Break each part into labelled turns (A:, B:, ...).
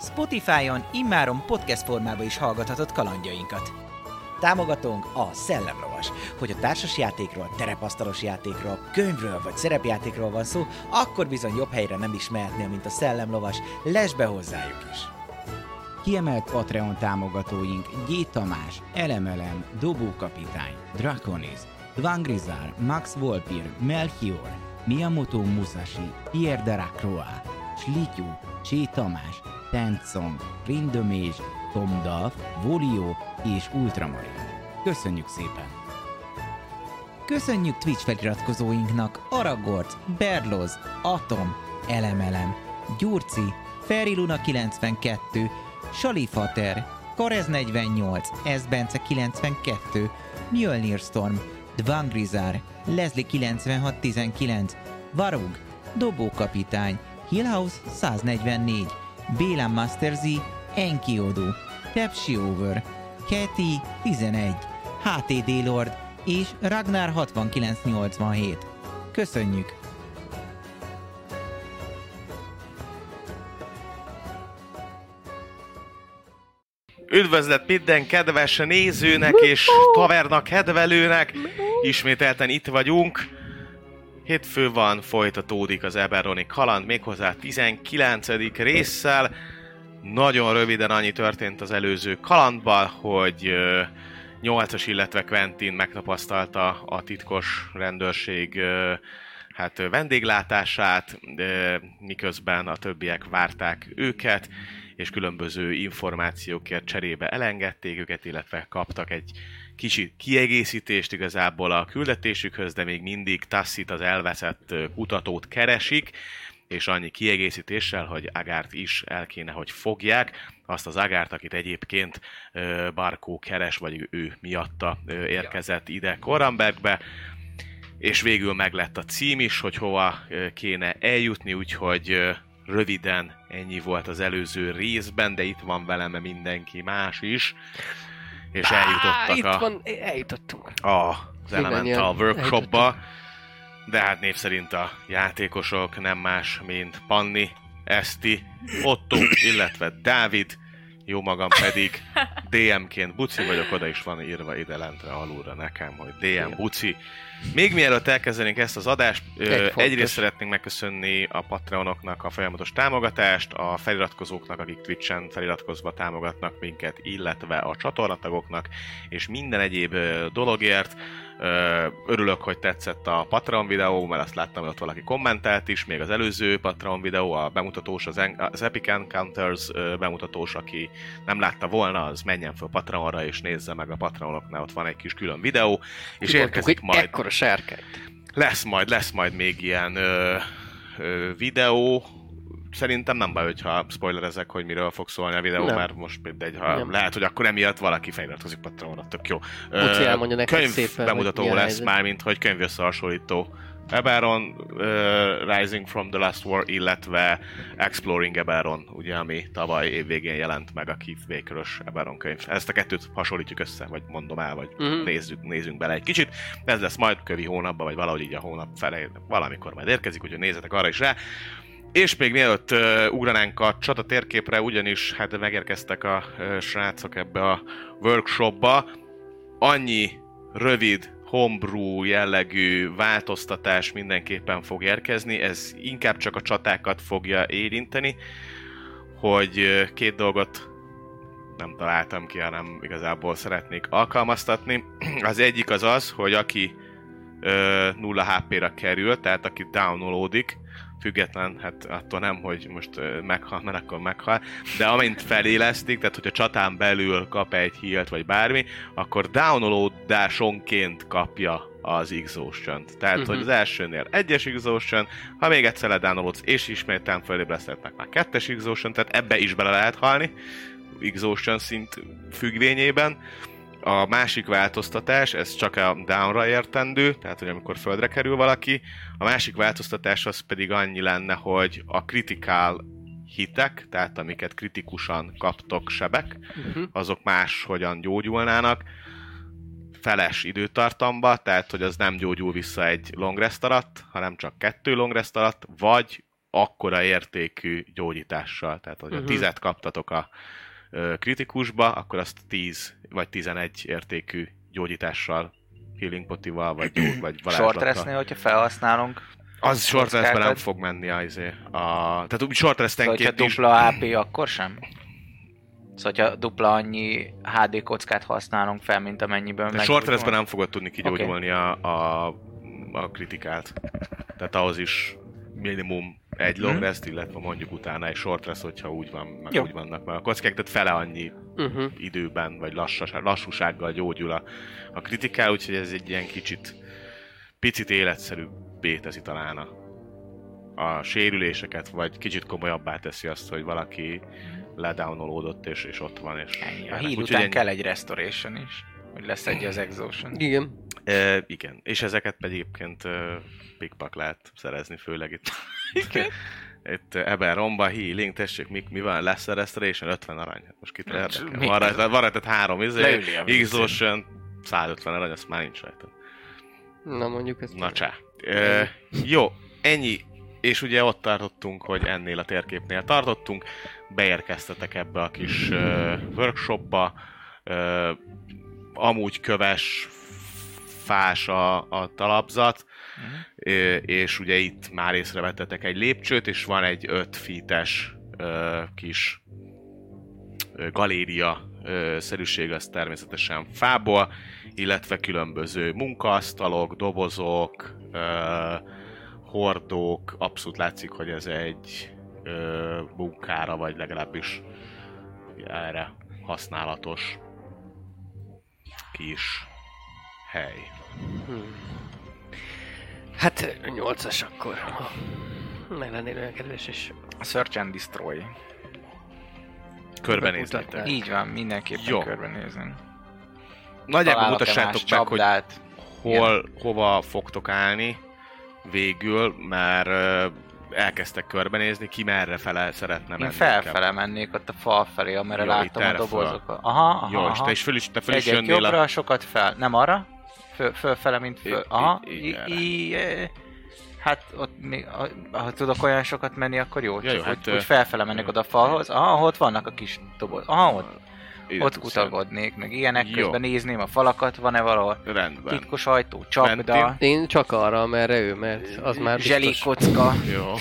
A: Spotify-on immáron podcast formában is hallgathatod kalandjainkat. Támogatónk a Szellemlovas. Hogy a társasjátékról, terepasztalos játékról, könyvről vagy szerepjátékról van szó, akkor bizony jobb helyre nem is mehetnél, mint a Szellemlovas. Lesz be hozzájuk is!
B: Kiemelt Patreon támogatóink G. Tamás, Elemelem, Dobó Kapitány, Draconis, Dvangrizar, Max Volpir, Melchior, Miyamoto Musashi, Pierre de Racroa, Slityu, Csé Tamás, Tencong, Rindomés, Tomda, Volio és Ultramarin. Köszönjük szépen! Köszönjük Twitch feliratkozóinknak Aragort, Berloz, Atom, Elemelem, Gyurci, Feriluna 92, Salifater, Karez 48, Esbence 92, Mjölnir Storm, Dvangrizár, Leslie 9619, Varug, Dobókapitány, Hillhouse 144, Bélán Masterzi, Enkiodu, Tepsi Over, Keti 11, HTD Lord és Ragnar 6987. Köszönjük!
C: Üdvözlet minden kedves nézőnek és taverna kedvelőnek! Ismételten itt vagyunk. Hétfő van, folytatódik az Eberoni kaland, méghozzá 19. résszel. Nagyon röviden annyi történt az előző kalandban, hogy ö, 8-as, illetve Quentin megtapasztalta a titkos rendőrség ö, hát ö, vendéglátását, ö, miközben a többiek várták őket, és különböző információkért cserébe elengedték őket, illetve kaptak egy kicsit kiegészítést igazából a küldetésükhöz, de még mindig Tassit az elveszett ö, kutatót keresik, és annyi kiegészítéssel, hogy Agárt is el kéne, hogy fogják, azt az Agárt, akit egyébként ö, Barkó keres, vagy ő miatta ö, érkezett ide Korambergbe, és végül meglett a cím is, hogy hova ö, kéne eljutni, úgyhogy ö, röviden ennyi volt az előző részben, de itt van velem mindenki más is, és
D: Á,
C: eljutottak
D: itt
C: a,
D: van, eljutottunk.
C: a, az
D: Mindannyian
C: Elemental Workshopba,
D: eljutottunk.
C: de hát név szerint a játékosok nem más, mint Panni, Eszti, Otto, illetve Dávid, jó magam pedig DM-ként Buci vagyok, oda is van írva ide lentre alulra nekem, hogy DM Buci. Még mielőtt elkezdenénk ezt az adást, ö,
D: Egy fontos.
C: egyrészt szeretnénk megköszönni a Patreonoknak a folyamatos támogatást, a feliratkozóknak, akik Twitch-en feliratkozva támogatnak minket, illetve a csatornatagoknak, és minden egyéb ö, dologért. Ö, Örülök, hogy tetszett a Patreon videó, mert azt láttam, hogy ott valaki kommentelt is, még az előző Patreon videó, a bemutatós, az, en- az Epic Encounters ö, bemutatós, aki nem látta volna, az menjen fel Patreonra és nézze meg a Patreonoknál, ott van egy kis külön videó, és
D: Tudottuk,
C: érkezik
D: hogy
C: majd
D: Ekkora sárkányt.
C: lesz majd, lesz majd még ilyen ö, ö, videó. Szerintem nem baj, hogyha spoilerezek, hogy miről fog szólni a videó,
D: Nem.
C: mert most mindegy, ha
D: Nem.
C: nem. lehet, hogy akkor emiatt valaki feliratkozik Patreonra, tök jó. Ö,
D: Buci elmondja neked
C: könyv
D: szépen, hogy
C: bemutató
D: milyen
C: lesz
D: helyzet.
C: már, mint hogy könyv összehasonlító. Eberron uh, Rising from the Last War, illetve Exploring Eberron, ugye, ami tavaly évvégén jelent meg a Keith Baker-ös Eberron könyv. Ezt a kettőt hasonlítjuk össze, vagy mondom el, vagy
D: Mhm.
C: nézzük, nézzünk bele egy kicsit. Ez lesz majd kövi hónapban, vagy valahogy így a hónap felé, valamikor majd érkezik, úgyhogy nézzetek arra is rá. És még mielőtt uh, ugranánk a csata térképre, ugyanis hát megérkeztek a uh, srácok ebbe a workshopba. Annyi rövid homebrew jellegű változtatás mindenképpen fog érkezni, ez inkább csak a csatákat fogja érinteni, hogy ö, két dolgot nem találtam ki, hanem igazából szeretnék alkalmaztatni. Az egyik az az, hogy aki ö, 0 HP-ra kerül, tehát aki downolódik, független, hát attól nem, hogy most ö, meghal, mert akkor meghal, de amint felélesztik, tehát hogyha csatán belül kap egy healt vagy bármi, akkor downloadásonként kapja az exhaustion Tehát,
D: Mhm.
C: hogy az elsőnél egyes exhaustion, ha még egyszer ledownloadsz és ismételten fölébresztetnek már kettes exhaustion, tehát ebbe is bele lehet halni, exhaustion szint függvényében. A másik változtatás, ez csak a downra értendő, tehát hogy amikor földre kerül valaki, a másik változtatás az pedig annyi lenne, hogy a kritikál hitek, tehát amiket kritikusan kaptok sebek,
D: Uh-huh.
C: azok máshogyan gyógyulnának, feles időtartamba, tehát hogy az nem gyógyul vissza egy long rest alatt, hanem csak kettő long rest alatt, vagy akkora értékű gyógyítással. Tehát, hogy a
D: Mhm.
C: tizet kaptatok a ö, kritikusba, akkor azt 10 vagy 11 értékű gyógyítással, healing potival, vagy, gyó- vagy
E: Short
C: varázslattal.
E: restnél, hogyha felhasználunk. Szóval,
C: Az short restben nem
E: kockáltad.
C: fog menni az, izé, a... Tehát úgy short
E: Szóval, hogyha
C: restenként is...
E: dupla AP, akkor sem? Szóval, hogyha dupla annyi HD kockát használunk fel, mint amennyiben
C: De
E: meg...
C: short restben nem fogod tudni kigyógyulni a, a, a kritikát. Tehát ahhoz is minimum egy long
E: Mhm.
C: rest, illetve mondjuk utána egy short rest, hogyha úgy van, meg
E: Jó. Mhm.
C: úgy vannak meg a kockák, tehát fele annyi
D: Uh-huh.
C: időben, vagy lassasá, lassúsággal gyógyul a, a kritikál, úgyhogy ez egy ilyen kicsit, picit életszerűbbé teszi talán a, a sérüléseket, vagy kicsit komolyabbá teszi azt, hogy valaki ledownolódott, és, és ott van, és...
E: Mhm. Ennyi. A
C: járnak.
E: híd
C: Úgyhogy
E: után
C: ennyi.
E: kell egy restoration is, hogy lesz egy az exhaustion.
D: Igen.
C: E, igen, és ezeket pedig egyébként e, pikpak lehet szerezni, főleg itt.
E: Igen.
C: itt e, ebben romba healing, tessék, mi, mi van, lesz restoration, 50 arany. Hát Most kit
E: Hát,
C: érdekel?
E: mi?
C: Van rajta, van rajta három izé,
E: Leüli a vízén.
C: exhaustion, 150 arany, azt már nincs rajta.
D: Na mondjuk ezt.
C: Na csá. E, jó, ennyi. És ugye ott tartottunk, hogy ennél a térképnél tartottunk. Beérkeztetek ebbe a kis ö, workshopba. Ö, amúgy köves, fás a, a talapzat. Ö, és ugye itt már észrevettetek egy lépcsőt, és van egy 5 fites kis ö, galéria ö, szerűség, az természetesen fából, illetve különböző munkaasztalok, dobozok, ö, hordók, abszolút látszik, hogy ez egy ö, munkára, vagy legalábbis erre használatos kis hely.
D: Hmm. Hát, nyolcas akkor. ha Meg lennél olyan kedves, és...
E: Search and destroy.
C: Körbenéznétek.
D: Kutatnál.
E: Így van, mindenképpen
C: Jó.
E: Jó. körbenézünk.
C: Nagyjából
E: Találok-e
C: mutassátok
E: más
C: meg, hogy
E: csapdát?
C: hol, hova fogtok állni végül, mert ö, elkezdtek körbenézni, ki merre fele szeretne menni.
E: Én
C: inkább.
E: felfele mennék ott a fal felé, amerre
C: Jó, itt
E: láttam a
C: erre föl.
E: dobozokat. Aha, aha,
C: Jó, és
E: aha.
C: te is föl is, te föl is
E: Egyet
C: jönnél
E: jobbra,
C: a...
E: sokat fel. Nem arra? Föl, fölfele, mint föl.
C: I-
E: Aha.
C: i- igen.
E: I, i, e, hát ott még, a- ha tudok olyan sokat menni, akkor jó.
C: Ja,
E: Csak
C: jó, hát,
E: úgy,
C: ö,
E: úgy felfele mennék oda a falhoz. Aha, ott vannak a kis doboz. Aha, ott,
C: Ide
E: ott
C: tudsz
E: kutagodnék, meg ilyenek.
C: Jó.
E: Közben nézném a falakat, van-e valahol
C: jönni. Rendben.
E: titkos ajtó, csapda,
C: Fentin.
D: Én csak arra, merre ő, mert az már biztos.
E: zselikocka.
C: Jó.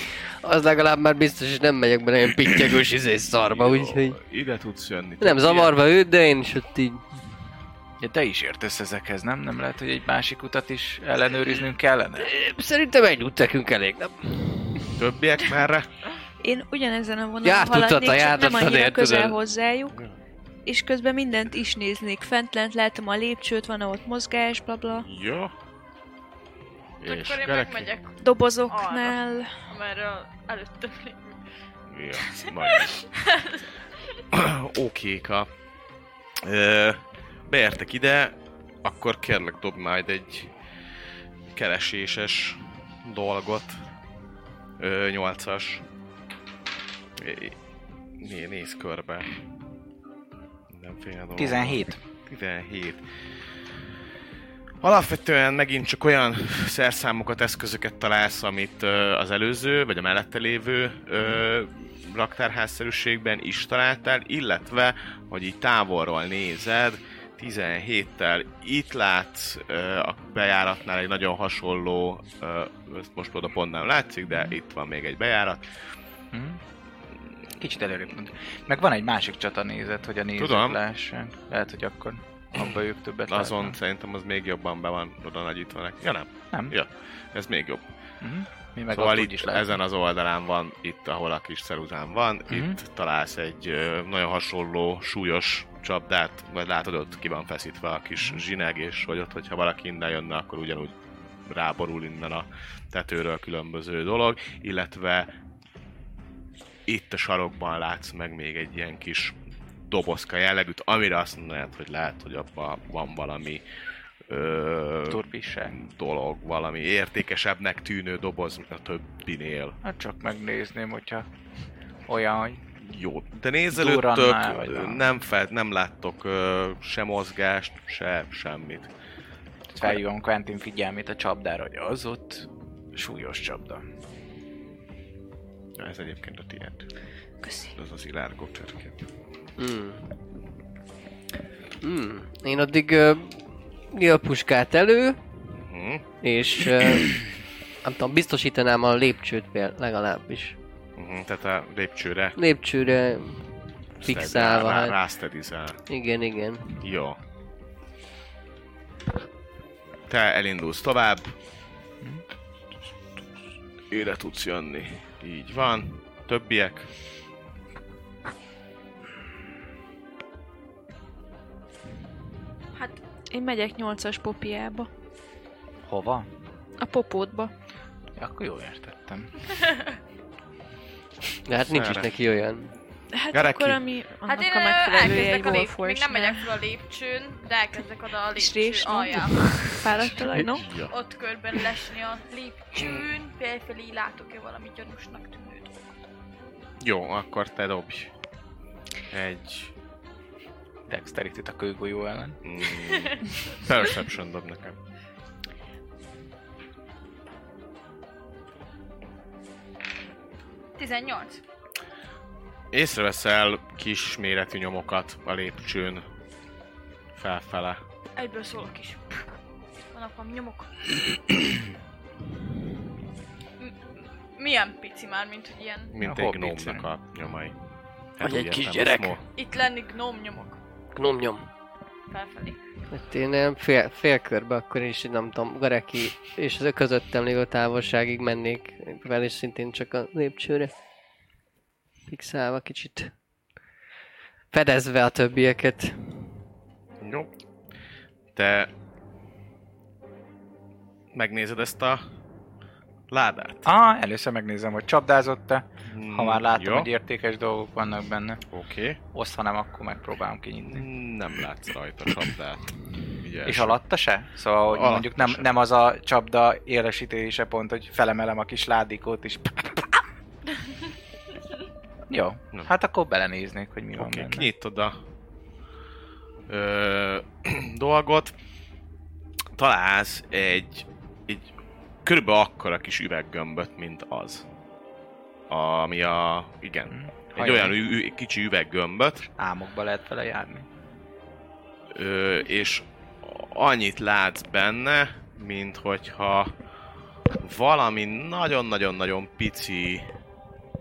D: Az legalább már biztos, hogy nem megyek bele ilyen pittyegős izé szarba,
C: Jó.
D: úgyhogy...
C: Ide tudsz jönni.
D: Nem
C: Tehát
D: zavarva őt, de én is ott így...
E: Ja, te is értesz ezekhez, nem? Nem lehet, hogy egy másik utat is ellenőriznünk kellene?
D: Szerintem egy út nekünk elég, nem?
C: ilyen Többiek merre?
F: Én ugyanezen a vonalon
D: Járt
F: haladnék,
D: utata,
F: csak
D: járt
F: nem
D: utata,
F: annyira
D: érted?
F: közel hozzájuk. És közben mindent is néznék. Fent lent látom a lépcsőt, van ott mozgás, bla bla.
C: Jó.
G: És akkor én
C: Gereki?
G: megmegyek,
F: Dobozoknál.
G: mert a, előttem lévő.
C: Ja, majd. Okéka. Ö, Beértek ide, akkor kérlek dob majd egy kereséses dolgot. Ö, nyolcas. É- Né, néz körbe. Mindenféle dolgot.
A: 17.
C: 17. Alapvetően megint csak olyan szerszámokat, eszközöket találsz, amit ö, az előző, vagy a mellette lévő ö, raktárházszerűségben is találtál, illetve, hogy így távolról nézed, 17-tel itt látsz ö, a bejáratnál egy nagyon hasonló, ö, ezt most oda pont nem látszik, de itt van még egy bejárat.
E: Mhm. Kicsit előrébb mondjuk. Meg van egy másik csata nézet, hogy a nézők
C: Tudom.
E: lássák. Lehet, hogy akkor abban ők többet
C: Azon
E: látnak.
C: szerintem az még jobban be van oda nagyítva neki. Ja nem,
E: Nem? Hmm?
C: Ja. ez még jobb.
E: Mi meg
C: Szóval
E: ott
C: itt,
E: úgyis lehet. Mhm.
C: ezen az oldalán van, itt, ahol a kis ceruzán van, itt találsz egy ö, nagyon hasonló súlyos csapdát, vagy látod ott ki van feszítve a kis
E: Mhm.
C: zsineg, és hogy ott, hogyha valaki innen jönne, akkor ugyanúgy ráborul innen a tetőről különböző dolog, illetve itt a sarokban látsz meg még egy ilyen kis dobozka jellegűt, amire azt mondanád, hogy lehet, hogy abban van valami ö,
E: Turpisság.
C: dolog, valami értékesebbnek tűnő doboz, mint a többinél.
E: Hát csak megnézném, hogyha olyan, hogy
C: Jó. De nézelődtök,
E: Durrannál vagy valami.
C: nem, fel, nem láttok ö, se mozgást, se semmit.
E: felhívom Quentin figyelmét a csapdára, hogy az ott súlyos csapda.
C: Ja, ez egyébként a tiéd.
F: Köszi.
C: Ez az Ilárgó cserke.
D: Mm. Mm. Én addig uh, a puskát elő,
C: Mhm.
D: és uh, nem tudom, biztosítanám a lépcsőt pél- legalábbis.
C: Mhm, Tehát a lépcsőre
D: Lépcsőre fixálva,
C: rá,
D: hát.
C: rásztedizál.
D: Igen, igen.
C: Jó. Te elindulsz tovább. Ére tudsz jönni. Így van. Többiek.
F: Hát
G: Én megyek 8-as popiába.
E: Hova?
G: A popótba.
E: Ja, akkor jól értettem.
D: De hát nincs is
C: Erre.
D: neki olyan.
F: Hát
C: Gareki.
F: akkor ami annak
G: Hát én
F: a
G: ö,
F: megfelelője egy
G: elkezdek a lép...
F: Wolfors.
G: Még nem megyek fel a lépcsőn, de elkezdek oda a
F: És
G: lépcső
F: rés, no?
G: aljába.
F: Fáradtalan, no?
C: Ja.
G: Ott körben lesni a lépcsőn, felfelé látok-e valami gyanúsnak tűnő dolgot.
C: Jó, akkor te dobj. Egy...
E: Dexterity a kőgolyó ellen.
C: Mm, perception dob nekem. Észreveszel kis méretű nyomokat a lépcsőn felfele.
G: Egyből szólok is. Vannak valami nyomok. M- milyen pici már, mint hogy ilyen...
C: Mint
E: A
C: egy
E: hobbit
C: gnómnak a nyomai. Hát
D: Vagy
C: úgy
D: egy
C: értem,
D: kisgyerek.
C: a small-
G: Itt lenni gnóm nyomok.
D: Gnomnyom.
G: Felfelé.
D: Hát én nem fél, félkörbe akkor is, nem tudom, Gareki és az közöttem lévő távolságig mennék vele, és szintén csak a lépcsőre. Fixálva kicsit. Fedezve a többieket.
C: Jó. Te megnézed ezt a ládát?
E: Ah, először megnézem, hogy csapdázott-e, ha már látom,
C: Hmm, Jó.
E: hogy értékes dolgok vannak benne.
C: Oké.
E: Oszt, ha nem, akkor megpróbálom kinyitni.
C: Nem látsz rajta csapdát. Vigyázz.
E: És alatta se? Szóval, hogy
C: Alatta
E: mondjuk nem,
C: se.
E: nem az a csapda élesítése pont, hogy felemelem a kis ládikót és... Jó,
C: Nem.
E: hát akkor belenéznék, hogy mi van
C: Oké,
E: benne.
C: okay, kinyitod a ö, dolgot, találsz egy, egy körülbelül akkora kis üveggömböt, mint az. Ami a... igen. Egy
E: Hajrá.
C: olyan ü- ü- kicsi üveggömböt,
E: Álmokba lehet vele járni.
C: ö, és annyit látsz benne, mint hogyha valami nagyon-nagyon-nagyon pici,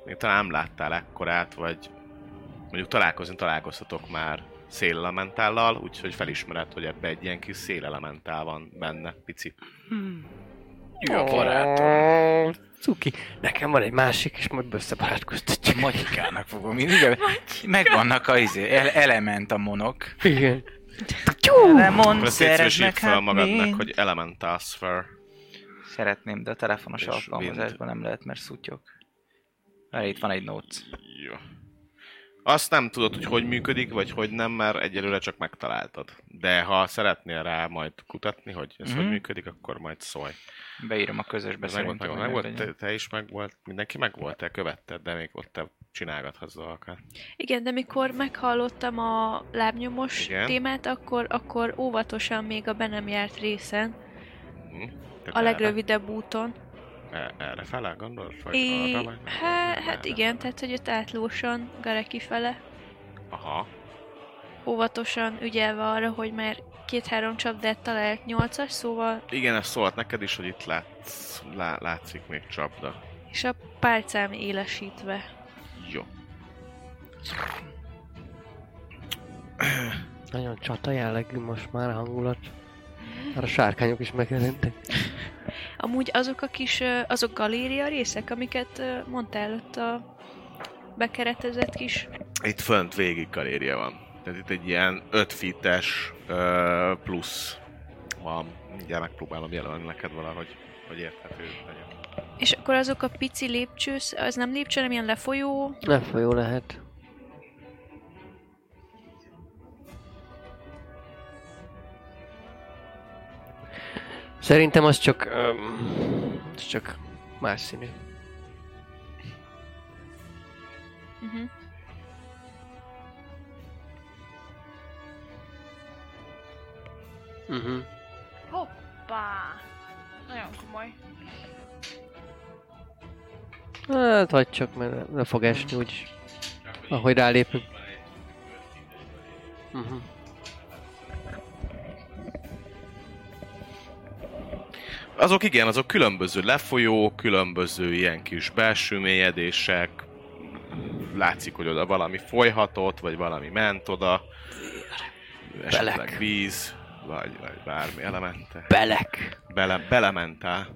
C: még talán nem láttál ekkorát, vagy mondjuk találkozni találkoztatok már szélelementállal, úgyhogy felismered, hogy ebbe egy ilyen kis szélelementál van benne, pici.
E: Jó, barátom.
D: Ó, Cuki, nekem van egy másik, és majd összebarátkoztatjuk.
E: Magyikának fogom mindig. Megvannak a izé, ele- element a monok.
D: Igen.
E: Lemon,
C: Akkor ezt egyszerűsítsd
E: szereznek
C: fel
E: hát
C: magadnak,
E: magadnak,
C: hogy elementál sphere.
E: Szeretném, de a telefonos
C: És
E: alkalmazásban nem lehet, mert szutyok. Erre itt van egy notes.
C: Jó. Azt nem tudod, hogy hogy működik, vagy hogy nem, mert egyelőre csak megtaláltad. De ha szeretnél rá majd kutatni, hogy ez mm-hmm.
E: Mhm.
C: hogy működik, akkor majd szólj.
E: Beírom a közösbe
C: Ez meg volt,
E: szerintem.
C: meg,
E: hogy
C: meg volt
E: legyen.
C: te, te is meg volt, mindenki meg volt, te követted, de még ott te csinálgathatsz dolgokat.
F: Igen, de mikor meghallottam a lábnyomos
C: Igen.
F: Igen. témát, akkor, akkor óvatosan még a be nem járt részen,
C: Hm? Tehát
F: a legrövidebb úton.
C: Erre, erre fele gondolsz? Vagy
F: É,
C: arra, vagy
F: hát, hát
C: erre
F: igen,
C: fele?
F: tehát hogy ott átlósan, Gareki fele,
C: Aha.
F: óvatosan ügyelve arra, hogy már két-három csapdát talált nyolcas, szóval
C: Igen, ez szólt neked is, hogy itt látsz, lá, látszik még csapda.
F: és a pálcám élesítve.
C: Jó.
D: Nagyon csata jellegű most már a hangulat. Már a sárkányok is megjelentek.
F: Amúgy azok a kis, ö, azok galéria részek, amiket ö, mondtál ott a bekeretezett kis...
C: Itt fönt végig galéria van. Tehát itt egy ilyen 5 fites plusz van. Mindjárt megpróbálom jelölni neked valahogy, hogy érthető legyen.
F: És akkor azok a pici lépcsősz, az nem lépcső, hanem ilyen lefolyó,
D: Ne folyó lehet. Szerintem az csak... Um, az csak más színű.
F: uh-huh.
D: Uh-huh.
G: Hoppá! Nagyon komoly.
D: Hát hagyd csak, mert le- le fog esni úgyis. Ahogy rálépünk. Uh-huh.
C: Azok igen, azok különböző lefolyó, különböző ilyen kis belső mélyedések. Látszik, hogy oda valami folyhatott, vagy valami ment oda. Esetleg
D: Belek.
C: víz, vagy, vagy bármi elemente.
D: Belek!
C: Bele, belementál.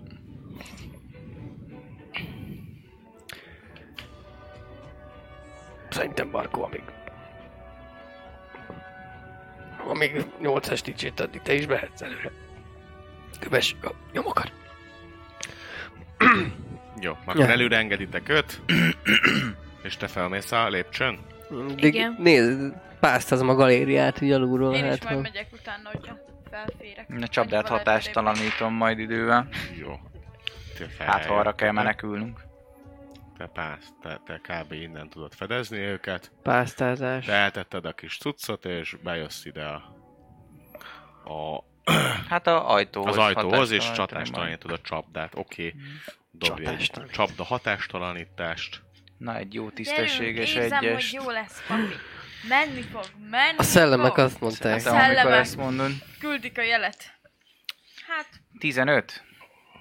D: Szerintem Barkó, amíg... Amíg 8-as dicsét addig te is mehetsz előre. Köves a nyomokat.
C: Jó, akkor
D: Ja.
C: előre engeditek őt. És te felmész a lépcsőn?
D: Mindig
F: Igen.
D: nézd, pásztázom a galériát, hogy alulról
G: Én is
D: hát,
G: majd
D: ha...
G: megyek utána, hogyha felférek.
E: A
G: Vagy
E: csapdát
G: valahogy
E: hatástalanítom majd idővel.
C: Jó. Te fel-
E: Hát, ha arra kell menekülnünk.
C: Te, pász, te, te kb. innen tudod fedezni őket.
D: Pásztázás.
C: Te eltetted a kis cuccot, és bejössz ide a, a,
E: Hát a
C: az
E: ajtóhoz.
C: ajtóhoz, és
E: hatástalanítani majd.
C: csatástalanítod a csapdát. Oké. Okay. Dobj egy
D: Csatástalanítás.
C: csapda hatástalanítást.
E: Na, egy jó
G: Gyerünk,
E: tisztességes
G: érzem,
E: egyes.
G: hogy jó lesz, papi. Menni fog, menni
D: A szellemek
G: fog.
D: azt mondták.
E: Hát, amikor
G: Szellemek.
E: ezt mondod.
G: Küldik a jelet. Hát,
E: 15?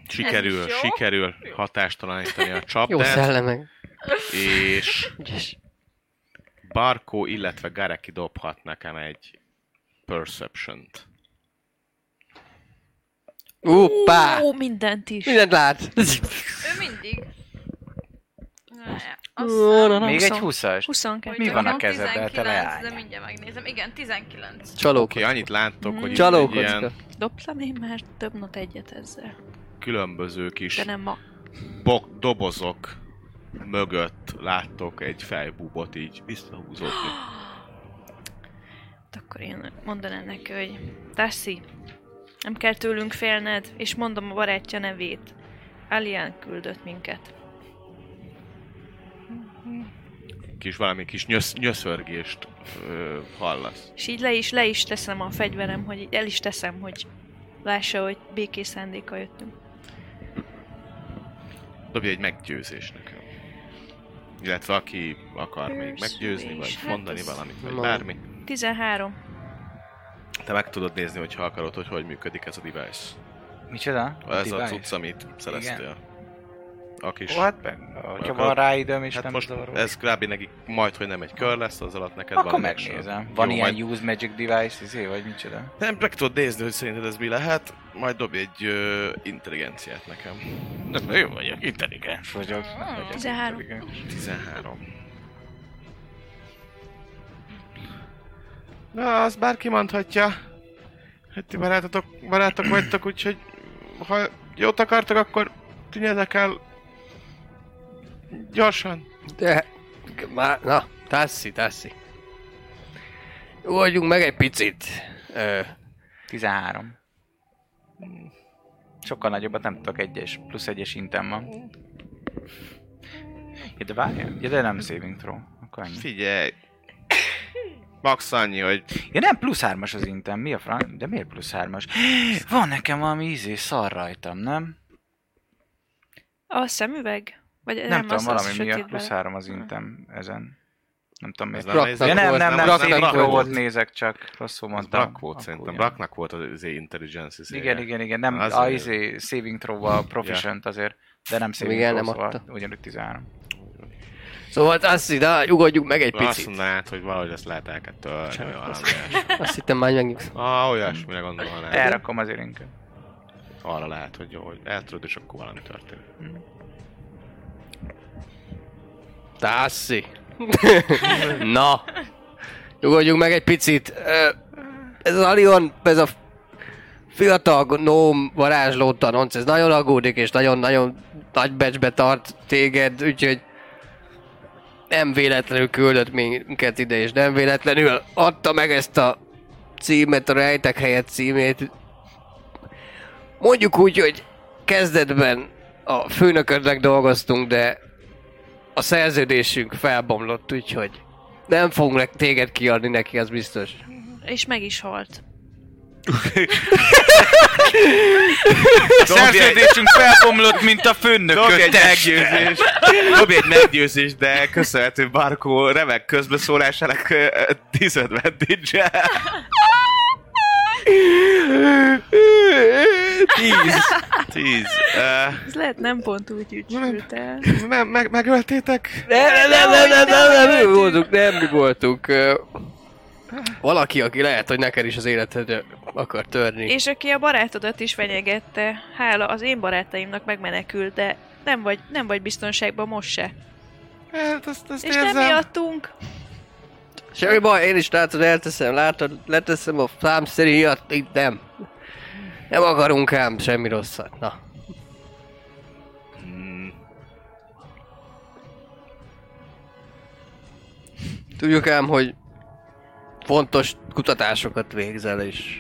C: Sikerül,
G: jó.
C: sikerül hatástalanítani a
D: Jó
C: csapdát,
D: szellemek.
C: és
D: Ügyes.
C: Barkó, illetve Gareki dobhat nekem egy Perception-t.
D: Uppá!
F: Ó, mindent is.
D: Mindent lát!
G: ő mindig. Ne,
D: Na, na,
G: Azt
D: na.
E: Még
F: huszon.
E: egy 20-as?
F: 22.
E: Mi van a kezedben, te
G: De
E: leány?
G: mindjárt megnézem. Igen, 19.
D: Csalók.
C: Oké, okay, annyit láttok,
E: Mm.
C: hogy itt egy
D: Csalókocka.
C: ilyen
F: Dobtam én már több not egyet ezzel,
C: különböző kis
F: de nem ma.
C: bok, dobozok mögött láttok egy fejbúbot így visszahúzódni.
F: Hát Akkor én mondanám neki, hogy Tassi, nem kell tőlünk félned, és mondom a barátja nevét. Alian küldött minket.
C: Kis valami kis nyösz, nyöszörgést ö, hallasz.
F: És így le is, le is teszem a fegyverem, hogy így el is teszem, hogy lássa, hogy békés szándéka jöttünk.
C: Dobja egy meggyőzés nekem. Illetve aki akar még
F: Persuasion,
C: meggyőzni, vagy
F: hát
C: mondani
F: ez-
C: valamit, vagy
D: Ma-
C: bármi.
F: 13.
C: Te meg tudod nézni, hogyha akarod, hogy hogy működik ez a device.
E: Micsoda?
C: ez a
E: Device?
C: cucc, amit szereztél. A kis...
E: Ó, hát, be- hogyha
C: Akkor-
E: van rá időm, és
C: Hát
E: nem
C: most
E: zavaró.
C: ez kb. neki majd, hogy nem egy kör lesz, az alatt neked
E: Akkor
C: van
E: megnézem.
C: action.
E: Van
C: Jó,
E: ilyen
C: majd-
E: use magic device, izé, vagy micsoda?
C: Nem, meg tudod nézni, hogy szerinted ez mi lehet, majd dobj egy ö, intelligenciát nekem. Nem, jó vagyok, intelligens.
E: Fogyok. nem vagyok
F: 13.
E: intelligens.
C: 13. Na, azt bárki mondhatja, hogy ti barátok, barátok vagytok, úgyhogy ha jót akartok, akkor tűnjetek el gyorsan.
D: De... Már, na, tászi, tászi. Oldjunk meg egy picit. Ö,
E: 13. Sokkal nagyobbat nem tudok egyes, plusz egyes intem van. Ja, de várjál. Ja, de nem saving throw. Akkor annyi.
C: Figyelj! Max annyi, hogy
E: Ja nem, plusz hármas az intem, mi a frank? De miért plusz hármas? Van nekem valami ízé szar rajtam, nem?
F: A szemüveg? Vagy
E: Nem,
F: nem
E: tudom,
F: az,
E: valami
F: az
E: miatt
F: sötét
E: plusz
F: bele.
E: három az intem ezen. Nem tudom
C: Ez
E: miért.
C: nem
D: Raknak
C: nézem.
E: Ja nem,
D: volt,
E: nem, nem,
D: raknak
E: saving
D: volt.
E: throw-ot nézek, csak rosszul
C: Az
E: mondtam.
C: Brak volt
E: Akkor
C: szerintem,
E: ugyan.
C: Braknak volt az izé intelligence izéje.
E: Igen, igen, igen, nem,
C: Az
E: az a
C: azért.
E: izé saving throw-val proficient azért, de nem saving
D: Igen,
E: throw,
D: nem
E: szóval
D: adta.
E: ugyanúgy 13.
D: szóval tászi, de nyugodjunk meg egy
C: Azt
D: picit.
C: mondanád, hogy valahogy ezt lehet el kell törni, vagy valami.
D: Azt hittem már megnyugszom.
C: Ah, olyasmire gondolnál.
E: Elrakom azért inkább.
C: Arra lehet, hogy jó, hogy eltöröd, és akkor valami történik.
D: Tászi! Na! Nyugodjunk meg egy picit. Ö, Ez az Alion, ez a fiatal gnóm varázsló tanonc, ez nagyon aggódik, és nagyon-nagyon nagy becsbe tart téged, úgyhogy nem véletlenül küldött minket ide, és nem véletlenül adta meg ezt a címet, a rejtek helyett címét. Mondjuk úgy, hogy kezdetben a főnöködnek dolgoztunk, de a szerződésünk felbomlott, úgyhogy nem fogunk ne- téged kiadni neki, az biztos.
F: És meg is halt.
E: A szerződésünk felbomlott, mint a
C: Dobj
E: főnököt
C: egy meggyőzést, dobj egy meggyőzést, de köszönhető Barkó remek közbeszólásának ö, ö, disadvantage Tíz. Tíz.
F: Ez lehet nem pont úgy ügyült el.
C: Ö, nem, meg, megöltétek?
D: Nem, nem, nem, nem, nem, nem, nem, mi voltunk, nem, mi voltunk. ö, Valaki, aki lehet, hogy neked is az életed akar törni.
F: És aki a barátodat is fenyegette, hála az én barátaimnak megmenekült, de nem vagy, nem vagy biztonságban most se.
C: Hát, azt, azt
F: És nem miattunk.
D: Semmi baj, én is látod, elteszem, látod, leteszem a számszerű hiat, itt nem. Nem akarunk ám semmi rosszat, na. Hmm. Tudjuk ám, hogy fontos kutatásokat végzel, és,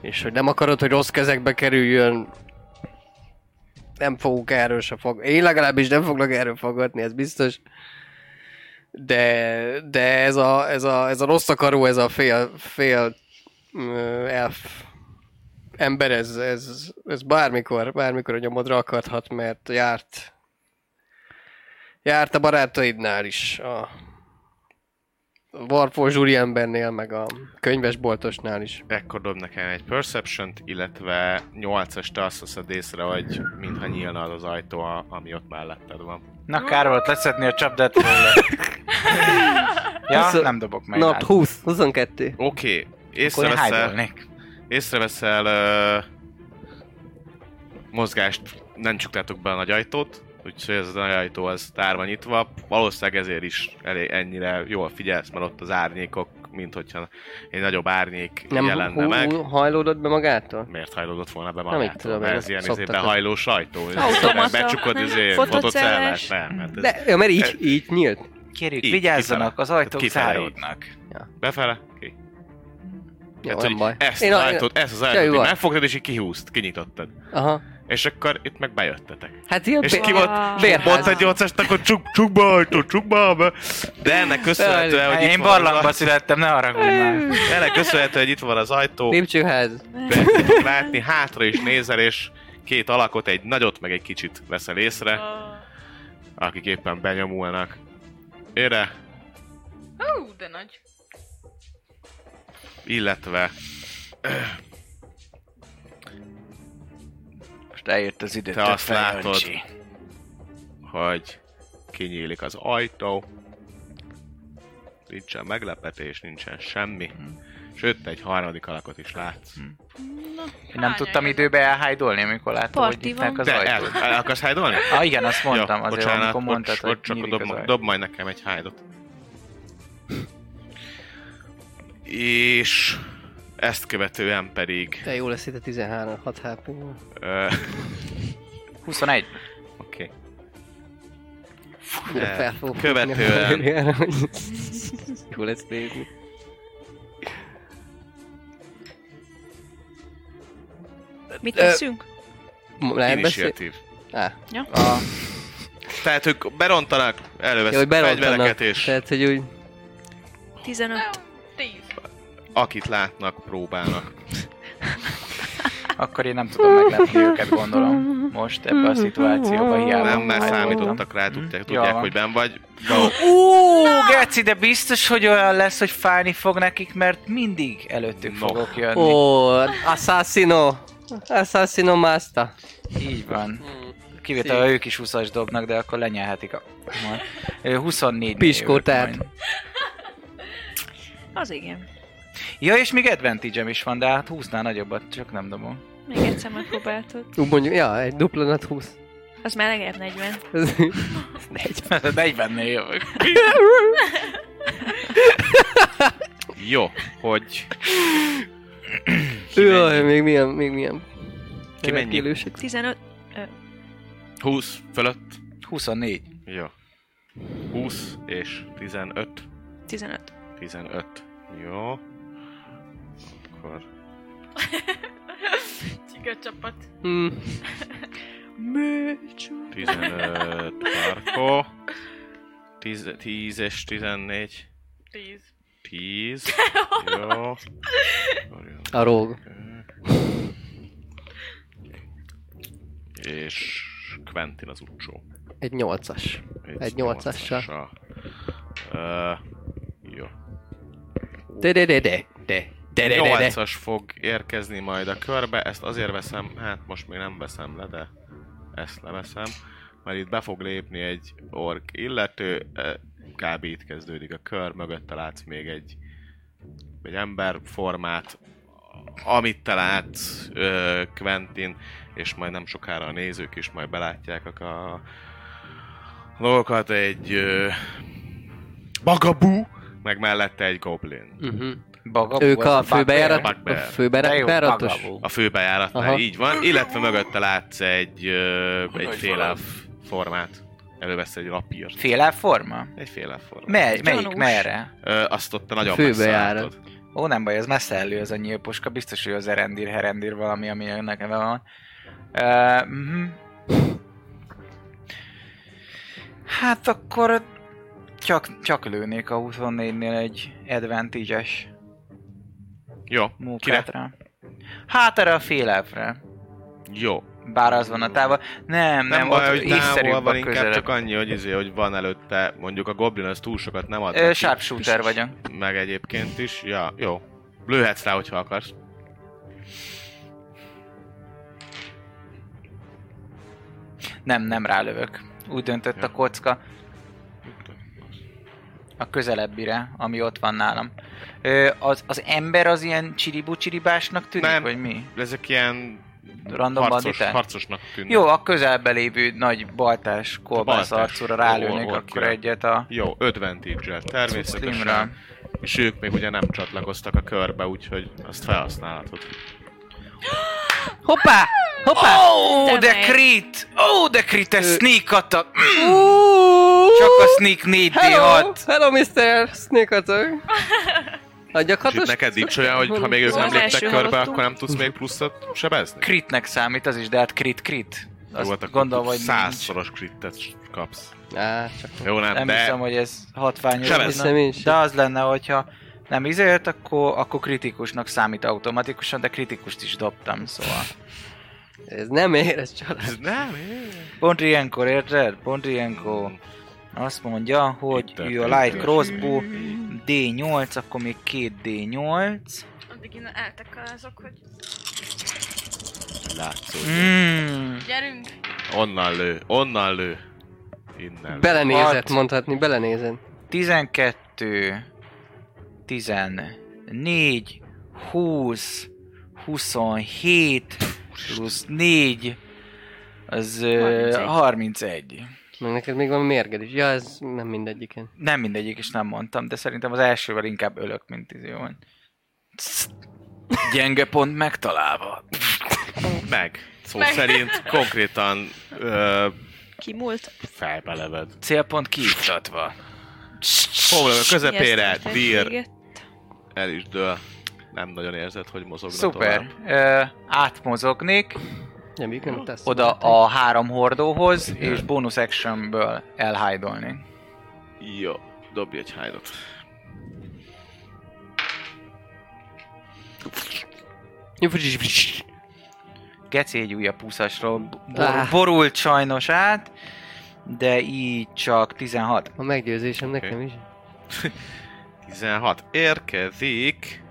D: és hogy nem akarod, hogy rossz kezekbe kerüljön, nem fogunk erről se fog... Én legalábbis nem foglak erről fogadni, ez biztos. De, de ez, a, ez, a, ez a rossz akaró, ez a fél, fél ö, elf ember, ez, ez, ez bármikor, bármikor a nyomodra akadhat, mert járt járt a barátaidnál is, a Warforged úriembernél, meg a könyvesboltosnál is.
C: Ekkor dob nekem egy perception illetve 8-as te azt veszed észre, hogy mintha nyílna az az ajtó, a- ami ott melletted van.
E: Na, kár volt leszedni a csapdát róla. Ja,
D: Viszont-
E: nem dobok meg.
D: Na, 20, 22.
C: Oké, okay.
E: Akkor én
C: észreveszel...
E: hájdolnék.
C: észreveszel ö, mozgást, nem csuktátok be a nagy ajtót, úgyhogy ez a nagy ajtó az tárva nyitva. Valószínűleg ezért is elég ennyire jól figyelsz, mert ott az árnyékok, mint hogyha egy nagyobb árnyék nem
D: Nem
C: jelenne
D: hú,
C: meg.
D: hú, hajlódott be magától?
C: Miért hajlódott volna be
D: Nem,
C: magától?
D: mit tudom én,
C: Mert ez ilyen izé
D: szoktak
C: behajlós ajtó.
F: Automata.
C: Becsukod izé,
F: Fotocellás.
C: fotocellás. Nem, hát ez
D: De, ja, mert így, így nyílt.
E: Kérjük,
C: Így,
E: vigyázzanak,
C: kifele.
E: az ajtók
C: Kifele így.
E: záródnak.
C: befele, ki.
D: Jó,
C: Hát,
D: nem
C: hogy
D: baj.
C: Ezt
D: Én
C: az
D: a-
C: ajtót, ezt az
D: Semmi
C: ajtót így
D: baj.
C: megfogtad és így kihúzt, kinyitottad.
D: Aha.
C: És akkor itt meg bejöttetek.
D: Hát ilyen
C: És
D: bé-
C: ki volt?
D: bérház.
C: Mondta egy 8 akkor csuk, csuk be ajtó, csuk be ajtó. De ennek köszönhetően, hogy itt
E: Én
C: van az
E: barlangba
C: ajtó-
E: születtem, ne haragudj már.
C: Ennek köszönhetően, hogy itt van az ajtó.
D: Lépcsőház.
C: Be tudtok látni, hátra is nézel, és két alakot, egy nagyot, meg egy kicsit veszel észre, akik éppen benyomulnak. Ére,
G: Hú, de nagy.
C: illetve
E: Most eljött az idő.
C: Te
E: több
C: azt látod.
E: felhöncsi.
C: hogy kinyílik az ajtó. Nincsen meglepetés, nincsen semmi. Sőt, egy harmadik alakot is látsz.
E: Én nem tudtam időbe elhájdolni, amikor láttam, hogy
F: Parti
E: nyitnak
F: van.
E: az
C: De el,
E: ajtót.
C: el akarsz hájdolni?
E: Ah, igen, azt mondtam azért, amikor
C: ott-
E: mondtad,
C: ott
E: hogy
C: csak
E: nyílik
C: dob,
E: az ajtó.
C: dob majd nekem egy hide-ot. És ezt követően pedig...
D: De jó lesz itt a hát, 13, 6 hp -n.
C: ö,
E: 21.
C: Oké.
D: Újra fel fogok futni
C: Hát, Követően.
D: a karrierre, hogy- Jó lesz nézni.
F: Mit
D: Ö,
F: teszünk?
D: M- Lehet beszélni?
C: Initiatív.
D: Á,
E: A
C: Tehát ők berontanak,
D: jó, hogy
C: előveszik a
D: berontanak.
C: fegyvereket, és
D: Tehát, hogy úgy...
F: 15.
G: Tíz.
C: akit látnak, próbálnak.
E: Akkor én nem tudom meglepni őket, gondolom. Most ebbe a szituációba hiába.
C: Nem, mert
E: high voltam.
C: számítottak rá, tudják,
E: Hm,
C: tudják
E: jól
C: hogy ben vagy.
E: Ó, Geci, de biztos, hogy olyan lesz, hogy fájni fog nekik, mert mindig előttük
C: No.
E: fogok jönni.
D: Ó, Assassino! Assassino Master.
E: Így van. Kivétel, ha ők is 20-as dobnak, de akkor lenyelhetik a... Majd. Ö, 24 -nél
D: Piskó,
E: jövök
D: tehát.
E: majd.
F: Az igen.
E: Ja, és még advantage is van, de hát 20-nál nagyobbat, csak nem dobom.
F: Még egyszer megpróbáltad.
D: Úgy mondjuk, ja, egy dupla nat 20.
F: Az már legalább 40.
D: Ez,
E: Ez 40, 40 jövök.
C: Jó, hogy
D: jaj, még milyen, még milyen.
C: Ki mennyi?
D: Élősek.
F: 15.
C: 20 fölött.
E: 24.
C: Jó. 20 és 15.
F: 15.
C: 15. Jó. Akkor...
G: Csigacsapat.
D: Mm.
C: 15 Marko. 10, 10 és 14.
G: Tíz.
C: 10. Jó.
D: A róg.
C: És Quentin az utcsó.
D: Egy nyolcas. Egy nyolcassal.
C: Uh, jó.
D: De de de de de de de de de.
C: 8-as fog érkezni majd a körbe, ezt azért veszem, hát most még nem veszem le, de ezt leveszem, mert itt be fog lépni egy ork illető, eh, kb. itt kezdődik a kör, mögötte látsz még egy, egy ember formát, amit te látsz ö, Quentin, és majd nem sokára a nézők is majd belátják a, a dolgokat, egy ö, bagabú, meg mellette egy goblin.
D: Mhm.
E: Bagabú,
D: Ők
E: az
D: a főbejárat,
E: bugbear.
C: bugbear.
D: a
E: De jó,
D: főbejáratos.
E: bagabú.
C: A főbejáratnál,
D: Aha.
C: így van. Illetve mögötte látsz egy, ö, egy félelf formát. Elővesz egy rapírt.
E: Féle forma?
C: Egy félelf formát.
E: Mely, melyik,
F: Gyanús.
E: merre?
C: Ö, azt ott te nagyon
D: Főbejárat.
C: messze látod.
E: Ó, nem baj, az messze elő az a nyílpuska, biztos, hogy az erendír, herendír valami, ami nekem van. Uh, mm Hát akkor csak, csak lőnék a 24-nél egy advantage-es
C: Jó, kire?
E: mókát rá. Hát erre a félelvre.
C: Jó.
E: Bár az van a távol. Nem,
C: Nem,
E: nem,
C: baj,
E: ott
C: hogy távol
E: észszerűbb
C: van,
E: a
C: inkább
E: közelebb.
C: csak annyi, hogy, izé, hogy van előtte, mondjuk a goblin az túl sokat nem ad.
E: Ö,
C: neki,
E: Sharpshooter vagyok.
C: Meg egyébként is, ja, jó. Lőhetsz rá, hogyha akarsz.
E: Nem, nem rálövök. Úgy döntött
C: Ja.
E: a kocka. A közelebbire, ami ott van nálam. Ö, az, az ember az ilyen csiribú csiribásnak tűnik,
C: Nem.
E: vagy mi?
C: Ezek ilyen
E: Random
C: harcos,
E: banditák?
C: harcosnak tűnnek.
E: Jó, a közelbe lévő nagy baltás kolbász
C: baltás.
E: arcúra
C: Ó,
E: rálőnék
C: ó,
E: akkor
C: király.
E: egyet a
C: Jó, advantage-el természetesen.
E: streamre.
C: És ők még ugye nem csatlakoztak a körbe, úgyhogy azt felhasználhatod.
E: Hát
D: Hoppá! Hoppá!
E: Ó,
F: Te
E: de
F: meg.
E: crit! Ó, de crit, ez sneak attack! Mm. Csak a sneak 4d6!
D: Hello, Mr. Snake Attack! Adjak
C: És itt
D: hatos?
C: neked nincs olyan, hogy ha még ők nem
F: Az
C: léptek
F: első
C: körbe,
F: halottunk.
C: akkor nem tudsz még pluszat sebezni?
E: Critnek számít az is, de hát crit crit.
C: Jó,
E: Azt
C: hát akkor
E: gondolom, hogy nincs.
C: százszoros crittet kapsz.
D: Á, csak
C: Jó, nem,
E: Nem
C: de...
E: hiszem, hogy ez hatványos.
C: Sebez.
E: lenne.
D: Hiszem én sem.
E: De az lenne, hogyha nem izért, akkor, akkor kritikusnak számít automatikusan, de kritikust is dobtam, szóval.
D: ez nem ér, ez család.
C: Ez nem, ér.
E: Pont ilyenkor, érted? Pont ilyenkor azt mondja, hogy
C: Itt
E: ő a
C: történt
E: light crossbow D8, akkor még két D8.
G: Addig én eltekalázok, hogy
C: látszódik.
E: Mm.
G: gyerünk.
C: Onnan lő, onnan lő. Innen. Be-
D: Belenézett,
E: Hat.
D: mondhatni, belenézett.
E: 12, 14, 20, 27, plusz 4, az ö,
G: 31.
E: 31.
D: Meg neked még van mérged is. Ja, ez nem mindegyiken.
E: Nem mindegyik is nem mondtam, de szerintem az elsővel inkább ölök, mint izé van. Gyenge pont megtalálva.
C: meg. Szó
G: Meg.
C: szerint konkrétan ö,
F: Kimúlt.
C: felbeleved.
E: Célpont kiiktatva.
C: Homlok a
F: Mi
C: közepére,
F: ezt
C: dír,
F: tehetséget?
C: el is dől. Nem nagyon érzed, hogy mozogna
E: Szuper.
C: tovább.
E: Ö, átmozognék
D: Nem, ők nem tesz.
E: oda a három hordóhoz, és bonus actionből elhájdolni.
C: Jó, dobj egy hide
E: Geci egy újabb húszasról
D: Ah.
E: bor- borult sajnos át, de így csak 16.
D: A meggyőzésem nekem is.
C: 16. Érkezik...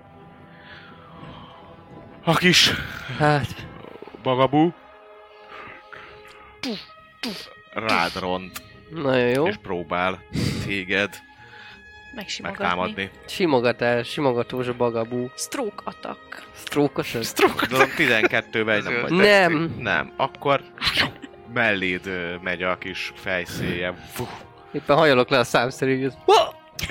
C: A kis
D: Hát,
C: bagabú. Rád ront,
D: nagyon jó.
C: és próbál téged
F: megsimogatni.
C: megtámadni.
D: Simogatás, simogatós bagabú.
F: Stroke attack.
D: Stroke az?
C: Gondolom 12 egy nem vagy
D: Nem.
C: textil. Nem. Akkor melléd ö, megy a kis fejszéje. Fuh,
D: Éppen hajolok le a számszerű, hogy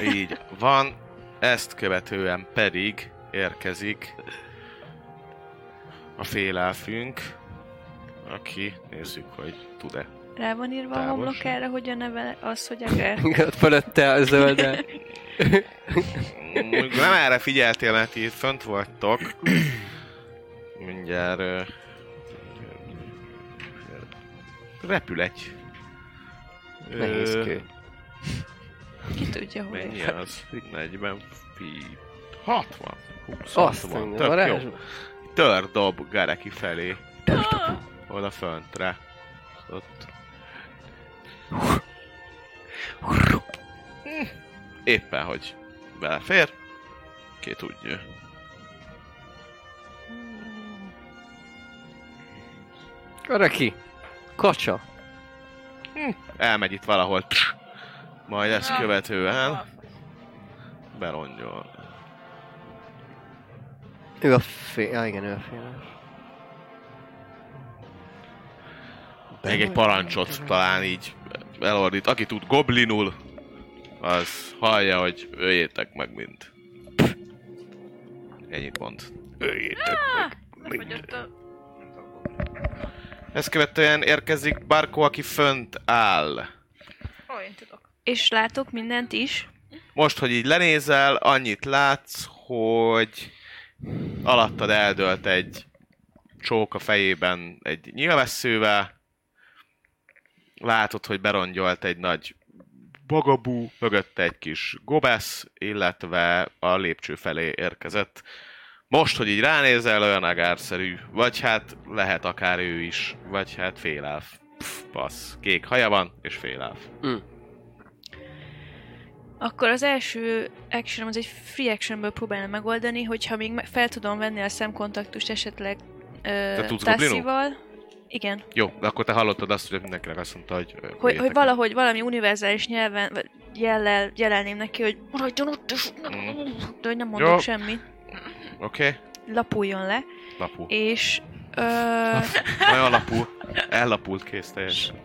C: így van. Ezt követően pedig érkezik a félelfünk, aki nézzük, hogy tud-e.
F: Rá van írva a
C: Távol
F: homlokára, hogy a neve az, hogy agrár.
D: ott fölötte a zöldel.
C: Mondjuk nem erre figyeltél, mert itt fönt vagytok. Mindjárt... ö, Repül egy. Ö,
D: Nehéz kő. Hát,
F: Ki tudja, hogy
C: Mennyi az? 40 feet. 60. 20.
D: Azt
C: van.
D: mondja,
C: szóval Tök jó.
D: varázsba.
C: Tör dob Gareki felé. Oda föntre. Ott. Hm. Éppen, hogy belefér. Ki tudja.
D: Karaki. Kacsa.
C: Elmegy itt valahol. Majd ezt
G: Ah.
C: követően berongyol.
D: Ő a fél... Ja, igen, ő a fél.
C: Még egy parancsot talán így elordít. Aki tud goblinul, az hallja, hogy öljétek meg mind. Ennyit mond. Öljétek meg mind.
G: Befagyott a...
C: Ezt követően érkezik Barko, aki fönt áll.
G: Ó, én tudok.
F: És látok mindent is.
C: Most, hogy így lenézel, annyit látsz, hogy alattad eldölt egy csók a fejében egy nyilvesszővel. Látod, hogy berongyolt egy nagy bagabú, mögötte egy kis gobesz, illetve a lépcső felé érkezett. Most, hogy így ránézel, olyan agárszerű. Vagy hát lehet akár ő is, vagy hát félelf. Pff, passz. Kék haja van, és félelf.
F: Akkor az első action az egy free actionből próbálom megoldani, hogyha még me- fel tudom venni a szemkontaktust esetleg ö,
C: tudsz
F: Tasszival. Igen.
C: Jó, de akkor te hallottad azt, hogy mindenkinek azt mondta, hogy...
F: Hogy, hogy valahogy valami univerzális nyelven, vagy jellel jelelném neki, hogy maradjon ott, és
C: Mm.
F: de hogy nem mondok
C: Jó.
F: semmit.
C: Oké, okay.
F: Lapuljon le.
C: lapul.
F: És... Ö,
C: Nagyon lapul. Ellapult kész teljesen.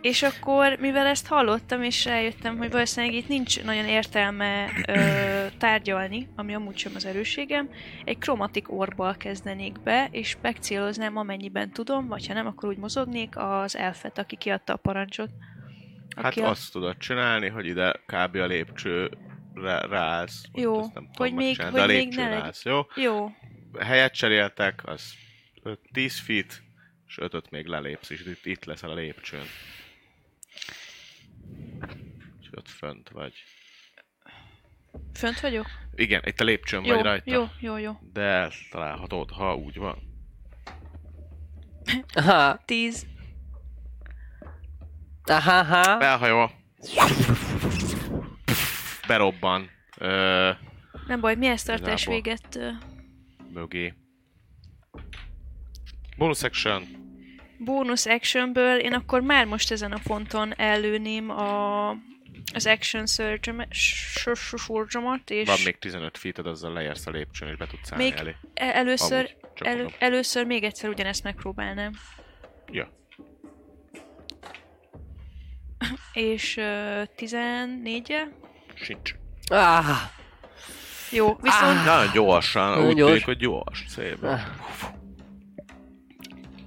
F: És akkor, mivel ezt hallottam, és rájöttem, hogy valószínűleg itt nincs nagyon értelme ö, tárgyalni, ami amúgy sem az erőségem, egy kromatik orbbal kezdenék be, és megcéloznám amennyiben tudom, vagy ha nem, akkor úgy mozognék az elfet, aki kiadta a parancsot.
C: Hát
F: a-
C: azt tudod csinálni, hogy ide kb. a lépcső ráállsz. Most
F: Jó,
C: ezt nem tudom
F: hogy még-
C: megcsinálni,
F: hogy
C: de a
F: még
C: lépcsőn
F: ne legy-
C: állsz, jó?
F: Jó,
C: Helyet cseréltek, az öt- 10 feet, és ötöt még lelépsz, és itt, itt leszel a lépcsőn. Úgyhogy ott fönt vagy.
F: fönt vagyok?
C: Igen, itt a lépcsőn
F: Jó,
C: vagy rajta.
F: jó, jó, jó.
C: De eltalálhatod, ha úgy van.
D: Aha,
F: Tíz.
D: aha, aha.
C: Elhajol. Berobban. Ö,
F: Nem baj, mi ezt tartás
C: Igazából.
F: véget? ö,
C: mögé. Bonus action.
F: Bónusz actionből én akkor már most ezen a ponton ellőném a, az action surge-emet- s- s- surge-omat, és...
C: Van még 15 feeted, azzal leérsz a lépcsőn, és be tudsz állni
F: Még
C: elé.
F: E- Először,
C: Amúgy, csak
F: elő,
C: mondom.
F: először még egyszer ugyanezt megpróbálnám.
C: Ja.
F: És uh, 14 -e?
C: Sincs.
D: Ah,
F: Jó, viszont ah.
C: Nagyon gyorsan,
D: Nagyon
C: úgy
D: gyors.
C: tűnik, hogy gyors. Szép.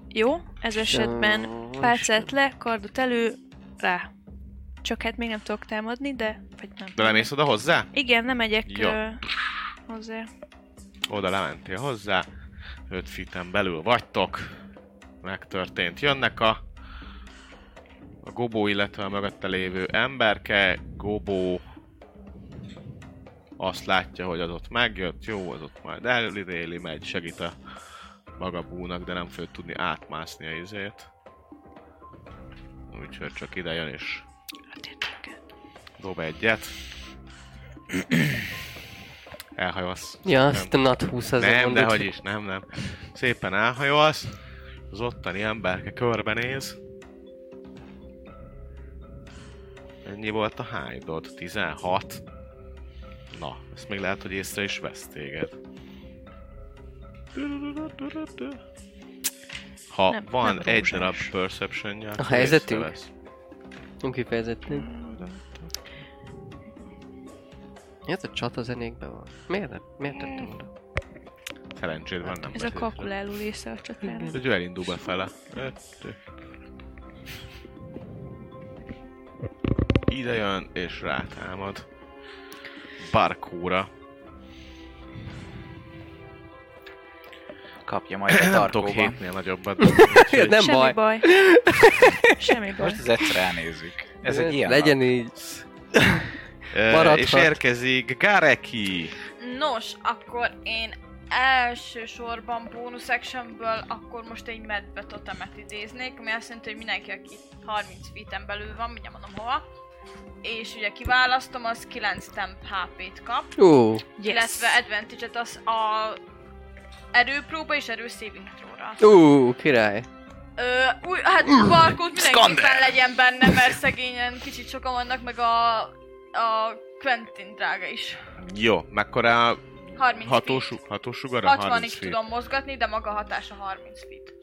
F: jó, ez esetben pálcát le, kardot elő, rá. Csak hát még nem tudok támadni, de... Vagy nem.
C: De lemész oda hozzá?
F: Igen, nem megyek
C: Jó.
F: uh, hozzá.
C: Oda lementél hozzá. 5 feeten belül vagytok. Megtörtént. Jönnek a a gobó, illetve a mögötte lévő emberke, gobó azt látja, hogy az ott megjött, jó, az ott majd elidéli, megy, segít a magabúnak, de nem fog tudni átmászni a izét. Úgyhogy csak ide jön és
F: Hát
C: dob egyet. Elhajolsz.
D: ja,
C: Nem.
D: azt nem nat 20 ezer
C: Nem, de hogy is, nem, nem. Szépen elhajolsz, az ottani emberke körbenéz. Ennyi volt a hánydod? 16. Na, ezt még lehet, hogy észre is vesz téged. Ha
F: Nem,
C: van
F: nem
C: egy
F: rózsás.
C: darab perception
D: A helyzetünk? Nem kifejezetten. Ez a csata zenékben van. Miért, nem? miért tettem oda?
C: Szerencséd van, nem
F: Ez a
C: beszélsz.
F: kalkuláló része a csatának.
C: Hogy ő elindul befele. Ide jön és rátámad. Barkóra.
E: Kapja majd a
C: Nem tudok
E: tartóba.
C: hétnél nagyobbat.
D: Miért? Nem
F: Semmi
D: baj.
F: baj. Semmi baj.
E: Most az egyszer elnézzük. Ez egy ilyen
D: Legyen így.
C: Ö,
D: Maradhat.
C: eh, És érkezik Gareki.
G: Nos, akkor én elsősorban bónusz actionből akkor most egy medbe totemet idéznék, ami azt jelenti, hogy mindenki, aki 30 feet belül van, mindjárt mondom hova, és ugye kiválasztom, az 9 temp HP-t kap,
D: Ó,
F: Yes.
G: illetve advantage-et az a erőpróba és erő saving throw-ra.
D: ó, király.
G: Ö, új, hát Barkót mindenképpen legyen benne, mert szegényen kicsit sokan vannak, meg a, a Quentin drága is.
C: Jó, mekkora
G: 30 feet.
C: hatósug, hatósugara? 30
G: 60-ig
C: feet.
G: tudom mozgatni, de maga hatása 30 feet.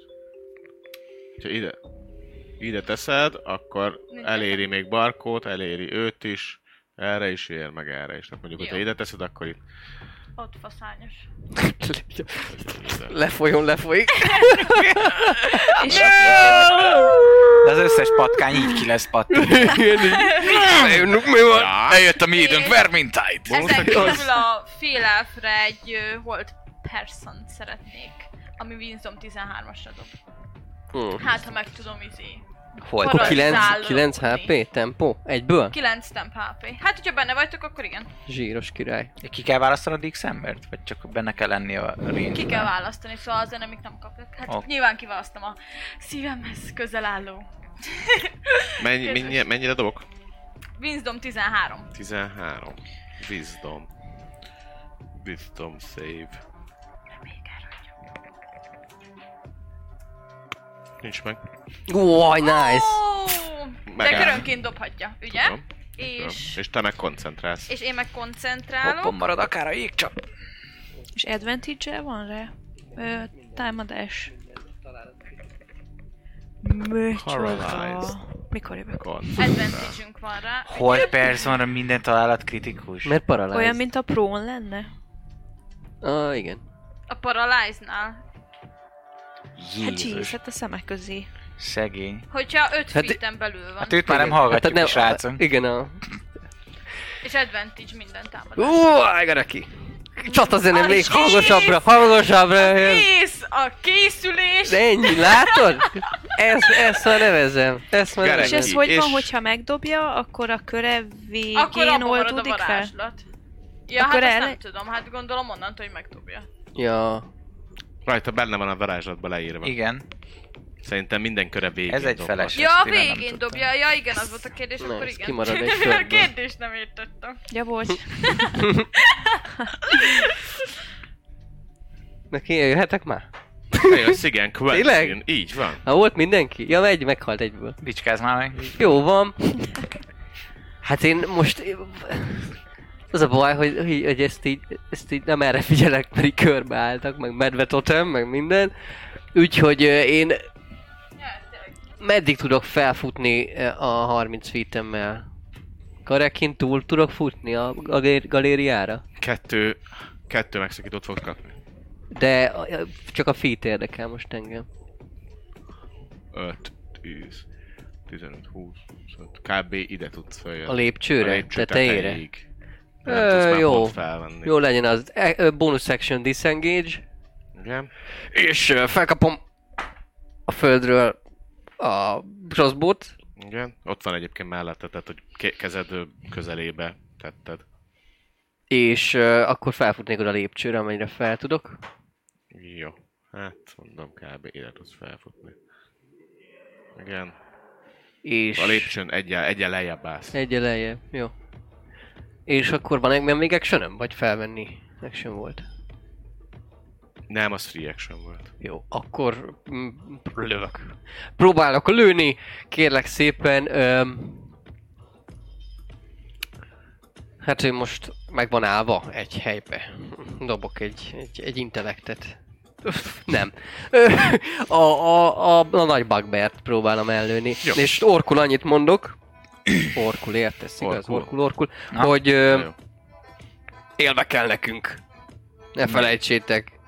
C: Ha ide, ide teszed, akkor
G: Mindjárt.
C: eléri még Barkót, eléri őt is, erre is ér, meg erre is. Tehát mondjuk,
G: Jó.
C: hogyha ide teszed, akkor itt
G: Ott faszányos.
D: Lefolyjon, lefolyik.
F: És aki,
E: De az összes patkány így ki lesz pattan. Lejönünk, mi van? Eljött a mi időnk, Vermintide!
G: Ezen kívül a fél elfre egy ö, hold person szeretnék, ami Winsome 13-asra dob. Hát, ha meg tudom, izé.
E: Hol?
G: Parancsolj.
D: 9,
G: Szállodni.
D: 9 HP, tempó, egyből?
G: 9 temp HP. Hát, hogyha benne vagytok, akkor igen.
D: Zsíros király.
E: Ki kell választanod x embert? Vagy csak benne kell lenni a range
G: Ki kell választani, szóval az enemik nem kapnak. Hát
E: Ok.
G: nyilván kiválasztom a szívemhez közel álló.
C: Mennyi,
G: Kedves.
C: mennyi, mennyire dobok?
G: Winsdom 13.
C: 13. Wisdom. Wisdom save. Nincs meg.
D: Uaj, nice!
G: Oh, de
C: Megáll.
G: körönként dobhatja, ugye?
C: Tudom.
G: És,
C: És te meg koncentrálsz.
G: és én meg
E: Hoppon
G: koncentrálok.
E: marad akár a jégcsap.
F: és advantage van rá? Ö, támadás. Micsoda.
C: Paralyzed.
F: Mikor jövök?
C: Koncentrál.
G: Advantage-ünk van rá.
E: Hol personra minden találat kritikus?
D: Mert paralyzed.
F: Olyan, mint a prón lenne?
D: Ah, igen.
G: A Paralyze-nál.
F: Hát jeez,
E: Jézus,
F: hát a szemek közé.
E: szegény.
G: Hogyha 5
D: Hát-
G: hát feet belül van.
E: Hát őt már nem hallgatjuk, hát srácom.
D: Igen, a...
G: És advantage minden támadás.
D: Uaj, garaki! Csatazenem
F: Ah,
G: Az
D: még
G: is!
D: hangosabbra, hangosabbra!
G: Kész a készülés!
D: De ennyi, látod? Ezt, ezt már nevezem. Ezt már
C: Garaki.
F: És
D: nevezem.
F: ez hogy van,
C: és-
F: hogyha megdobja, akkor a köre végén
G: Akkor abba marad a
F: oldódik fel?
G: varázslat. Ja,
F: Akkor
G: hát ezt
F: el-
G: nem tudom, hát gondolom onnantól, hogy megdobja.
D: Ja.
C: Rajta benne van a varázslatban leírva.
E: Igen,
C: Szerintem minden köre végén
E: Ez egy
C: dobhat.
E: feles.
G: ja, a
E: ezt tényleg nem
G: végén
E: tudtam.
G: dobja, ja igen, az volt a kérdés,
D: Na,
G: akkor
D: ez
G: igen.
D: kimarad egy
G: a
D: körből.
G: kérdést nem értettem.
F: Ja, volt.
D: Neki jöhetek már?
C: Jössz, igen, Quentin.
D: Tényleg?
C: Így van.
D: Ha volt mindenki? Ja, egy meghalt egyből.
E: bicskáz már meg.
D: Jó van. Hát én most... Az a baj, hogy, hogy hogy ezt így, ezt így nem erre figyelek, pedig körbeálltak, meg medvetotem, meg minden. Úgyhogy ö, én meddig tudok felfutni ö, a 30 feetemmel? Karekin túl tudok futni a galér- galériára?
C: Kettő, kettő megszakítót fogsz kapni.
D: De ö, csak a feet érdekel most engem.
C: 5, 10, 15, 20, 25. Kb. ide tudsz följönni.
D: A lépcsőre?
C: A lépcső
D: Tetejére?
C: tetejéig.
D: Ö,
C: Nem tudsz már
D: jó.
C: pont felvenni.
D: Jó legyen az e, ö, bonus section disengage.
C: Igen.
D: És ö, felkapom a földről a crossbot.
C: Igen. Ott van egyébként mellette, tehát hogy ke- kezed ö, közelébe tetted.
D: És ö, akkor felfutnék oda a lépcsőre, amennyire fel tudok.
C: Jó. Hát mondom, kb. ide tudsz felfutni. Igen.
D: És...
C: A lépcsőn egyen, egyen lejjebb állsz.
D: Egy eleje, jó. És akkor van engem még action Vagy felvenni? Action volt.
C: Nem, az free action volt.
D: Jó, akkor mm, lövök. Próbálok lőni, kérlek szépen. Öm... Hát én most meg van állva egy helybe. Dobok egy, egy, egy intellektet. Nem. A, a, a, a nagy bugbert próbálom ellőni.
C: Jó.
D: Jó. És orkul annyit mondok. Orkul, értesz, igaz?
C: Orkul.
D: Orkul, orkul.
E: Na,
D: hogy
C: Na
D: ö,
C: jó.
D: élve kell nekünk. Ne felejtsétek.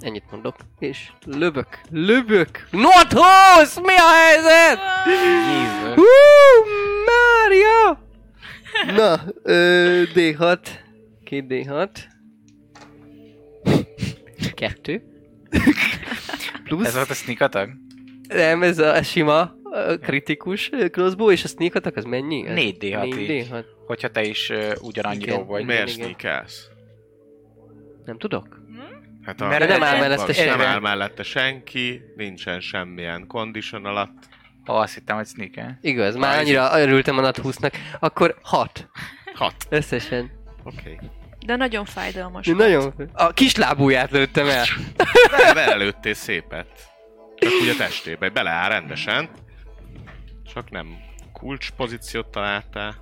D: Ennyit mondok. És lövök, lövök. Nothoz! Mi a helyzet?
E: Jézus.
D: Hú, Mária! Na, ö, D6. Két D6. Kettő. Plusz.
E: Ez volt a sneak attack?
D: Nem, ez a sima ö, kritikus ö, crossbow, és a sneak attack az mennyi? Ez
E: 4D6 így.
D: 4D6.
E: Hogyha te is uh, ugyanannyira
D: Igen.
E: vagy.
C: Miért
D: igen.
C: sneakelsz?
D: Nem tudok.
C: Hát a...
E: Mert
D: nem áll mellette
C: senki. Nem
D: senki.
C: áll mellette senki, nincsen semmilyen condition alatt.
E: Ha azt hittem, hogy sneak -e.
D: Igaz, már annyira örültem a nat 20 Akkor 6.
C: Hat.
D: Összesen.
C: Oké. Okay.
F: De nagyon fájdalmas.
D: De nagyon... A kislábúját lőttem el.
C: Belelőttél szépet. Csak úgy a testébe, beleáll rendesen. Csak nem kulcs pozíciót találtál.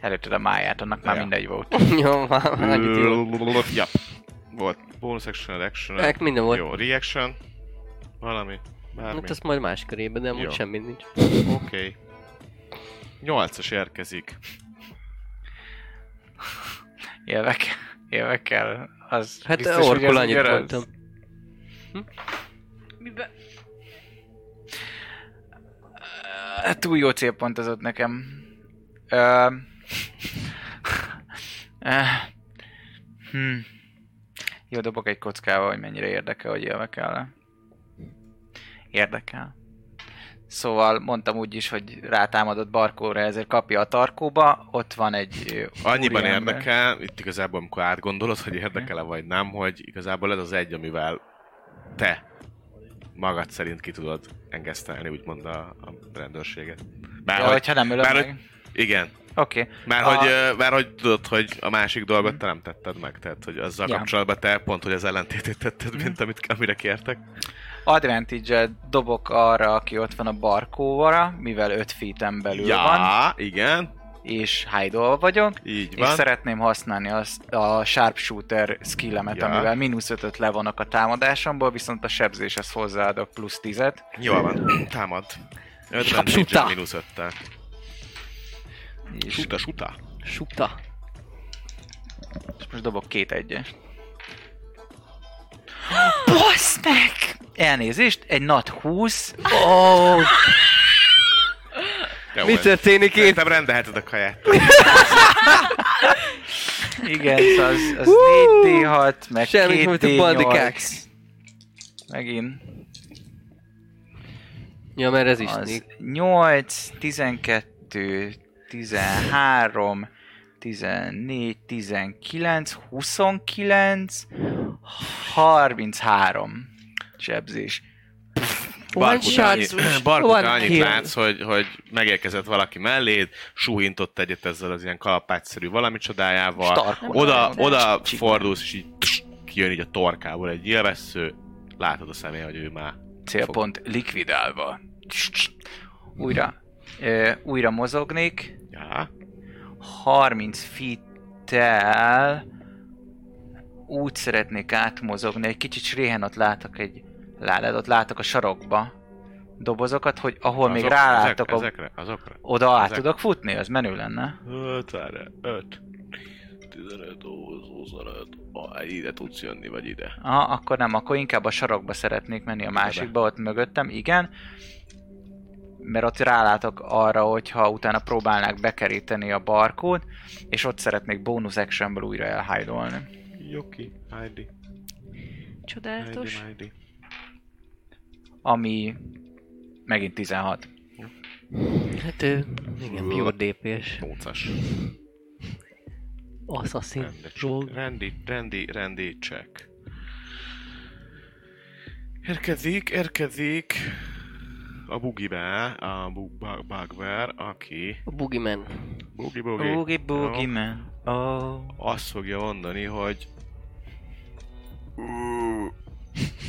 E: Előtted a máját, annak már
C: Ja.
E: mindegy volt.
D: Jó, már már annyit írok.
C: ja. Volt bonus action, reaction.
D: Meg minden volt.
C: Jó, reaction. Valami. Bármi.
D: Hát azt majd más körében, de
C: Jó.
D: amúgy semmi nincs.
C: Oké. Okay. Nyolcas érkezik.
E: Élvek, élvekkel. Az
D: Hát
E: biztos, hogy az
D: orkul annyit
E: ugyanaz.
D: mondtam.
G: Mibe...
E: Hát túl jó célpont az ott nekem. Ö... Ö... Hm. Jó, dobok egy kockával, hogy mennyire érdekel, hogy élvek el. Érdekel. Szóval mondtam úgy is, hogy rátámadott Barkóra, ezért kapja a tarkóba, ott van egy... ö,
C: Annyiban
E: úriember.
C: érdekel, itt igazából amikor átgondolod, hogy érdekele vagy nem, hogy igazából ez az egy, amivel te magad szerint ki tudod engesztelni, úgymond a, a rendőrséget. Bár,
E: Ja, hogyha nem ölöm
C: bár,
E: meg.
C: hogy- igen,
E: Oké. Okay.
C: Már,
E: A-
C: hogy, ö, már hogy tudod, hogy a másik dolgot te nem tetted meg, tehát hogy azzal
E: Ja.
C: kapcsolatban te pont, hogy az ellentétét tetted, mint amit, amire kértek.
E: advantage dobok arra, aki ott van a barkóvara, mivel 5 feet-en belül
C: ja,
E: van,
C: igen,
E: és hide vagyok.
C: így
E: És
C: van.
E: szeretném használni azt a sharpshooter skillemet,
C: Ja.
E: ja. amivel mínusz 5 levonok a támadásomból, viszont a sebzés az hozzáadok plusz 10
C: Jól van, támad.
D: Suta.
C: Advantage mínusz öttel.
E: és
C: Suta, suta.
D: Suta.
E: és most dobok két egyes. Basz meg! Elnézést, egy nat 20. Oh,
C: Jó,
D: Mi
C: ez-
D: történik itt?
C: Szerintem rendelheted a kaját.
E: igen, szóval az, az
D: Hú!
E: 4D6, meg
D: Semmit, mint a
E: 2D8.
D: bandikák.
E: Megint.
D: Ja, mert ez is
E: az
D: sneak.
E: 8, 12, 13, 14, 19, 29, 33 sebzés.
D: One
C: Barkuta
D: shot,
C: annyi- Barkuta
D: one
C: annyit
D: kill.
C: látsz, hogy, hogy megérkezett valaki melléd, súhintott egyet ezzel az ilyen kalapácszerű valami csodájával.
E: Starkon.
C: Oda, oda fordulsz, és így tss, kijön így a torkából egy élvesző, látod a személy, hogy ő már
E: Célpont likvidálva. Újra. Ö, újra mozognék.
C: Ja.
E: 30 feet-tel úgy szeretnék átmozogni, egy kicsit sréhen ott látok egy ládát, ott látok a sarokba dobozokat, hogy ahol még rálátok,
C: ezek,
E: ezek,
C: ezekre, azokra.
E: oda át
C: ezek-
E: tudok futni, az menő lenne.
C: 5, 5, 15, 20, 25, ah, ide tudsz jönni, vagy ide.
E: Aha, akkor nem, akkor inkább a sarokba szeretnék menni, a másikba, ott mögöttem, igen. Mert ott rálátok arra, hogyha utána próbálnák bekeríteni a barkót, és ott szeretnék bónusz actionből újra elhajdolni.
C: Joki, Heidi, Heidi,
F: Csodálatos.
C: Heidi.
E: Ami megint 16.
D: Hát ő, igen, pure DP-s.
C: 8-as.
D: Assassin.
C: Rendes-
D: Roll.
C: Rendi, rendi, rendi, check. Érkezik, érkezik a bugibe, a bu- bu- bugbear, aki
D: A Boogeyman.
C: bugi bugi.
E: Boogie boogie
C: Jó.
E: man. Oh.
C: Azt fogja mondani, hogy Ú,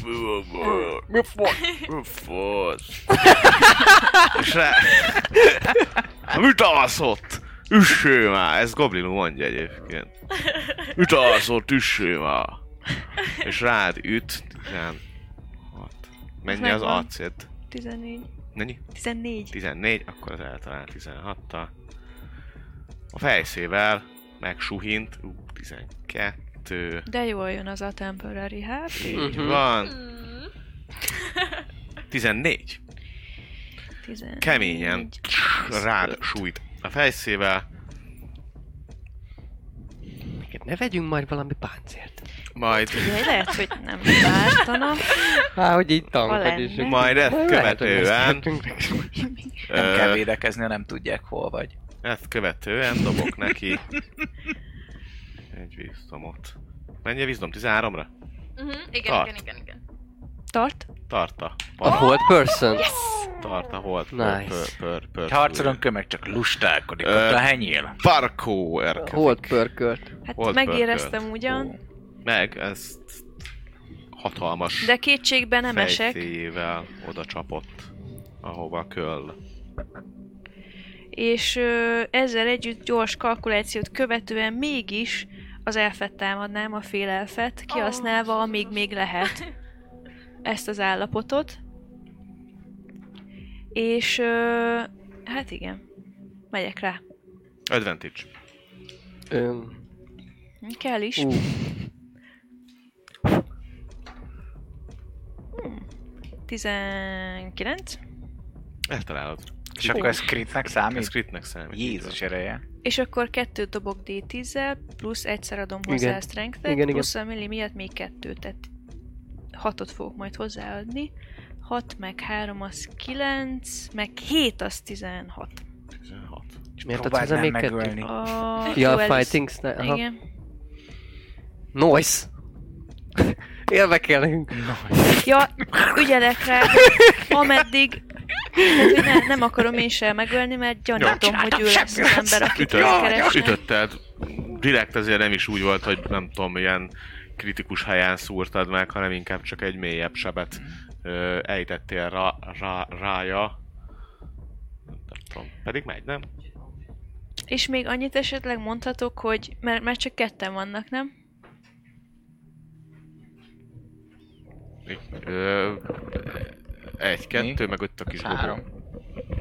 C: mi van bajod? Mi fasz? És rá... Mit Hát alsz ott? Üsső már! Ez Goblinul mondja egyébként. Üt alszott, üsső már! És rád üt. Nem. Hat. Mennyi az
F: megvan.
C: acid?
F: 14.
C: Mennyi?
F: 14.
C: 14, akkor az eltalál 16-tal. A fejszével megsuhint. Ú, 12.
F: De jól jön az a temporary hát.
D: Mhm.
F: HP.
C: Így van. 14.
F: 14.
C: Keményen rád sújt a fejszével.
D: Ne vegyünk majd valami páncélt.
C: Majd,
F: Jaj, lehet, hogy nem bártana.
D: Há, hogy így
F: Ha
D: tankod
F: lenne.
D: is. hogy-
C: majd ezt
D: Lehet, hogy ezt
C: követően,
D: tehetünk meg.
E: Nem kell
C: ö,
E: védekezni, ha nem tudják, hol vagy.
C: ezt követően dobok neki egy vízdomot. Mennyi a vízdom? 13-ra?
G: Mhm, igen,
C: Tart.
G: igen, igen, igen.
F: Tart?
C: Tarta.
D: A hold person.
C: Tarta, hol?
D: Nice.
C: Pör, pör, pör,
E: Ha harcolunk kömeg, csak lustálkodik,
C: Ö,
E: ott a henyél.
C: Parkó érkezik.
D: Hold pörkölt.
F: Hát
C: Volt
F: megéreztem ugyan,
C: Meg, ez hatalmas
F: de kétségben nem esek,
C: fejszéjével oda csapott, ahova köl.
F: és ö, ezzel együtt gyors kalkulációt követően mégis az elfet támadnám, a fél elfet, kihasználva, amíg még lehet ezt az állapotot. És ö, hát igen, megyek rá.
C: Advantage.
D: Öm,
F: Kell is.
D: ú,
F: Hmm. 19.
C: Eltalálod.
E: És akkor ez critnek
C: Ez
E: számít?
C: critnek számít. így
E: Jézus ereje.
F: És akkor kettőt dobok D10-zel, plusz egyszer adom hozzá
D: Igen.
F: a strength
D: Igen, igen.
F: plusz a milli miatt még kettőt, tehát hatot fogok majd hozzáadni. 6 meg 3 az 9, meg 7 az 16.
C: van. 16.
E: És
D: Miért
E: próbáld
D: tetsz hozzá
E: nem
D: még kettőt?
E: megölni.
F: A Ah.
D: Ja,
F: duelist-
D: fighting sni- aha.
F: Igen.
D: Noise! Érdekelünk.
F: Ja, ügyelek rá, ameddig tehát, hogy ne, nem akarom én sem megölni, mert gyanítom, hogy ő lesz az ember, akit
C: Ütött,
F: keresnek.
C: ütötted. Direkt azért nem is úgy volt, hogy nem tudom, ilyen kritikus helyen szúrtad meg, hanem inkább csak egy mélyebb sebet ö, ejtettél rá, rá, rája. Nem tudom. Pedig megy, nem?
F: És még annyit esetleg mondhatok, hogy mert, mert csak ketten vannak, nem?
C: Ö, egy, kettő, meg ott a kis gobó.
E: Három.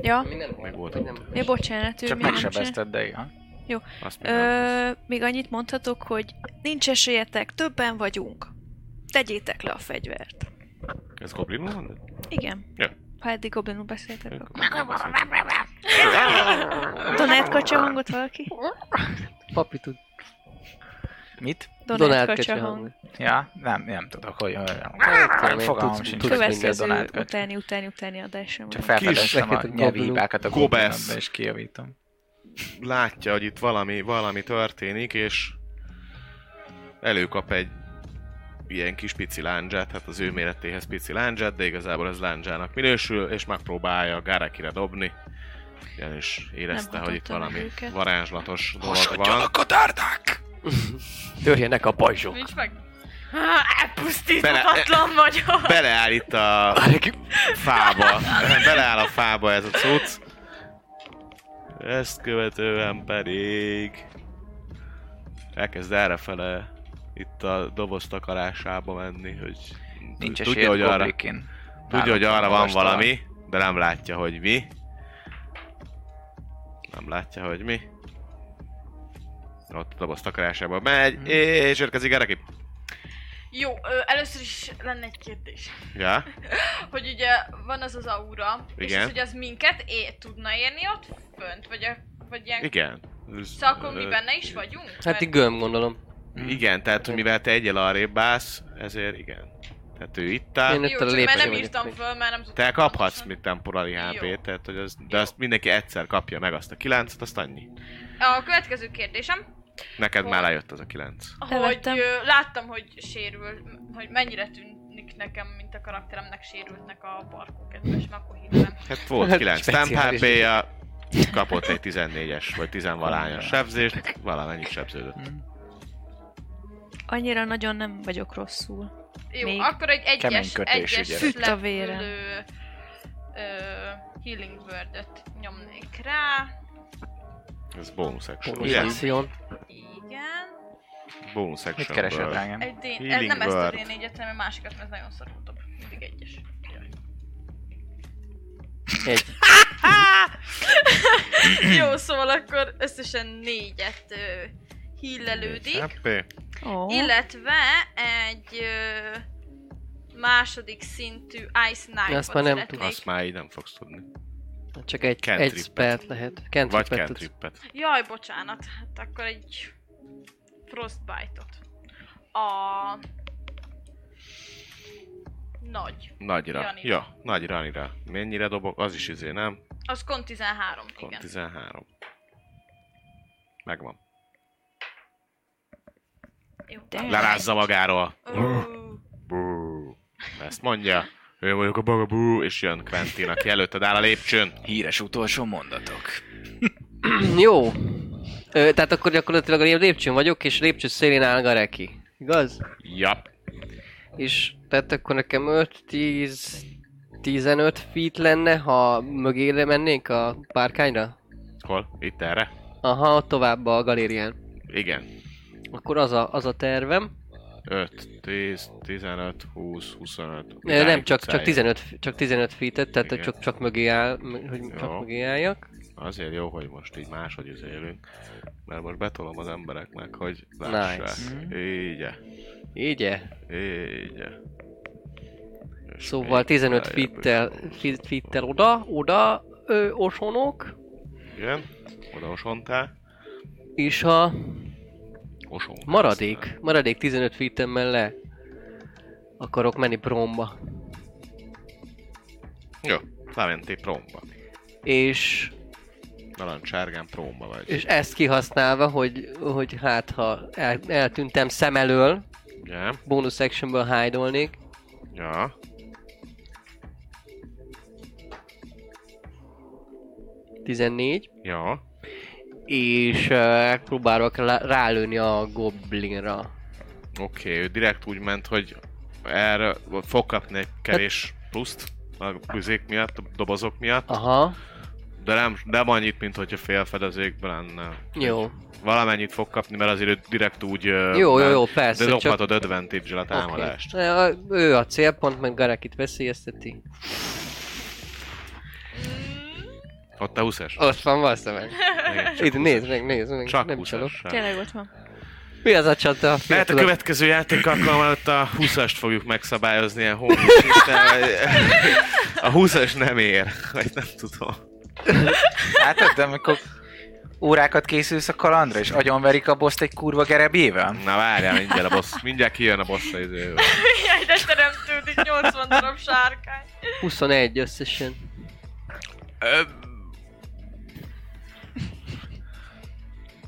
F: Ja,
C: Meg volt ott.
F: ja bocsánat, ő
E: Csak
F: még nem csinál.
E: megsebezted, de ja.
C: Azt még nem
F: Ö, még annyit mondhatok, hogy nincs esélyetek, többen vagyunk. Tegyétek le a fegyvert.
C: Ez goblinul van?
F: Igen.
C: Ja.
F: Ha eddig goblinul beszéltek, akkor...
C: Akkor-
F: Donát kacsa hangot valaki?
D: Papi tud.
E: Mit?
F: Donát
D: kacsa
F: kacsa
D: hang.
F: hang.
E: Ja, nem, nem tudok, hogy hogy-
D: tudom én,
E: Fogalmam
D: tudsz-
E: sincs, hogy
D: tudsz
E: mi a
F: Következő
E: Donát kacsa.
F: utáni, utáni, utáni adásra
E: Csak
F: majd.
E: felfedeztem a
D: Fekete
E: nyelvi
D: goblinok.
E: hibákat a
C: Kobesz.
E: goblinokba, és kijavítom.
C: látja, hogy itt valami, valami történik, és előkap egy ilyen kis pici lándzsát, hát az ő méretéhez pici lándzsát, de igazából ez lándzsának minősül, és megpróbálja Garekire dobni. Ugyanis érezte,
F: Nem
C: hogy itt
F: hatotta meg
C: valami
F: őket.
C: varázslatos dolog van.
E: a dárdák!
D: Törjenek a pajzsok.
G: Nincs meg. Ah, Elpusztíthatatlan vagyok.
C: Beleáll itt a fába. Beleáll a fába ez a cucc. Ezt követően pedig elkezd errefele itt a doboz takarásába menni, hogy
E: Nincs
C: tudja, hogy
E: esélyed
C: arra,
E: goblikin.
C: tudja, hogy arra van
E: Most talán.
C: valami, de nem látja, hogy mi. Nem látja, hogy mi. Ott a doboz takarásába megy,
E: Hmm.
C: és érkezik erre ki.
G: Jó, ö, először is lenne egy kérdés.
C: Ja,
G: Hogy ugye van az az aura, és
C: Igen.
G: az, hogy az minket é- tudna érni ott fönt, vagy, a, vagy ilyen...
C: igen.
G: Szóval akkor mi benne is vagyunk?
D: Hát így gömb gondolom.
C: Igen, tehát hogy mivel te egyel arrébb állsz, ezért igen. Tehát ő itt áll.
D: Én-
G: Jó,
D: Ettől a
G: csak mert nem
D: lépésig
G: írtam
D: vagyok.
G: föl, mert nem tudtam.
C: Te kaphatsz
G: pontosan.
C: mit temporali
G: Jó.
C: HP-t, tehát, hogy az, de
G: Jó.
C: azt mindenki egyszer kapja meg azt a 9-et, azt annyi.
G: A következő kérdésem,
C: Neked már
G: Hol?
C: lejött az a 9.
G: hogy
F: Elvettem.
G: ö, láttam, hogy sérül, m- hogy mennyire tűnik nekem, mint a karakteremnek sérültnek a barkó kedves makohídelem.
C: Hát volt 9 temp
D: Speciális.
C: HP-ja, kapott egy 14-es vagy 10 valányos sebzést, valamennyit sebződött.
F: Annyira nagyon nem vagyok rosszul.
G: Jó,
F: Még
G: akkor egy
E: kemény
G: egyes,
E: kötés,
G: egyes
E: ugye?
F: Süt a vére.
G: lepülő, ö, healing word nyomnék rá.
C: Ez bonus action. Ugye?
D: Pozíción.
G: Igen.
C: Bonus
E: Mit
C: action.
E: keresel, drágám?
G: Egy D- ez
C: Healing
G: nem ezt a
C: Word.
G: D4-et, hanem a másikat, mert ez nagyon szorultabb. Mindig egyes. Jaj.
D: Egy.
G: Jó, szóval akkor összesen négyet ö, hílelődik.
C: Happy.
F: Ó,
G: Illetve egy ö, második szintű Ice Knife-ot
D: Azt már nem
G: szeretnék.
D: tudom.
C: Azt már így nem fogsz tudni.
D: Csak egy, egy
C: Cantrip-et.
D: spelt lehet.
C: Vagy
D: Cantripet tudsz.
C: cantrippet.
G: Jaj, bocsánat. Hát akkor egy Frostbite-ot. A... Nagy.
C: Nagyra.
G: Janira.
C: Ja, nagy ranira. Mennyire dobok? Az is izé, nem?
G: Az kon 13,
C: Kon
G: igen.
C: 13. Megvan.
G: Jó.
C: Lerázza magáról.
G: Ö,
C: Bú. Ezt mondja. Ő vagyok a baga bú, és jön Quentin, aki előtted áll a lépcsőn.
E: Híres utolsó mondatok.
D: Jó. Ö, tehát akkor gyakorlatilag a lépcsőn vagyok, és lépcső szélén áll Gareki. Igaz?
C: Jap.
D: És tehát akkor nekem 5, 10, 15 feet lenne, ha mögére mennénk a párkányra?
C: Hol? Itt erre?
D: Aha, ott tovább a galérián.
C: Igen.
D: Akkor az a, az a tervem.
C: 5, 10, 15, 20, 25.
D: Ö, nem,
C: Idáig
D: csak, csak
C: utcáig.
D: 15, f- csak 15 feet tehát
C: Igen.
D: csak, csak mögé áll, m- hogy
C: Jó.
D: csak mögé álljak.
C: Azért jó, hogy most így máshogy üzélünk, mert most betolom az embereknek, hogy lássák. Mm-hmm.
E: Nice.
C: Így,
D: Így e?
C: így. És
D: Szóval
C: még
D: 15
C: lejjebb
D: feet-tel, feet- feet-tel oda, oda ö, osonok,
C: is. Igen, oda osontál.
D: és a
C: Oson.
D: maradék, maradék 15 feet-emmel le akarok menni promba.
C: Jó, Lamenti prómba.
D: És
C: Narancsárgán prómba vagy.
D: És ezt kihasználva, hogy, hogy hát ha el, eltűntem szem elől,
C: Ja,
D: bonus actionből hide-olnék,
C: ja.
D: Tizennégy. 14,
C: Ja.
D: és uh, próbálok lá- rálőni a goblinra.
C: Oké, ő direkt úgy ment, hogy erre fog kapni egy kevés pluszt a büzék miatt, a dobozok miatt,
D: Aha,
C: de nem, nem annyit, mint hogyha félfedezékben lenne.
D: jó.
C: Valamennyit fog kapni, mert azért ő direkt úgy...
D: Jó, jó, jó, persze,
C: De
D: csak-
C: dobhatod csak... advantage a támadást.
D: Okay. A, ő a célpont, meg Garekit veszélyezteti.
C: Okay. Ott a 20-es.
D: Ott van, bassza meg.
C: Igen, csak
D: Itt
C: 20-es.
D: nézd meg, nézd meg,
C: Csak
D: nem csalok.
C: 20-es. sem.
F: tényleg ott van.
D: Mi az a csata?
C: Lehet a
D: Fiatalok-
C: következő játék alkalommal ott a 20-ast fogjuk megszabályozni ilyen hónapsíten, vagy... A 20-as nem ér, vagy nem tudom.
E: Hát, de amikor órákat készülsz a kalandra, és agyonverik a boszt egy kurva gerebjével?
C: Na várjál, mindjárt a boss, mindjárt kijön a boss izével.
G: Jaj, de teremtődik 80 darab sárkány.
D: 21 összesen.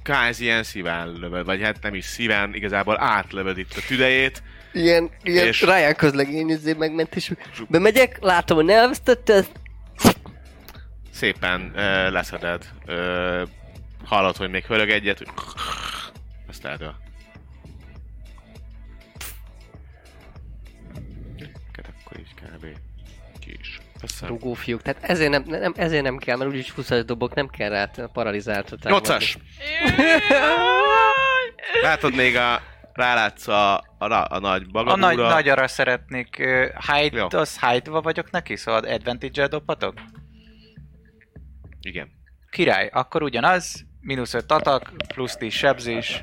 C: Kázi ilyen szíván lövöd, vagy hát nem is szíván, igazából átlövöd itt a tüdejét.
D: Ilyen, ilyen
C: És-
D: és... Ryan közlegény izé megment, és bemegyek, látom, hogy elvesztette, ezt
C: szépen ö, leszeded. Ö, hallod, hogy még hörög egyet. hogy Ezt eldől. Hát akkor így kb. Ki is. Veszem.
D: rugófiúk. Tehát ezért nem, nem, ezért nem kell, mert úgyis 20 dobok, nem kell rá a paralizáltra támadni.
C: 8-as!
G: Jaj.
C: Látod még a... Rálátsz a, a, ra- a nagy
E: A
C: bagadúra.
E: nagy, nagy arra szeretnék. ö, Hide,
C: Jó.
E: az hide-va vagyok neki, szóval advantage-el dobhatok?
C: Igen.
E: Király, akkor ugyanaz, mínusz 5 atak, plusz 10 sebzés,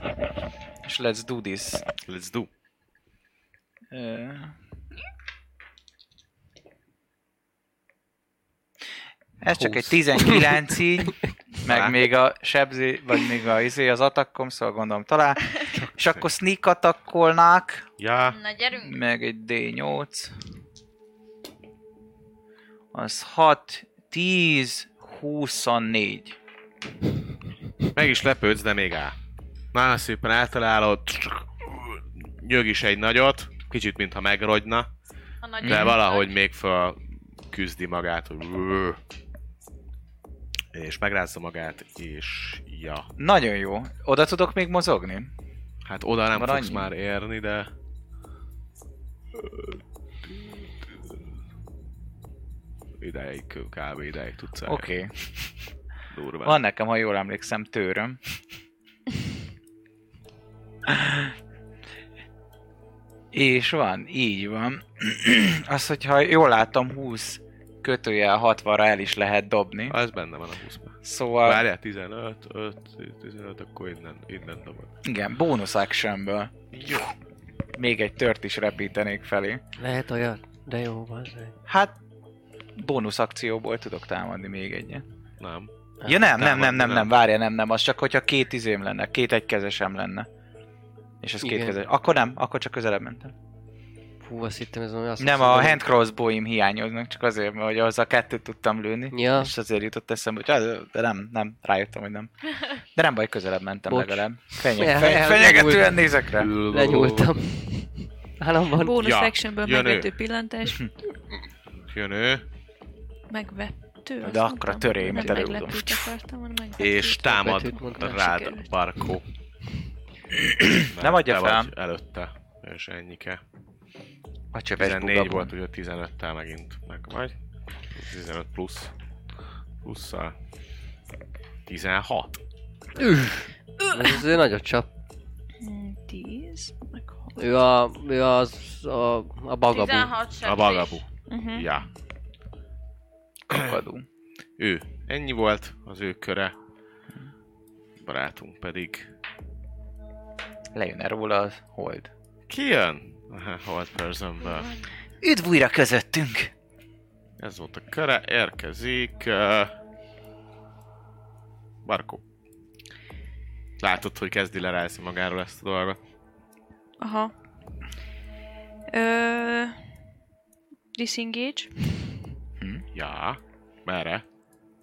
E: és let's do this.
C: Let's do.
E: Ö. Ez csak egy 19 így, meg még a sebzé, vagy még a izé az atakkom, szóval gondolom talál. És akkor sneak attackolnák,
C: Ja.
G: Na gyerünk.
E: meg egy D8. Az 6, 10, 24.
C: Meg is lepődsz, de még áll. Nagyon szépen eltalálod. Nyög is egy nagyot. Kicsit, mintha megrogyna.
G: A nagy
C: De valahogy még fel küzdi magát, hogy "Vö". és megrázza magát, és ja.
E: Nagyon jó. Oda tudok még mozogni?
C: Hát oda nem
E: Van
C: fogsz
E: annyi?
C: már érni, de... Ideig, kb. ideig tudsz
E: Oké. Okay.
C: Durva.
E: Van nekem, ha jól emlékszem, tőröm. És van, így van. Azt, hogyha jól látom, 20 kötőjel 60-ra el is lehet dobni.
C: Ha, ez benne van a 20-ban.
E: Szóval,
C: Várjál, 15, 5, 15, akkor innen, innen dobod.
E: igen, bónusz actionből.
C: Jó.
E: Még egy tört is repítenék felé.
D: Lehet olyan, de jó, van.
E: Hát, bónusz akcióból tudok támadni még egyet.
C: Nem.
E: Ja nem, nem, nem, nem,
C: támadni
E: nem,
C: nem.
E: várja, nem, nem, az csak hogyha két izém lenne, két egykezesem lenne. És ez két
D: Igen.
E: kezes. Akkor nem, akkor csak közelebb mentem.
D: Fú, azt hittem ez valami azt
E: Nem,
D: hiszem,
E: a
D: hogy-
E: hand crossbow-im hiányoznak, csak azért, mert hogy az a kettőt tudtam lőni.
D: Ja.
E: És azért jutott eszembe, hogy az, de nem, nem, rájöttem, hogy nem. De nem baj, közelebb mentem
D: Bocs.
E: legalább. Fenye,
D: El-
E: fenye,
D: el-
E: fenyegetően
D: elmúlt.
E: nézek rá.
D: Lenyúltam. Államban.
F: Bónusz
C: Ja,
F: actionből
C: jön ő.
F: megvető pillantás.
C: Jön ő,
F: Megvető. azt
E: De akkor a
F: mondtam.
E: törémet
F: Nem
E: előadom.
F: meglepőt akartam, hanem megvetőt.
C: és támad
D: betűt mondtam.
C: rád,
F: Sikerült.
C: Barkó.
E: Nem adja
C: te
E: fel.
C: vagy Előtte, és ennyike.
E: A csöves
C: 14
E: bugabon.
C: volt, ugye 15-tel megint meg vagy. 15 plusz. Plusszal. 16.
D: Ez ő nagyot csap.
F: Mm, Tíz, meg hat.
D: Ő, a, ő az a, a bagabú.
G: 16 sebzés.
C: A bagabu.
F: Mhm.
C: Ja.
E: Kakadú.
C: Ő. Ennyi volt az ő köre. Barátunk pedig
E: Lejön-e róla az hold?
C: kijön a Hold Personből.
E: Üdv újra közöttünk!
C: Ez volt a köre, érkezik... Uh, Barkó. Látod, hogy kezdi lerászni magáról ezt a dolgot.
F: Aha. Ö... Disengage.
C: Ja. Merre?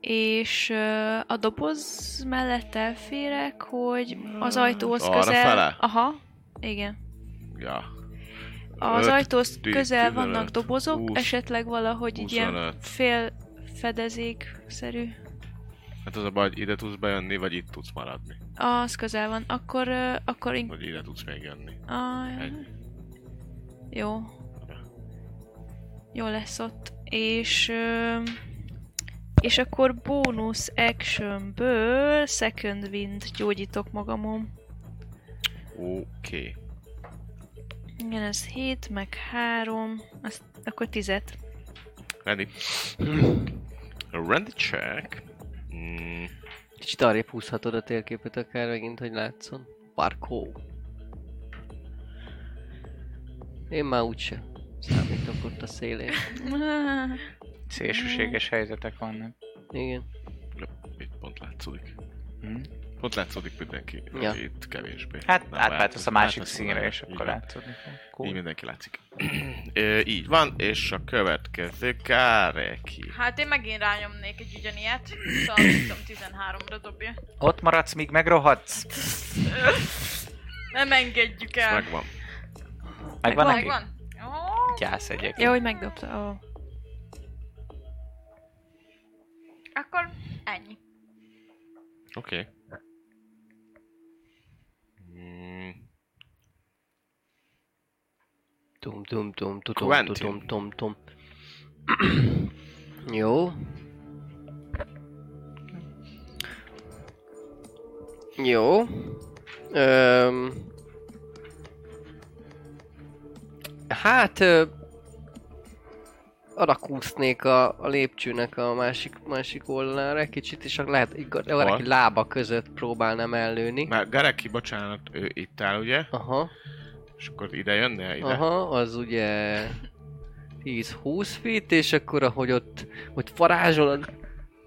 F: És ö, a doboz mellett elférek, hogy az ajtóhoz
C: Arra
F: közel...
C: fele?
F: Aha, igen.
C: Ja.
F: Az
C: Öt,
F: ajtóhoz
C: tíz,
F: közel
C: tizenöt,
F: vannak dobozok,
C: húsz,
F: esetleg valahogy így ilyen
C: huszonöt.
F: fél fedezékszerű.
C: Hát az a baj, hogy ide tudsz bejönni, vagy itt tudsz maradni.
F: Az közel van. Akkor, ö, akkor inkább...
C: Vagy ide tudsz még jönni.
F: Ah,
C: Egy.
F: jó. Jó lesz ott. És... öm, és akkor bónusz actionből second wind gyógyítok magamon.
C: Oké. Okay.
F: Igen, ez 7, meg 3, azt, akkor 10
C: Ready? Ready check. Mm,
D: Kicsit arrébb húzhatod a térképet akár megint, hogy látszon. Parkó. Én már úgyse számítok ott a szélén.
E: Szélsőséges helyzetek vannak.
D: Igen.
C: itt pont látszódik.
E: Hm?
C: Pont látszódik mindenki.
D: Ja.
C: Ja. Itt kevésbé.
E: Hát
C: Nem
E: átváltasz a másik
C: átváltasz a
E: színre,
C: másik.
E: és
C: Így
E: akkor
C: van.
E: látszod.
C: Így
E: Cool.
C: mindenki látszik. Ö, így van, és a következő Káreki.
G: Hát én megint rányomnék egy ugyanilyet, szóval nem tudom, 13-ra dobja.
E: Ott maradsz, míg megrohadsz.
G: Nem engedjük
C: Ez
G: el.
C: megvan.
E: Megvan
F: Megvan.
E: neki?
G: Megvan? Ó,
E: Gyász egyébként.
F: Ja, hogy megdobta. Ó.
G: akkor ennyi.
C: Oké. Okay. Mm,
D: Tum tum tum tum tum
C: Quentin.
D: tum tum tum. Jó. Jó. Öm. Hát ö, odakúsznék a, a lépcsőnek a másik, másik oldalára egy kicsit, és akkor lehet, igaz,
C: Hol?
D: lába között próbálnám ellőni.
C: Már Gareki, bocsánat, ő itt áll, ugye?
D: Aha.
C: És akkor ide jönnél ide?
D: Aha, az ugye 10-20 feet, és akkor ahogy ott, hogy varázsolod,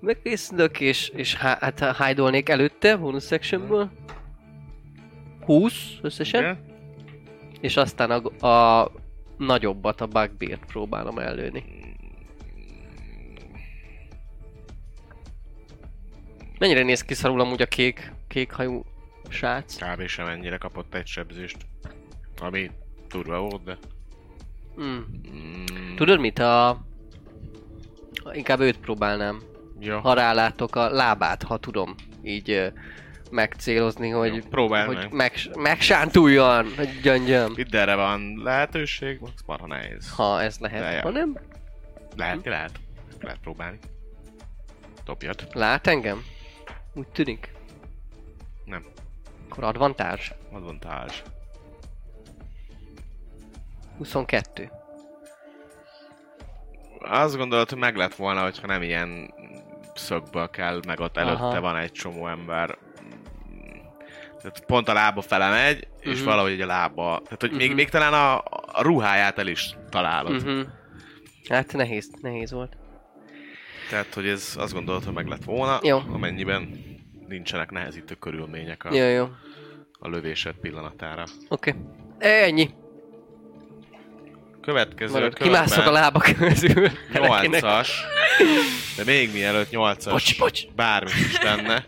D: megkészülök, és, és há- hát ha hide-olnék előtte, bonus actionből. 20 összesen,
C: Igen.
D: és aztán a, a nagyobbat, a bugbeard próbálom előni. Mennyire néz ki szarul amúgy a kék, kék hajú srác?
C: Kb. sem ennyire kapott egy sebzést. Ami durva volt, de...
D: Mm.
C: Mm,
D: Tudod mit, a... Inkább őt próbálnám.
C: ja.
D: ha rálátok a lábát, ha tudom így ö, megcélozni, hogy,
C: Jó, próbáld
D: hogy
C: meg.
D: meg. megsántuljon, hogy gyöngyöm.
C: Mindenre van lehetőség, max marha nehéz. Ha.
D: Ha ez lehet,
C: De jó.
D: ha nem,
C: Lehet, lehet. Lehet próbálni. Dobjad.
D: lát engem? Úgy tűnik.
C: Nem.
D: Akkor advantage.
C: Advantage.
D: 22.
C: Azt gondolod, hogy meg lett volna, hogyha nem ilyen szögből kell, meg ott előtte
D: Aha.
C: van egy csomó ember. Tehát pont a lába fele megy, és
D: Mhm.
C: valahogy egy a lába... Tehát, hogy még,
D: Mhm.
C: még talán a, a ruháját el is találod.
D: Uh-huh. Hát nehéz, nehéz volt.
C: Tehát, hogy ez azt gondolod, hogy meg lett volna,
D: Jó.
C: amennyiben nincsenek nehezítő körülmények a,
D: Jó, jó.
C: a lövésed pillanatára.
D: Oké. Okay. Ennyi.
C: Következő
D: Marad.
C: körben
D: Kimászok a lábak közül.
C: 8-as, de még mielőtt 8-as
D: Bocs, bocs.
C: bármi is lenne.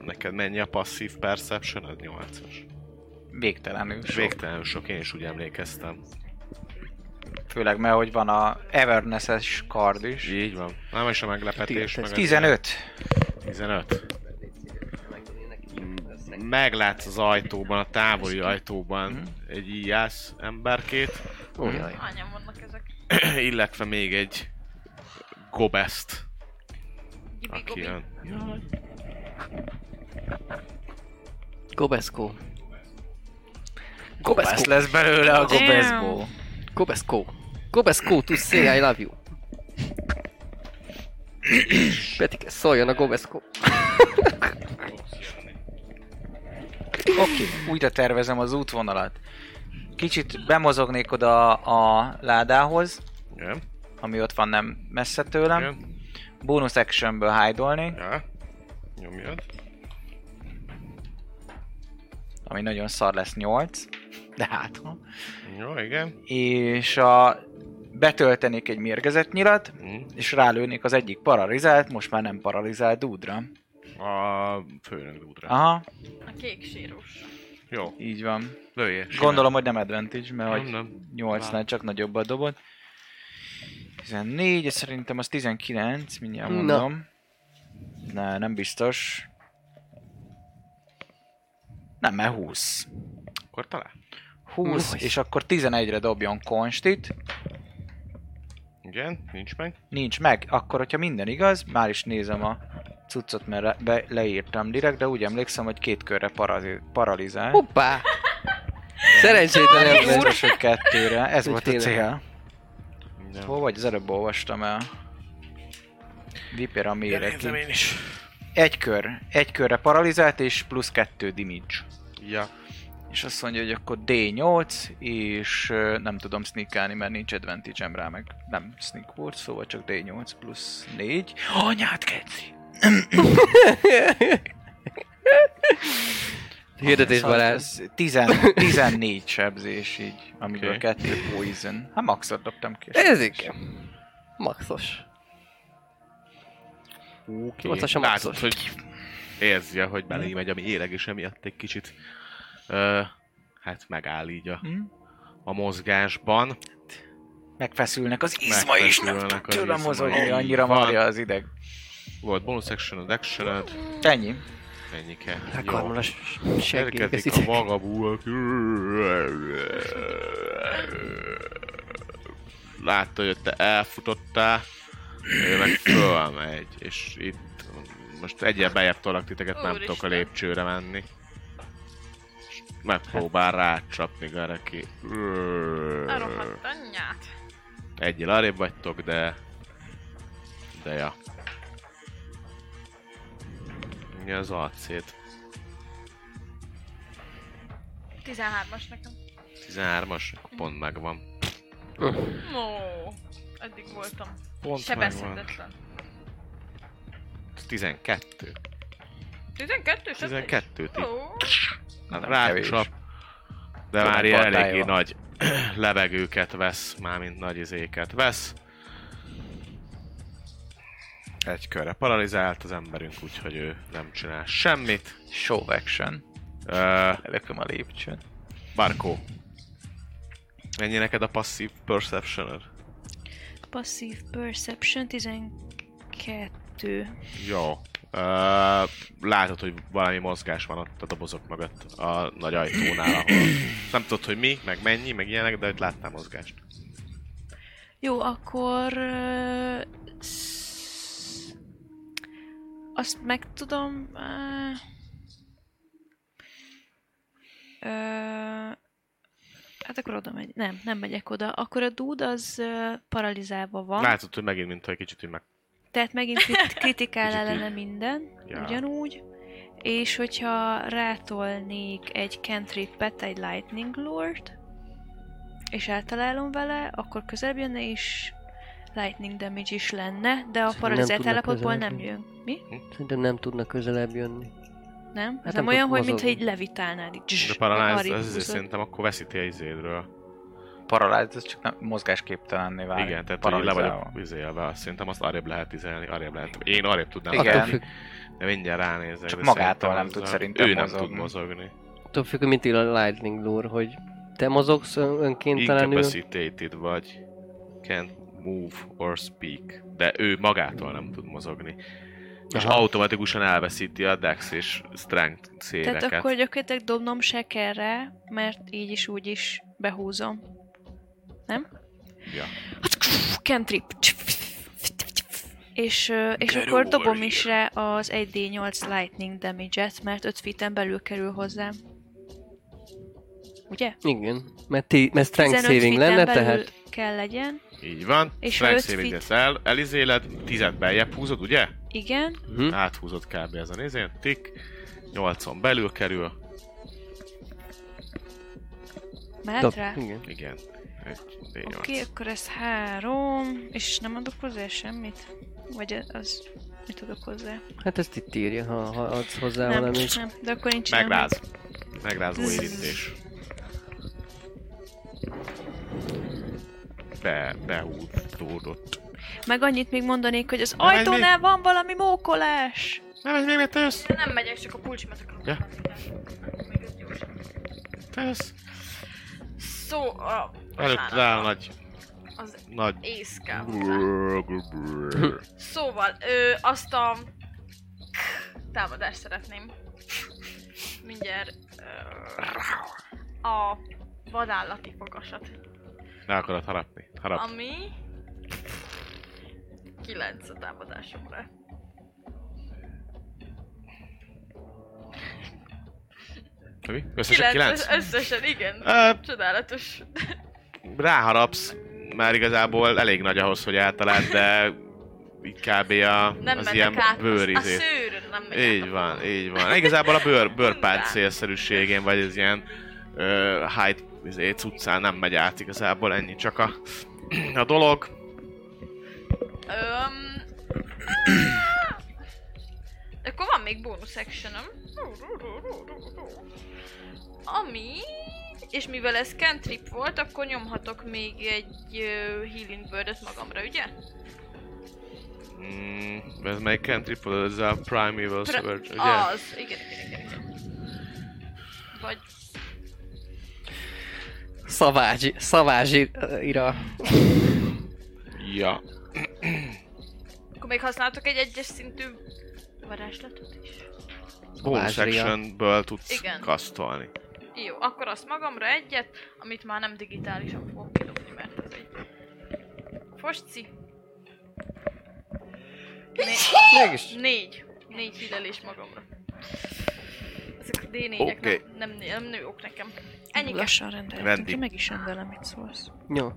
C: Neked mennyi a passzív perception? Az 8-as.
E: Végtelenül sok.
C: Végtelenül sok, én is úgy emlékeztem.
E: Főleg mert hogy van a Everness-es kard is.
C: Így van. Nem is a meglepetés.
D: Tizenöt.
C: Meg a
E: 15.
C: 15. Meglátsz az ajtóban, a távoli
D: Mhm.
C: ajtóban egy íjász emberkét,
D: Ó, jaj.
G: Hányan vannak ezek?
C: illetve még egy gobeszt, aki
G: Gibi-gobi.
C: jön. Mhm.
D: Gobeszkó.
E: Gobesz lesz belőle a gobeszból.
D: Gobeszkó. Gobeszkó, to say I love you. Peti, szóljon a Gobeszkó.
E: Oké, újra tervezem az útvonalat. Kicsit bemozognék oda a ládához,
C: Igen,
E: ami ott van nem messze tőlem.
C: igen,
E: Bonus actionből hájdolni,
C: ja. Nyomjad.
E: ami nagyon szar lesz 8, de hát ha.
C: Jó, igen.
E: És a betöltenék egy mérgezett nyilat,
C: Mm.
E: és rálőnék az egyik paralizált, most már nem paralizált dúdra.
C: A főnök útra.
E: Aha,
G: A kék sírus.
C: Jó,
E: így van.
C: lőjél. simán.
E: Gondolom, hogy nem advantage, mert
C: Nem,
E: hogy
C: nem.
E: 8-nál csak nagyobb a dobot. 14, és szerintem az 19, mindjárt
D: Na.
E: mondom. Ne, nem biztos. Nem, mert 20.
C: Akkor talál.
E: 20,
D: Nice.
E: és akkor 11-re dobjon konstit.
C: Igen, nincs meg.
E: Nincs meg. Akkor, hogyha minden igaz, már is nézem a cuccot, mert le- be, leírtam direkt, de úgy emlékszem, hogy két körre parazi- paralizál.
D: Hoppá! Szerencsétlen
E: Nem
D: ember.
E: biztos, hogy kettőre. Ez volt a
D: Tényleg.
E: cél.
C: Igen.
E: Hol vagy? Az előbb olvastam el. Viper a méret.
C: Nézem én is.
E: Egy kör. Egy körre paralizált, és plusz kettő damage.
C: Ja.
E: És azt mondja, hogy akkor D8, és ö, nem tudom sneakálni, mert nincs advantage rá, meg nem sneak volt, szóval csak D8 plusz 4. Anyát, keci!
D: Hirdetés
E: Szóval
D: barát.
E: ez 10, 14 sebzés így, amiből
C: Oké.
E: okay. kettő poison. Hát maxot dobtam ki.
D: Ez igen. Maxos.
C: Oké.
D: Nyolcas a
C: Látod,
D: maxos.
C: hogy érzi, hogy belé megy a méleg, és emiatt egy kicsit ö, hát megáll így a,
E: Hm?
C: a mozgásban.
E: Megfeszülnek az izma is, nem
C: Megfeszülnek
E: tud
C: az
E: tőlem
C: izma.
E: mozogni,
C: Így
E: annyira
C: van.
E: marja az ideg.
C: Volt bonus action, az action
E: Ennyi.
C: ennyi kell.
D: Akarmon a Hát segít.
C: Érkezik a magabú. Látta, hogy te elfutottál, ő meg fölmegy, és itt most egyel bejebb tolak titeket, nem tudok a
G: Úristen.
C: lépcsőre menni. És megpróbál rácsapni Gareki.
G: A rohadt anyját.
C: Egyel arrébb vagytok, de... De ja. Mi az AC-t?
G: 13-as nekem.
C: 13-as, akkor pont megvan.
G: Ó, eddig voltam.
C: Pont
G: Sebezhetetlen.
C: 12.
G: 12 sebzés?
C: 12
G: Ó,
C: így
E: Nem
C: rácsap.
E: kevés.
C: De
E: Tudom,
C: már ilyen
E: tartályba.
C: eléggé nagy levegőket vesz, mármint nagy izéket vesz. Egy körre paralizált az emberünk, úgyhogy ő nem csinál semmit.
E: Show action.
C: Ö,
E: Lököm a lépcsőn.
C: Barkó. Mennyi neked a passzív perception
F: Passive Perception 12.
C: Jó. Ö, látod, hogy valami mozgás van ott a dobozok mögött, a nagy ajtónál, ahol nem tudod, hogy mi, meg mennyi, meg ilyenek, de ott láttál mozgást.
F: Jó, akkor... ö, sz- Azt meg tudom... Uh... Uh... Hát akkor oda megy. Nem, nem megyek oda. Akkor a dúd az uh, paralizálva van.
C: Látod, hogy megint, mint egy kicsit, hogy meg...
F: Tehát megint krit- kritikál
C: Kicsit így.
F: ellene minden,
C: Ja.
F: ugyanúgy. És hogyha rátolnék egy cantripet, egy lightning lord, és eltalálom vele, akkor közelebb jönne, és lightning damage is lenne, de a
D: Szerintem nem
F: paralizált
D: tudnak
F: állapotból nem
D: közeledni.
F: jön. Mi?
D: Szerintem nem tudnak közelebb jönni.
F: Nem? Hát ez
D: nem
F: nem olyan,
D: tudok
F: hogy mintha így
D: mozogni.
F: levitálnád így. zsss,
C: De paralyzed,
F: arrébb
C: ez azért
F: húzod.
C: szerintem akkor veszíti a izédről.
E: Paralyzed, az csak nem, mozgásképtelenné válik.
C: Igen, tehát hogy le vagyok
E: paralizálva.
C: izélve, azt szerintem azt arrébb lehet tizelni, arrébb lehet. Én arrébb tudnám
E: Igen.
D: Attól
C: tenni,
D: függ,
C: de mindjárt ránézek.
E: Csak
C: de
E: magától
C: szerintem
E: nem
C: azzal-
E: tud szerintem
C: Ő nem
E: mozogni.
C: tud mozogni.
D: attól függ, hogy mit ír a Lightning Lure, hogy te mozogsz ön- önkéntelenül.
C: Incapacitated vagy. Can't move or speak. De ő magától nem tud mozogni. És
D: Aha.
C: automatikusan elveszíti a Dex és Strength széveket.
F: Tehát akkor gyakorlatilag dobnom se kell rá, mert így is úgy is behúzom. Nem? Hát,
C: Ja.
F: Kentrip. És, ö, és
C: Get
F: akkor
C: over
F: dobom
C: here.
F: is rá az 1d8 lightning damage-et, mert 5 feet belül kerül hozzám. Ugye?
D: Igen, mert, ti, mert strength
F: 15
D: saving
F: feeten
D: lenne,
F: belül
D: tehát
F: kell legyen.
C: Így van.
F: És
C: És
F: ha
C: Strength
F: öt
C: saving
F: feet-
C: ezt el, elizéled, tizet beljebb húzod, ugye?
F: Igen.
D: Hm?
C: Áthúzod kb. ezen nézén, tik. 8 belül kerül.
F: Mehet
D: dob,
F: rá.
D: igen.
C: Igen. Egy D8.
F: Oké, okay, akkor ez három, és nem adok hozzá semmit? Vagy az... Mit adok hozzá?
D: Hát ezt itt írja, ha, ha adsz hozzá
F: Nem,
D: valamit.
F: nem, de akkor nincs
C: Megráz. Megrázó érintés. Be, behúzódott.
F: Meg annyit még mondanék, hogy az
C: Na, vagy
F: ajtónál van valami mókolás!
C: Nem, ez még miért tesz?
G: Nem megyek, csak a kulcsimat akarom.
C: Ja.
G: Még ez gyorsan.
C: Tesz?
G: Szó, a,
C: Előtt áll nagy,
G: Szóval, az
C: nagy...
G: észkel hozzá. Szóval, ö, azt a támadást szeretném. Mindjárt ö, a vadállati fogasat,
C: Ne akarod harapni. Harap.
G: ami 9 a támadásomra.
C: Mi? Összesen
G: Kilenc,
C: 9?
G: Összesen, igen.
C: Ö,
G: Csodálatos.
C: ráharapsz, már igazából elég nagy ahhoz, hogy eltaláld, de így kb. A,
G: Nem
C: az
G: mennek
C: ilyen
G: át, a- a
C: bőrizét.
G: szőrön nem megy át
C: Így
G: a-
C: van, így van. Igazából a bőr, bőrpád szélszerűségén, vagy az ilyen ö, height izé, cuccán nem megy át igazából, ennyi csak a, a dolog.
G: Öm... Akkor van még bónusz actionom. Ami... És mivel ez cantrip volt, akkor nyomhatok még egy ö, healing word magamra, ugye?
C: Mm, ez melyik cantrip, ez a Primeval
G: Pra-
C: Savage, ugye?
G: Az, igen, igen, igen, igen. Vagy...
D: Szavágy, szavázsira.
C: Ja.
G: Akkor még használhatok egy egyes szintű varázslatot is.
C: Bonus
D: Vázsria.
C: actionből tudsz
G: Igen.
C: kasztolni.
G: Jó, akkor azt magamra egyet, amit már nem digitálisan fogok kidobni, mert ez egy... Fosci. Né-
D: Mégis.
G: négy. Négy hílelés magamra. Ezek a D4-ek
C: Oké.
G: nem, nem, nem nők nekem. Ennyi kell.
F: Lassan rendelhetünk,
C: Rendi.
F: én meg is rendelem, mit szólsz.
D: Jó.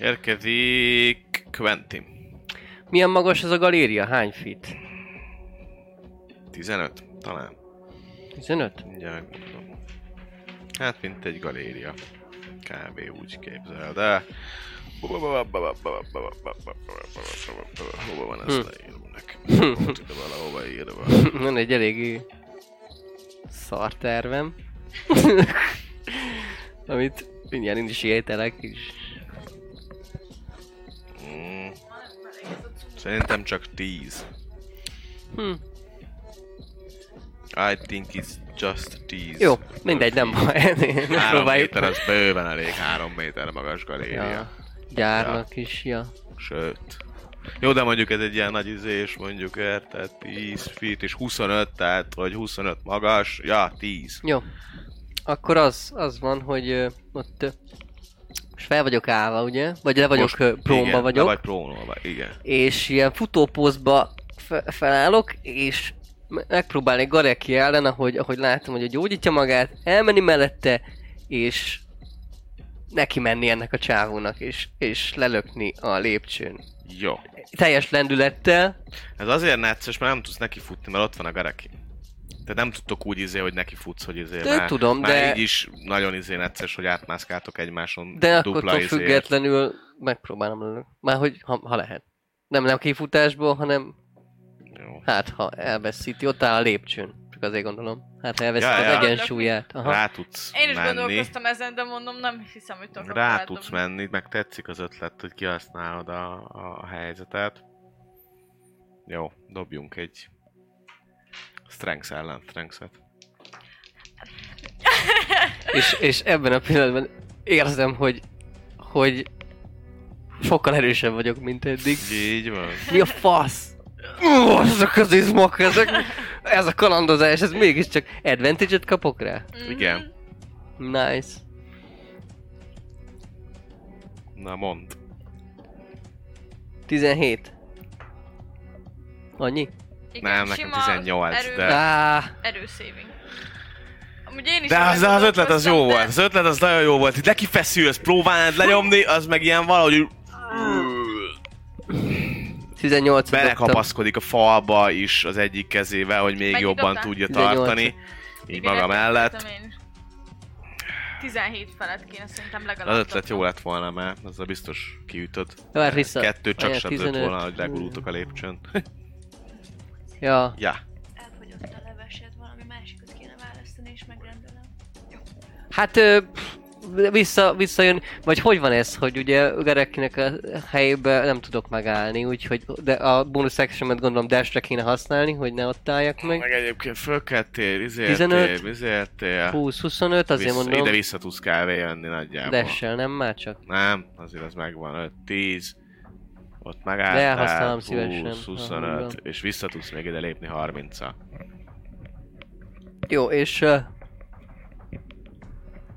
C: Érkezik Quentin.
D: Milyen magas ez a galéria? Hány feet?
C: 15, talán.
D: 15?
C: Mindjárt megmondom. Hát, mint egy galéria. Kb. úgy képzel, de... Hova van ez
D: Hm.
C: leírva nekem? Volt ide valahova írva.
D: Van egy eléggé szar tervem. Amit mindjárt én is ételek is.
C: Mm. Szerintem csak 10.
D: Hm.
C: I think it's just 10.
D: Jó, mindegy, nem baj.
C: 3
D: Nem próbáljuk.
C: méter, az bőven elég 3 méter magas galéria.
D: Ja, gyárnak is, ja.
C: Sőt. Jó, de mondjuk ez egy ilyen nagy izés, mondjuk érted, 10 feet és 25, tehát vagy 25 magas, ja, 10.
D: Jó. Akkor az, az van, hogy ö, ott ö, most fel vagyok állva, ugye? Vagy le vagyok, Most, prómba
C: igen,
D: vagyok.
C: Vagy prómba, igen.
D: És ilyen futópózba fe- felállok, és me- megpróbálnék Gareki ellen, ahogy, ahogy látom, hogy ő gyógyítja magát, elmenni mellette, és neki menni ennek a csávónak, és, és lelökni a lépcsőn.
C: Jó.
D: Teljes lendülettel,
C: Ez azért necces, mert nem tudsz neki futni, mert ott van a gareki. Te nem tudtok úgy izé, hogy neki futsz, hogy izé
D: De
C: már,
D: tudom,
C: már
D: de-
C: így is nagyon izé necces, hogy átmászkáltok egymáson
D: de
C: dupla izé-
D: akkor
C: izéért.
D: függetlenül megpróbálom lelökni. Már hogy ha, ha lehet. Nem nem kifutásból, hanem
C: Jó.
D: hát ha elveszíti, ott áll a lépcsőn. Csak azért gondolom. Hát ha elveszíti
C: Ja,
D: ja,
C: ja.
D: az egyensúlyát. Aha.
C: Rá tudsz
G: Én is
C: menni.
G: gondolkoztam ezen, de mondom, nem hiszem, hogy tudom.
C: Rá tudsz menni, meg tetszik az ötlet, hogy kihasználod a, a helyzetet. Jó, dobjunk egy Strengths ellen, Strengths-et.
D: És, és ebben a pillanatban érzem, hogy, hogy sokkal erősebb vagyok, mint eddig.
C: Így van.
G: Mhm.
D: Mi a fasz? Ú, ezek az izmok, ezek, ez a kalandozás, ez mégiscsak advantage-et kapok rá.
C: Igen.
D: Nice.
C: Na mond.
D: 17. Annyi?
G: Igen,
C: Nem, nekem
G: sima
C: 18,
G: erő,
C: de-
D: Á,
G: Erőszéving. Amúgy én is
C: De az,
G: ezen
C: de az ötlet az jó
G: gondolkoztam,
C: volt,
G: de-
C: az ötlet az nagyon jó volt. Itt neki feszülsz, próbálnád lenyomni, az meg ilyen valahogy
D: 18
C: belekapaszkodik a falba is az egyik kezével, hogy még
G: Mennyi
C: jobban
G: dobtál?
C: tudja
D: 18.
C: tartani. Így
G: Igen,
C: maga
G: ezt
C: mellett.
G: akartam én is. 17 felett kéne szerintem legalább.
C: Az ötlet jó
G: dobnom.
C: lett volna, mert azzal biztos kiütött.
D: Vár vissza.
C: Kettő csak
D: Olyan
C: sem dönt
D: 15.
C: volna, hogy legurultok a lépcsőn.
D: Ja,
C: ja.
F: Elfogyott a levesed, valami másikat kéne választani, és megrendelem.
D: Hát ö, pff, vissza, visszajön, vagy hogy van ez, hogy ugye Garekinek a helyébe nem tudok megállni, úgyhogy de a bonus actionet gondolom dashre kéne használni, hogy ne ott álljak meg.
C: Meg egyébként fölkeltél, izértél,
D: 15.
C: izértél.
D: 20-25, azért
C: Vissza,
D: mondom,
C: ide vissza tudsz kávé jönni nagyjából.
D: dash nem már csak.
C: Nem, azért az megvan, 5-10. Ott
D: De
C: megálltál,
D: elhasználom
C: 20,
D: szívesen, ha
C: 25,
D: úgy
C: és vissza tudsz még ide lépni 30 -a.
D: Jó, és... ö,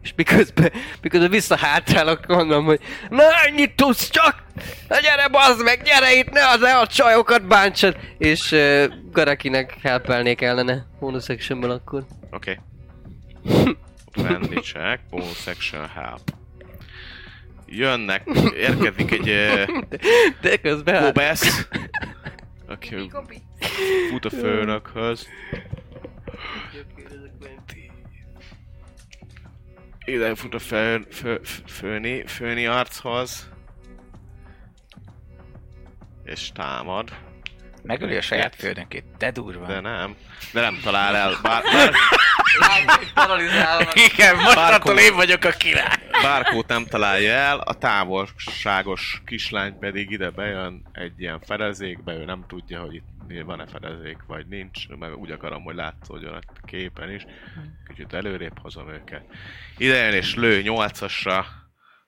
D: és miközben, miközben visszahátrálok, mondom, hogy Na, ennyit tudsz csak! Na gyere, bazd meg, gyere itt, ne, az, ne a csajokat bántsad! És ö, Garakinek helpelnék ellene, bonus actionből akkor.
C: Oké. Friendly check, bonus action help. Jönnek, érkezik egy uh,
D: De közben hát...
C: Kobesz, aki
G: Kopi.
C: fut a főnökhöz. Ide fut a fő, fő, főni, főni archoz. És támad.
E: Megöli a saját földönkét, de durva.
C: De nem. De nem talál el. Bár, bár,
D: Paralizálva.
E: Igen, mostantól
C: Barkó.
E: én vagyok a király.
C: bárkót nem találja el, a távolságos kislány pedig ide bejön egy ilyen fedezékbe, ő nem tudja, hogy itt mi- van-e fedezék, vagy nincs, meg úgy akarom, hogy látszódjon a képen is. Kicsit előrébb hozom őket. Ide jön és lő 8-asra,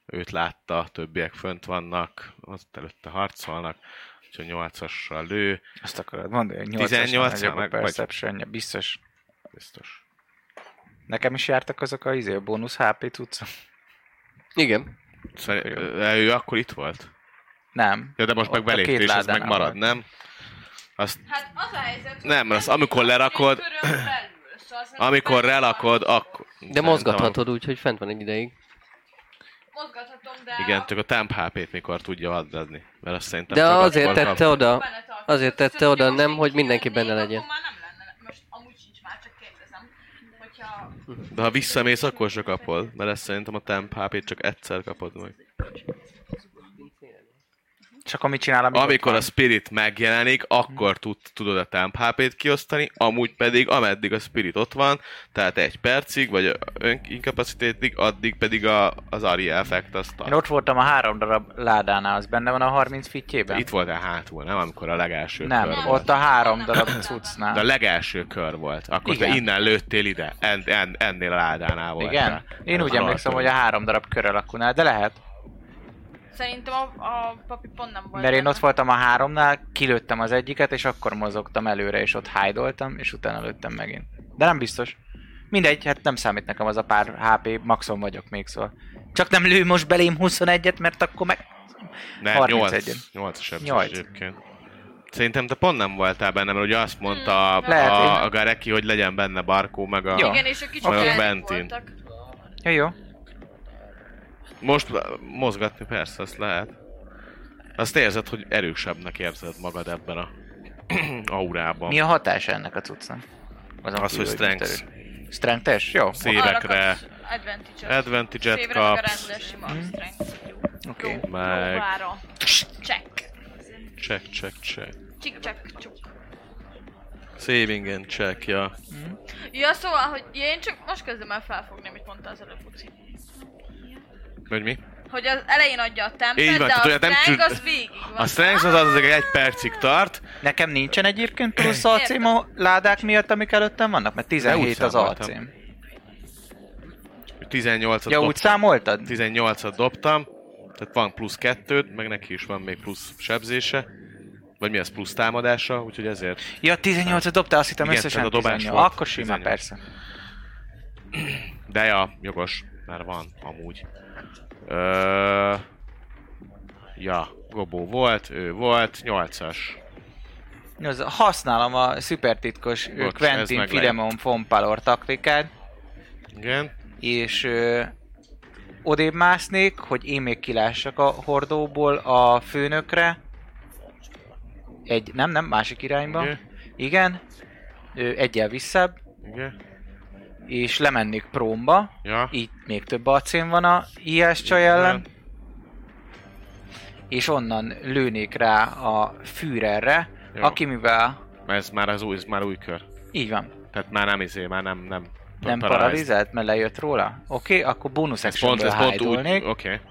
C: őt látta, többiek fönt vannak, az előtte harcolnak, úgyhogy 8-asra lő,
E: Azt akarod mondani, hogy
C: 18 -a
E: 18 nagyobb a
C: meg vagy?
E: perception biztos.
C: biztos.
E: Nekem is jártak azok a izé, a bónusz HP cuccok.
D: Igen.
C: Szer- ö, ő akkor itt volt?
E: Nem.
C: Ja, de most
E: Ott
C: meg
E: a
C: belépte,
E: két
C: és ez
E: ládánál
C: megmarad,
E: vagy.
C: nem? Azt
G: Hát az a helyzet, hogy
C: Nem, mert azt amikor lerakod-
G: egy körön belül, szóval az nem
C: Amikor
G: belül van.
C: relakod, akkor...
D: De mozgathatod úgy, hogy fent van egy ideig.
G: Mozgathatom, de...
C: Igen, csak a temp HP-t mikor tudja adni, mert azt szerintem...
D: De
C: sokat
D: azért
C: forgat.
D: tette oda.
G: Benne tartom.
D: Azért
G: Tehát,
D: tette oda,
G: hogyha most
D: nem,
G: én
D: hogy mindenki benne
G: kivennék,
D: legyen.
G: Akkor már nem lenne. Most amúgy sincs már, csak kérdezem. Hogyha...
C: De ha visszamész, akkor se kapod, mert ezt szerintem a temp HP-t csak egyszer kapod meg.
E: Csak amit csinál, amikor,
C: Amikor a spirit megjelenik, akkor tud, tudod a temp HP-t kiosztani, amúgy pedig ameddig a spirit ott van, tehát egy percig, vagy önkapacitétig, addig pedig a, az Ari effekt azt
E: Én
C: tart.
E: ott voltam a három darab ládánál, az benne van a 30 fitjében?
C: Itt voltál hátul, nem? Amikor a legelső
E: nem,
C: kör volt.
E: ott a három darab cuccnál.
C: De a legelső kör volt. Akkor te
E: Igen.
C: innen lőttél ide. En, en, ennél a ládánál volt. Hát,
E: Igen? Én úgy emlékszem, hogy a három darab kör alakulnál, de lehet.
G: Szerintem a, a papi pont nem volt.
E: Mert én
G: benne.
E: ott voltam a háromnál, kilőttem az egyiket, és akkor mozogtam előre, és ott hide és utána lőttem megint. De nem biztos. Mindegy, hát nem számít nekem az a pár HP, maxon vagyok még szóval. Csak nem lő most belém 21-et, mert akkor meg...
C: Nem,
E: 31-en.
C: 8. 8
E: Nyolc.
C: egyébként. Szerintem te pont nem voltál benne, mert ugye azt mondta a,
E: Lehet,
C: a,
E: én-
C: a Gareki, hogy legyen benne Barkó, meg a...
E: Jó.
G: Igen, és ők kicsit
C: Majd ott
G: jelen
C: bentin.
G: voltak.
E: Ja, jó.
C: Most mozgatni persze, azt lehet. Azt érzed, hogy erősebbnek érzed magad ebben a aurában.
E: Mi a hatása ennek a cuccnak? Azon
C: Az, hogy strength.
E: mit örül. Strength-es? Jó.
C: Szép.
G: Arra
C: Évekre-
G: kapsz Advantage-et.
C: Advantage-et
G: Szévre meg a
C: kapsz. Hmm.
G: rendes sima strength.
E: Oké.
G: Jó,
C: Meg-
G: próbára. Check.
C: Check, check, check.
G: Csik, csek, csuk.
C: Saving and check, ja.
G: Ja, szóval, hogy én csak most kezdem el felfogni, amit mondta az előbb, Uci.
C: Vagy mi?
G: Hogy az elején adja a
C: Így
G: tempet,
C: van,
G: de
C: tehát
G: a
C: ugye nem
G: strength
C: tud-
G: az végig van.
C: A strength az az, az egy percig tart,
E: Nekem nincsen egyébként plusz alcím a ládák miatt, amik előttem vannak? Mert
C: De úgy
E: 17 az
C: számoltam.
E: alcím.
C: 18-at
E: Ja, úgy számoltad?
C: 18-at dobtam, tehát van plusz kettőd, meg neki is van még plusz sebzése, vagy mi az plusz támadása, úgyhogy ezért.
E: Ja, 18-at dobtál, azt hittem
C: Igen,
E: összesen
C: tehát a dobás
E: 18.
C: volt
E: Akkor simán
C: 18.
E: persze.
C: De ja, jogos, mert van amúgy. Ö... Ja, Gobó volt, ő volt, 8-as.
E: Jó, az- Használom a szupertitkos ö,
C: Bocs, ez
E: Quentin
C: meglejött.
E: Fidemon von Palor taktikát,
C: Igen.
E: és ö, odébb másznék, hogy én még kilássak a hordóból a főnökre. Egy, nem, nem, másik irányba.
C: Ugye?
E: Igen. Ö, egyel visszebb,
C: Igen.
E: és lemennék prómba.
C: Ja.
E: Így még több acén van a IS csaj ellen. És onnan lőnék rá a Führerre,
C: Jó.
E: aki mivel...
C: Mert ez már az új, ez már új kör.
E: Így van.
C: Tehát már nem izé, már nem, nem.
E: Nem
C: paralyzed.
E: paralizált, mert lejött róla? Oké, okay, akkor bónusz
C: Ez pont,
E: actionből
C: ez pont úgy,
E: hájdolnék.
C: oké. Okay.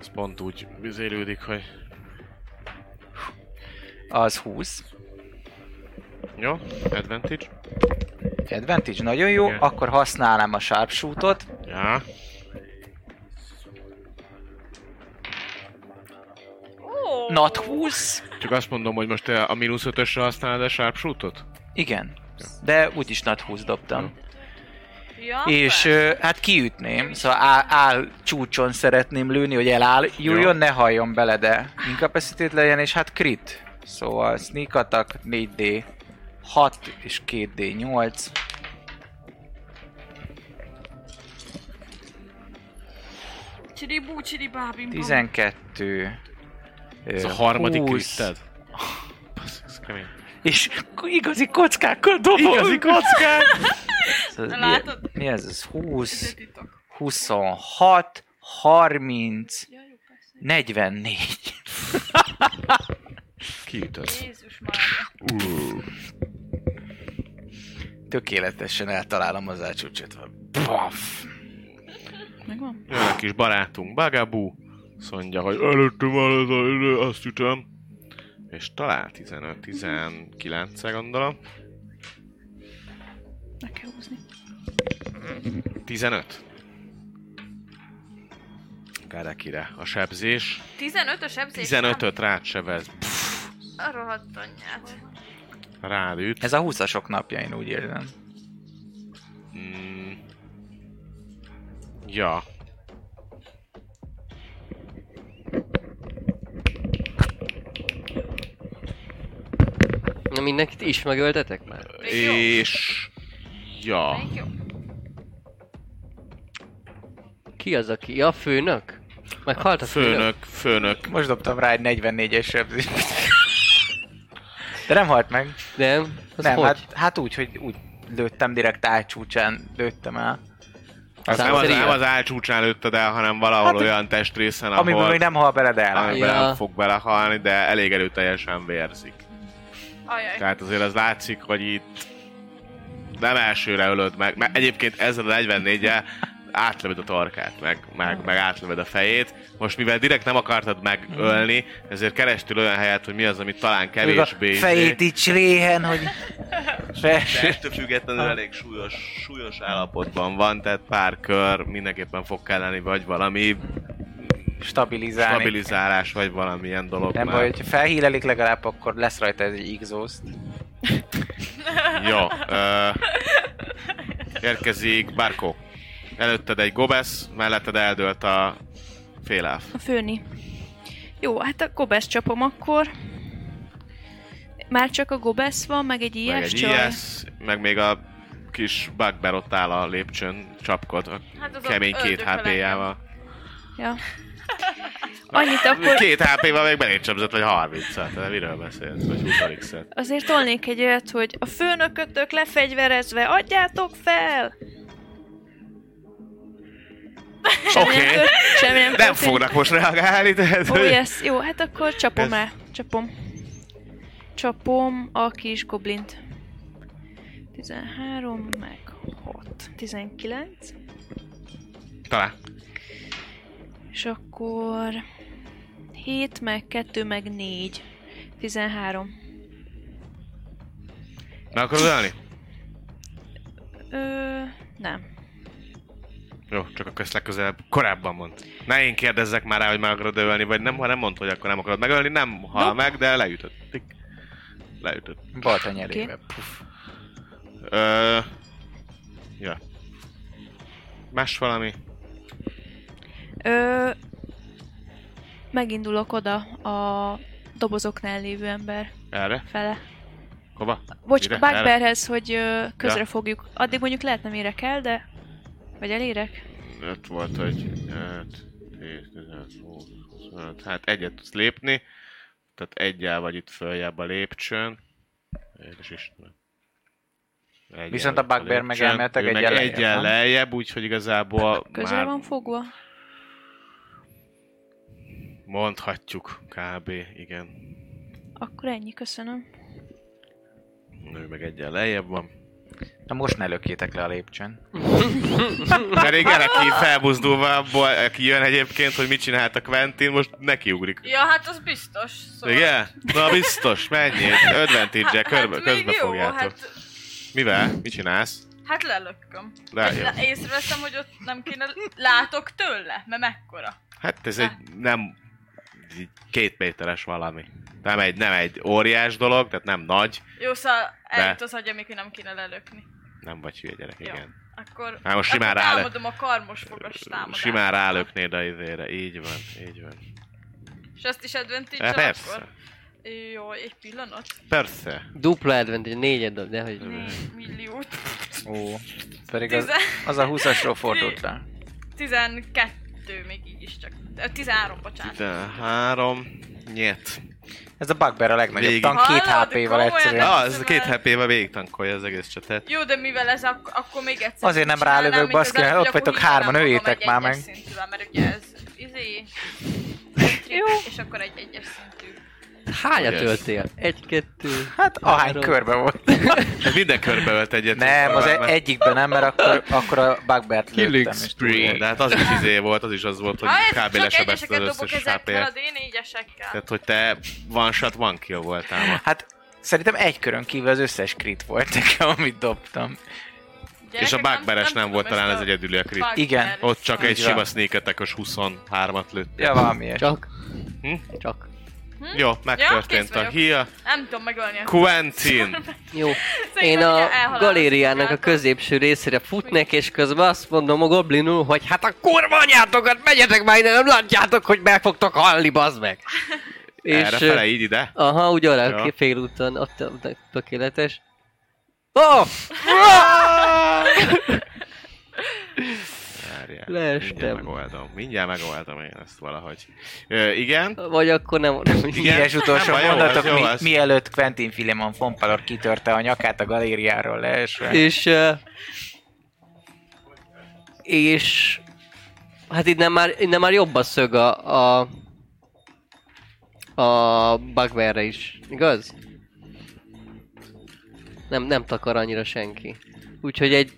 C: Ez pont úgy vizélődik, hogy
E: Az 20.
C: jó, advantage.
E: Advantage, nagyon jó.
C: Igen.
E: Akkor használnám a sharpshootot.
C: Ja.
G: Ó,
E: Not 20.
C: Csak azt mondom, hogy most te a mínusz ötösre használod a sharpshootot?
E: Igen. De úgyis not 20 dobtam.
G: Ja,
E: És
G: persze.
E: ö, hát kiütném, szóval áll, áll csúcson szeretném lőni, hogy elálljon, ne halljon bele, de incapacitét legyen, és hát crit. Szóval sneak attack 4D 6 és 2D 8.
G: Csiri bú, csiri bábim. bam.
E: 12. ö,
C: Ez a harmadik
E: 20,
C: kritted? Basz, ez kemény.
E: És k- igazi kockákkal dobom.
C: Igazi kockák!
E: Szóval mi-
G: Látod?
E: Mi ez? ez 20,
G: Titok.
E: 26, 30, 44.
C: Kiütött.
G: Jézus már.
E: Tökéletesen eltalálom az ácsúcsot. Paf!
F: Megvan?
C: Jön a kis barátunk Bagabú, azt mondja, hogy előttem van az a idő, azt ütöm. És talál 15-19 gondolom.
F: Meg kell húzni.
C: 15. Garekire a sebzés.
G: 15-ös ebzés.
C: 15-öt rád sebez.
G: A rohadt anyját.
C: Rád üt.
E: Ez a 20-asok napja, én úgy érzem.
C: Mm. Ja.
D: Na mindenkit is megöltetek már?
G: Még jó?
C: És... Ja.
G: Még jó?
D: Ki az, aki? Ja, a főnök? Meghalt a főnök?
C: Főnök, főnök.
E: Most dobtam rá egy 44-es sebzést. De nem halt meg.
D: Nem? Az
E: nem,
D: hogy?
E: hát, hát úgy, hogy úgy lőttem direkt álcsúcsán, lőttem el.
C: Az nem, az,
D: Számszerű?
C: nem az állcsúcsán lőtted el, hanem valahol
E: Hát,
C: olyan testrészen, ahol...
E: Amiben még nem hal bele, de elállt.
C: amiben
D: Ja.
C: nem fog belehalni, de elég erőteljesen vérzik.
G: Ajaj.
C: Tehát azért az látszik, hogy itt nem elsőre ölöd meg, mert egyébként ezzel a 44-jel átlövöd a torkát, meg, meg, meg átlövöd a fejét. Most mivel direkt nem akartad megölni, ezért kerestél olyan helyet, hogy mi az, amit talán
E: Még a
C: kevésbé...
E: fejét így réhen, hogy...
C: De ettől függetlenül elég súlyos, súlyos állapotban van, tehát pár kör mindenképpen fog kelleni, vagy valami
E: Stabilizálni.
C: stabilizálás, vagy valamilyen dolog.
E: Nem
C: mert-
E: baj, hogyha felhílelik legalább, akkor lesz rajta ez egy exhaust.
C: Jó. Ö, érkezik Barkó. Előtted egy gobesz, melletted eldőlt a féláv.
F: A főni. Jó, hát a kobesz csapom akkor. Már csak a gobesz van, meg egy
C: meg
F: ilyes
C: egy
F: csaj.
C: ilyesz, meg még a kis bugbear ott áll a lépcsőn, csapkod a
G: Hát az ott
C: kemény két
G: öldököl
C: HP-jával.
F: Ja. Annyit akkor
C: Két HP-val még belé csapzott, vagy 30 -al, tehát miről beszélsz, vagy 20 -al.
F: azért tolnék egy olyat, hogy a főnökötök lefegyverezve, adjátok fel! Semmi
C: Oké.
F: nem tört- semmi nem
C: Nem
F: történt.
C: fognak most reagálni, tehát...
F: Ó, yes. Jó, hát akkor csapom
C: Ez-
F: el. Csapom. Csapom a kis goblint. 13, meg 6. 19.
C: Talán.
F: És akkor... 7, meg 2, meg 4. 13.
C: Meg akarod ölni?
F: Ö, nem.
C: Jó, csak akkor ezt legközelebb korábban mond. Ne én kérdezzek már rá, hogy meg akarod ölni, vagy nem, ha nem mondta, hogy akkor nem akarod megölni, nem hal meg, de leütöttik. Leütött.
E: Volt a nyerébe.
C: Ö... Ja. Más valami?
F: Ö, megindulok oda a dobozoknál lévő ember
C: Erre?
F: fele.
C: Hova?
F: Bocs,
C: Ide?
F: a
C: Erre?
F: Bugbearhez, hogy ö, közre
C: Ja.
F: fogjuk. Addig mondjuk lehet nem érek el, de... Vagy elérek?
C: Öt volt, hogy... Öt, tíz, tizenöt, húsz, huszonöt. Hát egyet tudsz lépni. Tehát egyel vagy itt följebb a lépcsőn. Édes Isten. Egyel
E: Viszont a
C: vagy
E: bugbear meg
C: lépcsőn.
E: elméletek
C: Ő meg
E: egyel lejjebb,
C: egyel
E: nem?
C: lejjebb, úgyhogy igazából
G: Hát
F: Közre
C: már
F: van fogva?
C: mondhatjuk kb. Igen.
F: Akkor ennyi, köszönöm.
C: Ő meg egyel lejjebb van.
E: Na most ne lökjétek le a lépcsőn.
C: Pedig neki felbuzdulva abból, aki jön egyébként, hogy mit csinált a Quentin, most nekiugrik.
G: Ja, hát az biztos. Szóval... Hát-
C: Igen? Na biztos, menjél, advantage-e, körbe,
G: még
C: közbe
G: jó,
C: fogjátok.
G: Hát,
C: Mivel? Mit csinálsz?
G: hát lelökköm. Hát
C: De jó.
G: Le, észreveszem, hogy ott nem kéne... Látok tőle? Mert mekkora?
C: Hát ez egy nem egy két méteres valami. Nem egy, nem egy óriás dolog, tehát nem nagy.
G: Jó, szóval
C: De.
G: eljut az agyam, amikor nem kéne lelökni.
C: Nem vagy hülye gyerek,
G: Jó.
C: igen.
G: Akkor,
C: Hát most simán
G: akkor
C: rálö-
G: támadom a karmos fogas támadást.
C: Simán rálöknéd a izére, így van, így van.
G: És azt is advantage
C: Hát
G: hát,
C: persze.
G: akkor? Jó, egy pillanat.
C: Persze.
D: Dupla advantage, négyet dob, de hogy...
G: Négy milliót.
E: Ó, pedig az,
G: Tizen...
E: az a 20-asról fordult le.
G: 12 még így is csak. Ö, 13, bocsánat.
C: 13. Nyet.
E: Ez a bugbear a legnagyobb
C: Végig.
E: tank, két
G: Hallod?
E: HP-val
G: Komolyan?
E: egyszerűen.
C: Ja, az Ah, két hp-vel végig tankolja az egész csatet.
G: Jó, de mivel ez, ak- akkor még egyszer...
E: Azért nem
G: csinálnám,
E: rálövök,
G: mint az
E: baszki,
G: előbb,
E: mert ott
G: hogy akkor
E: vagytok hárman,
G: hívom magam
E: öljétek
G: egy
E: már
G: egyes
E: meg.
G: Szintűvel, mert ugye ez izé... Jó. És akkor egy egyes szintű.
D: Hányat
C: Ugye?
D: öltél? Egy, kettő...
E: Hát ahány
D: három.
E: körbe volt.
C: Tehát Hát Minden körbe ölt egyet.
E: Nem, az
C: Mert-
E: e- egyikben nem, mert akkor, akkor a bugbeart
D: Killing
E: lőttem. és
D: spree.
E: túl
C: De
E: volt.
C: hát az is izé volt, az is az volt, hogy
G: Ha ez
C: kb.
G: csak
C: lesebezte
G: egyeseket
C: az
G: dobok
C: összes
G: ezekkel a
C: hp
G: D4-esekkel.
C: Tehát, hogy te one shot, one kill voltál ma.
E: Hát szerintem egy körön kívül az összes crit volt nekem, amit dobtam.
G: Gyerekek,
C: És a
G: nem-
C: bugberes nem
G: tudom
C: volt
G: ezt
C: talán
G: a
C: az egyedüli a crit.
G: bugbear
E: Igen,
C: Ott csak egy
E: Így van.
C: sima sneak attack-os 23-at lőtt.
E: Ja, valami ilyesmi.
D: Csak.
C: Hm?
D: Csak.
C: Jó, megtörtént
G: Hm? kész
C: a
G: vagyok.
C: hia.
G: Nem tudom megölni a
C: Quentin!
D: Jó.
G: Szerintem
D: Én a
G: mindjárt elhalál
D: galériának a
G: sziglátok.
D: középső részére futnék, és közben azt mondom a goblinul, hogy hát a kurva anyátokat, megyetek már ide, nem látjátok, hogy meg fogtok halni, bazd meg!
C: Erre
D: ö,
C: fele így ide.
D: Aha, úgy arra
C: Ja.
D: ja. félúton, ott, ott ott tökéletes. Oh!
C: Várjál,
D: leestem.
C: Mindjárt megoldom. Mindjárt megoldom én ezt valahogy. Ö, igen.
D: Vagy akkor nem... nem
C: Igen.
E: Híres utolsó
C: Nem baj, jó
E: mondatok,
C: lesz, jó
E: mi,
C: lesz.
E: mielőtt Quentin Filemon Fompalor kitörte a nyakát a galériáról leesve.
D: és... ö, és... Hát innen már, innen már jobb a szög a... a a bugbearre is, igaz? Nem, nem takar annyira senki. Úgyhogy egy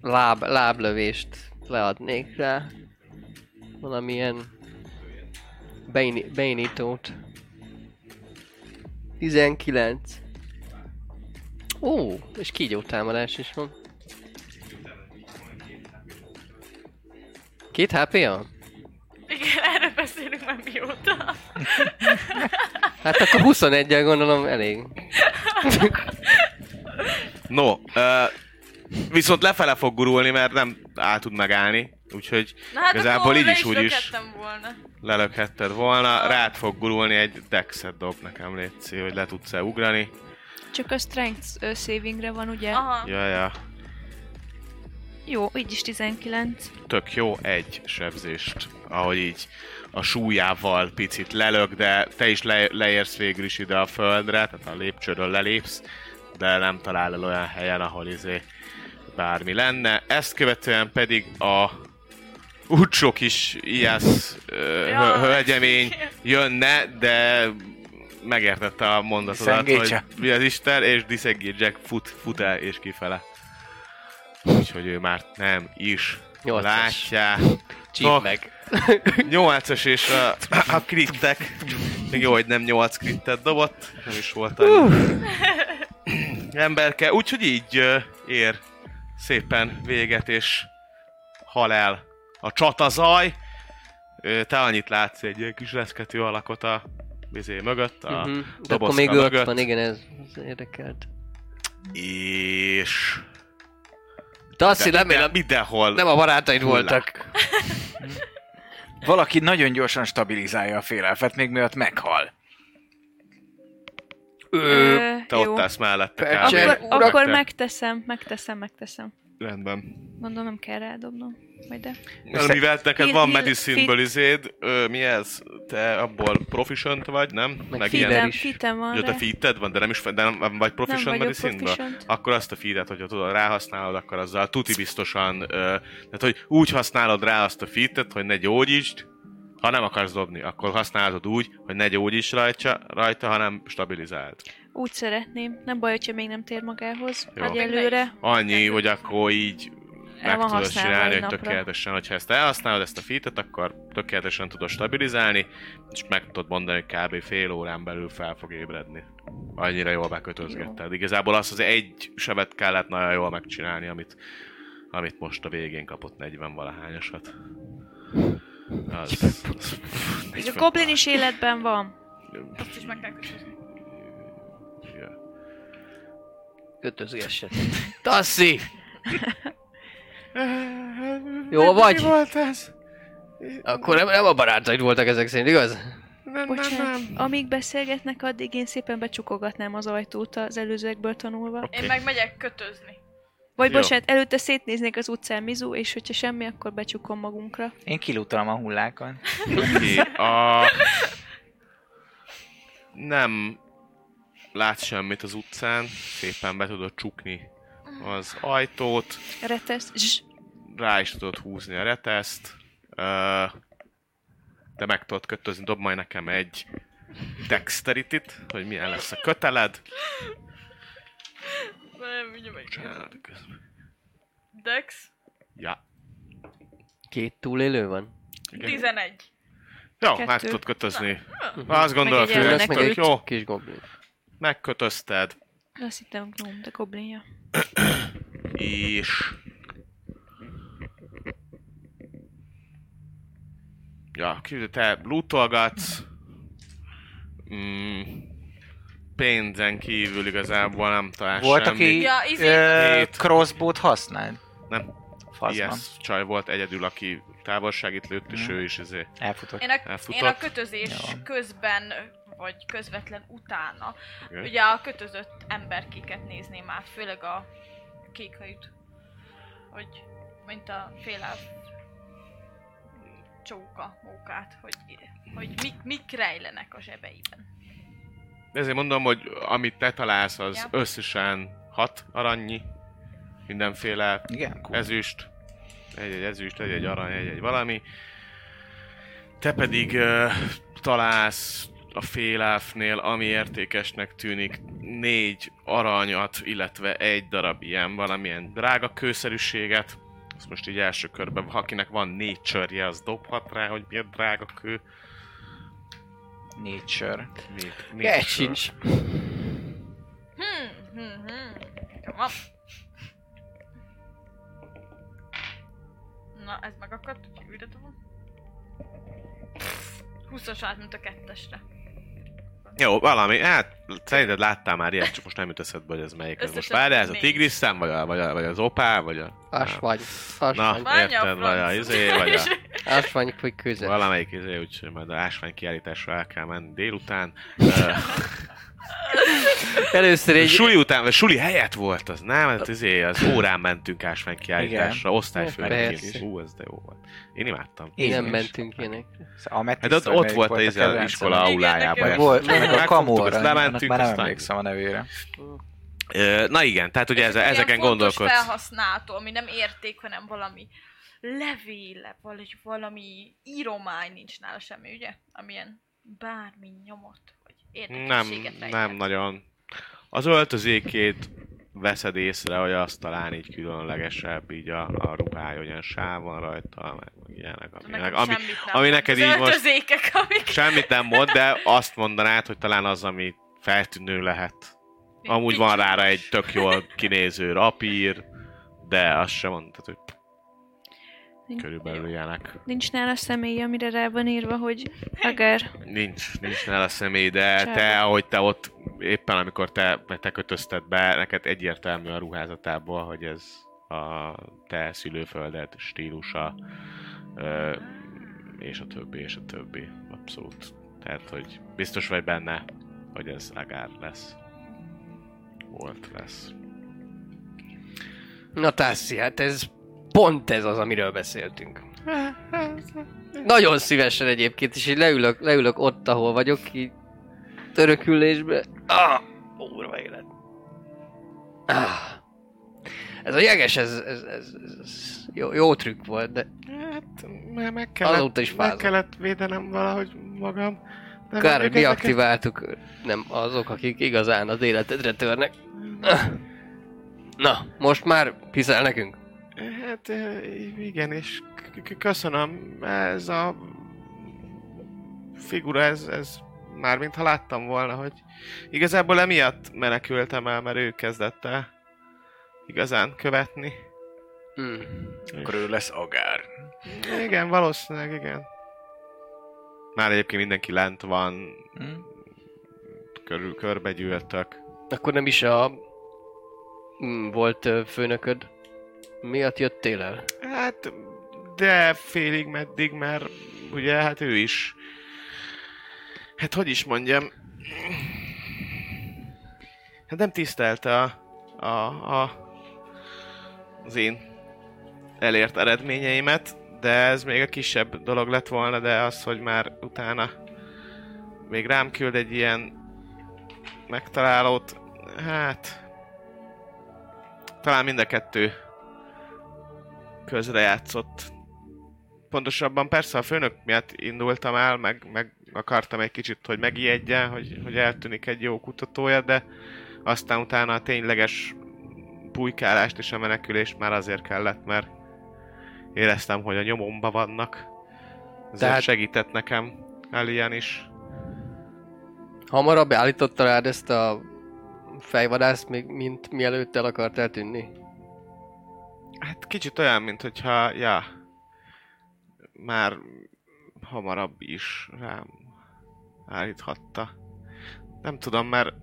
D: láb, láblövést leadnék rá. Valamilyen beini, beinítót. 19. Ó, és kígyó támadás is van. Két HP-ja?
G: Igen, erről beszélünk már mióta.
D: Hát akkor 21-el gondolom elég.
C: No, ö, viszont lefele fog gurulni, mert nem áll tud megállni. Úgyhogy
G: Na hát
C: igazából
G: akkor
C: így
G: le
C: is, úgy is.
G: lökhettem volna.
C: lelökhetted volna, rád fog gurulni egy dexet dob nekem, létszi, hogy le tudsz-e ugrani.
F: Csak a strength ö, savingre van, ugye?
G: Aha.
C: Ja, ja.
F: Jó, így is 19.
C: tök jó egy sebzést, ahogy így a súlyával picit lelök, de te is le, leérsz végül is ide a földre, tehát a lépcsőről lelépsz, de nem talál el olyan helyen, ahol izé bármi lenne. Ezt követően pedig a utcsó kis ijász
G: Ja.
C: ja. hölgyemény jönne, de megértette a mondatodat, hogy
E: Disengage-e.
C: mi az Isten, és diszengédzsek, fut, fut el és kifele. Úgyhogy ő már nem is
D: Nyolcas.
C: látják.
D: Csíp
C: Tok.
D: meg.
C: 8-as és a, a krittek. Még jó, hogy nem 8 krittet dobott. Nem is volt annyi. Emberke. Úgyhogy így ö, ér szépen véget, és hal el a csatazaj. Ö, Te annyit látsz egy ilyen kis reszkető alakot a vizé mögött, a
D: Mhm. De
C: dobozka
D: akkor még ő ott
C: mögött.
D: van, igen, ez, ez érdekelt.
C: És...
D: Tassi,
C: de-
D: remélem,
C: mindenhol.
D: nem a barátaid
C: hullák.
D: voltak.
E: Valaki nagyon gyorsan stabilizálja a félelfet, még mielőtt meghal.
D: Ő...
C: Te
F: jó.
C: ott állsz mellette.
D: Percse.
C: kb.
F: Akkor,
D: Urak,
F: akkor
C: Mellette.
F: megteszem, megteszem, megteszem.
C: Rendben.
F: Gondolom nem kell rádobnom. Majd de.
C: Össze... Mivel neked
F: Heal,
C: van
F: heal,
C: medicinből izéd, ö, mi ez? Te abból proficient vagy, nem? Meg,
D: feeder
F: Fitem,
D: is.
F: fitem van
C: Jó, te
F: rá.
C: feeded van, de nem is fe- de nem, nem vagy
F: Nem
C: proficient
F: vagyok
C: medicinből?
F: proficient.
C: Akkor azt a feedet, hogyha tudod, ráhasználod, akkor azzal tuti biztosan, ö, tehát hogy úgy használod rá azt a feedet, hogy ne gyógyítsd, ha nem akarsz dobni, akkor használod úgy, hogy ne gyógyíts rajta, rajta hanem stabilizáld.
F: Úgy szeretném. Nem baj, hogyha még nem tér magához.
C: Jó.
G: Hát
F: Jó. előre.
C: Annyi, hogy akkor így
F: El
C: meg
F: van
C: tudod
F: használva
C: csinálni,
F: egy
C: hogy
F: napra.
C: tökéletesen, hogyha ezt elhasználod, ezt a fitet, akkor tökéletesen tudod stabilizálni, és meg tudod mondani, hogy kb. fél órán belül fel fog ébredni. Annyira jól bekötözgetted. Igazából azt az egy sebet kellett nagyon jól megcsinálni, amit, amit most a végén kapott 40 valahányosat. Az, az,
F: És a goblin is életben van.
G: Azt is meg kell köszönni.
C: Ja.
D: Kötözgessen. Tassi! Jó vagy?
C: volt ez?
D: Akkor nem, nem a barátaid voltak ezek szerint, igaz?
C: Nem,
F: Bocsánat. Amíg beszélgetnek, addig én szépen becsukogatnám az ajtót az előzőekből tanulva.
C: Oké.
G: Én meg megyek kötözni.
F: Vagy
C: Jó.
F: bocsánat, előtte szétnéznék az utcán mizu, és hogyha semmi, akkor becsukom magunkra.
E: Én kilútolom a hullákon.
C: Oké, a... Nem látsz semmit az utcán, szépen be tudod csukni az ajtót,
F: Retesz. Zs.
C: rá is tudod húzni a reteszt, ö, de meg tudod kötözni, dob majd nekem egy dexterity hogy milyen lesz a köteled.
G: Nem, ugye meg
C: Csinálod közben.
G: Dex.
C: Ja.
D: Két túlélő van.
C: Igen.
G: 11.
C: Jó, meg
F: Kettő.
C: tudod kötözni. Azt gondolod,
F: Megegyelő
C: hogy ez
D: meg
C: tök
D: egy
C: jó.
D: kis goblin.
C: Megkötözted,
F: Azt hittem, gnóm, de goblinja.
C: És... Ja, kívül te lootolgatsz. Mm, pénzen kívül igazából nem találsz
E: Volt,
C: semmit.
E: aki
G: Ja, izé-
E: ö,
C: Hát Hét.
E: crossbow-t használ?
C: Nem.
E: Faszban. Mhm.
C: Yes, csaj volt egyedül, aki távolságit lőtt, és ő is ezért.
E: Elfutott.
G: Én a,
C: Elfutott.
G: én a kötözés
E: Jó.
G: közben, vagy közvetlen utána,
C: Igen.
G: ugye a kötözött emberkéket nézném át, főleg a kékhajút. Hogy, mint a félelv csóka, mókát, hogy, hogy mik, mik rejlenek a zsebeiben.
C: Ezért mondom, hogy amit te találsz, az
G: Ja.
C: összesen hat arannyi. Mindenféle
E: Igen,
C: Hát-
E: cool.
C: ezüst, egy-egy ezüst, egy-egy arany, egy-egy valami. Te pedig uh, találsz a féláfnél, ami értékesnek tűnik, négy aranyat, illetve egy darab ilyen valamilyen drága kőszerűséget. Ezt most így első körben, ha akinek van négy csörje, az dobhat rá, hogy miért drága kő.
E: Nature.
C: Négy, négy
D: Egy
C: sör.
D: sincs.
G: Hmm, hmm, hmm. Come on. Na, ez megakadt, úgyhogy újra tudom. 20-as átment a kettesre.
C: Jó, valami, hát szerinted láttál már ilyet, csak most nem jut eszedbe, hogy ez melyik. Ez most
G: Összesen
C: várjál, ez a
G: négy.
C: tigris szem, vagy, a, vagy, a, vagy az opál, vagy a...
D: Ásvány.
C: Na,
D: Ásvány.
G: Ványa a
C: érted, vagy a
G: franc.
C: izé, vagy a...
D: Ásvány fogy kőzet.
C: Valamelyik izé, úgyhogy majd a ásvány kiállításra el kell menni délután. Ö,
D: Először
C: Egy...
D: egy...
C: Suli után, vagy suli helyett volt az, nem? Hát izé, az órán mentünk ásványkiállításra, osztályfőnként
D: Persze.
C: is. Ú, ez de jó volt. Én imádtam.
D: Én nem
E: is.
D: mentünk ilyenek.
E: Szóval A
C: Hát ott, ott volt az iskola aulájában.
G: Igen,
C: ezt.
E: Volt, meg a
C: Megfogtuk,
E: kamóra,
C: azt
E: annak
C: lementünk,
E: már nem
C: aztán...
E: emlékszem a nevére.
C: Ö, Na igen, tehát ugye ezzel,
G: Ilyen
C: ezeken
G: fontos
C: gondolkodsz.
G: felhasználtó, ami nem érték, hanem valami levéle, vagy valami íromány nincs nála semmi, ugye? Amilyen bármi nyomot, vagy
C: Nem,
G: érdekességet rejtett.
C: nem nagyon. Az öltözékét veszed észre, hogy az talán így különlegesebb, így a, a ruhája olyan sáv van rajta, meg, meg ilyenek,
G: Nekem
C: aminek, ami,
G: semmit nem
C: ami
G: mond.
C: neked
G: Az
C: így most
G: öltözékek, amik...
C: semmit nem mond, de azt mondanád, hogy talán az, ami feltűnő lehet. Amúgy van rá rá egy tök jól kinéző rapír, de azt sem mondtad, hogy körülbelül ilyenek.
F: Nincs nála személy, amire rá van írva, hogy Agar.
C: Nincs, nincs nála személy, de
F: Semmi.
C: te, ahogy te ott, éppen amikor te, te kötözted be, neked egyértelmű a ruházatából, hogy ez a te szülőföldet stílusa, ö, és a többi, és a többi, abszolút. Tehát, hogy biztos vagy benne, hogy ez agár lesz. Volt lesz.
D: Na Tászi, hát ez pont ez az, amiről beszéltünk. Nagyon szívesen egyébként, és így leülök, leülök ott, ahol vagyok, így törökülésbe. Ah, úrva élet. Ah. Ez a jeges, ez, ez, ez, ez jó, jó trükk volt, de
C: Hát, mert meg
D: Azóta is meg fázom.
C: kellett védenem valahogy magam.
D: kár, hogy mi aktiváltuk, nem azok, akik igazán az életedre törnek. Ah. Na, most már hiszel nekünk?
C: Hát ö, igen, és k- k- köszönöm, ez a figura, ez, ez már mintha láttam volna, hogy igazából emiatt menekültem el, mert ő kezdett el igazán követni.
D: Hmm.
E: Akkor ő lesz agár.
C: Igen, valószínűleg igen. Már egyébként mindenki lent van,
E: Hm?
C: körül körbegyűltök.
D: Akkor nem is a mm, volt ö, főnököd miatt jöttél el?
C: Hát, de félig meddig, mert ugye hát ő is. Hát hogy is mondjam? Hát nem tisztelte a, a, a az én elért eredményeimet, de ez még a kisebb dolog lett volna, de az, hogy már utána még rám küld egy ilyen megtalálót, hát talán mind a kettő közrejátszott. Pontosabban persze a főnök miatt indultam el, meg, meg akartam egy kicsit, hogy megijedjen, hogy, hogy eltűnik egy jó kutatója, de aztán utána a tényleges bujkálást és a menekülést már azért kellett, mert éreztem, hogy a nyomomba vannak. Ez
D: Tehát-
C: Tehát... segített nekem Elian is.
D: Hamarabb állította rád ezt a fejvadászt, még mint mielőtt el akart eltűnni?
C: Hát kicsit olyan, mint hogyha, ja, már hamarabb is rám állíthatta. Nem tudom, mert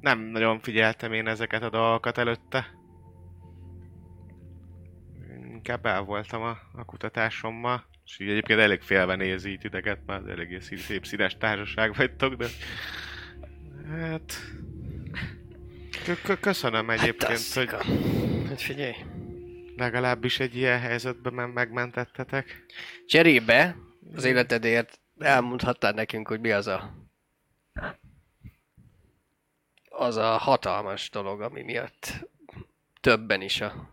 C: nem nagyon figyeltem én ezeket a dolgokat előtte. Inkább el voltam a, a kutatásommal. És így egyébként elég félve nézi itt ideket, már elég szín, szép színes társaság vagytok, de... Hát... kö- kö- Köszönöm
D: Hát
C: egyébként, hogy
D: Tasszika. Hát figyelj.
C: legalábbis egy ilyen helyzetben men- megmentettetek.
D: Cserébe az életedért elmondhattad nekünk, hogy mi az a az a hatalmas dolog, ami miatt többen is a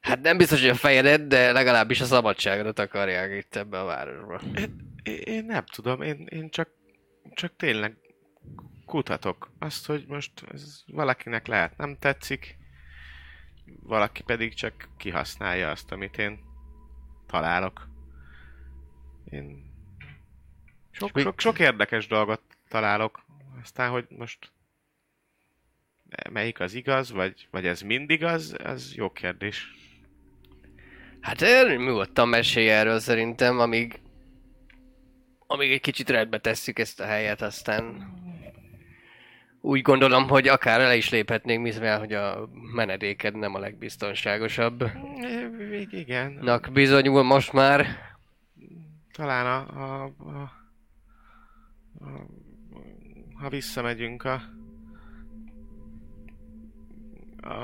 D: Hát nem biztos, hogy a fejedet, de legalábbis a szabadságodat akarják itt ebbe a városba.
C: É- Én nem tudom, én, én csak, csak tényleg kutatok azt, hogy most ez valakinek lehet nem tetszik, valaki pedig csak kihasználja azt, amit én találok. Én sok,
D: Mi-
C: sok, sok érdekes dolgot találok, aztán, hogy most melyik az igaz, vagy, vagy ez mindig az, az jó kérdés.
D: Hát erről nyugodtan mesélj erről szerintem, amíg amíg egy kicsit rendbe tesszük ezt a helyet, aztán úgy gondolom, hogy akár le is léphetnénk, mivel hogy a menedéked nem a legbiztonságosabbnak
C: Hm, É, Igen.
D: bizonyul most már.
C: Talán a, a, a, a, ha visszamegyünk a... a...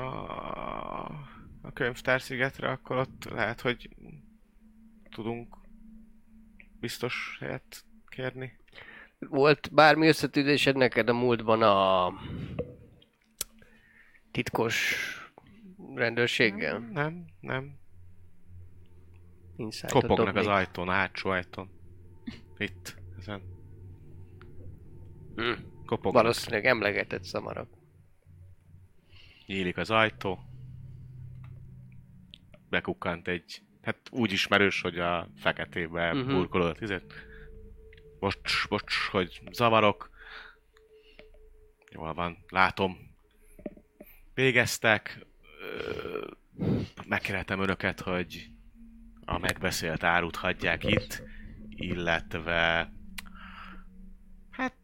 C: a könyvtárszigetre, akkor ott lehet, hogy tudunk biztos helyet kérni.
D: Volt bármi összetűzésed neked a múltban a titkos rendőrséggel?
C: Nem, nem.
D: Insight-ot
C: Kopognak az
D: dobnék.
C: ajtón, a hátsó ajtón. Itt, ezen.
D: Hm.
C: Kopognak.
D: Valószínűleg emlegetett szamarok.
C: Nyílik az ajtó. Bekukkant egy, hát úgy ismerős, hogy a feketébe
D: Mhm.
C: uh-huh. burkolódott tizet. Bocs, bocs, hogy zavarok. Jól van, látom. Végeztek. Ö, Megkérhetem önöket, hogy a megbeszélt árut hagyják itt, illetve hát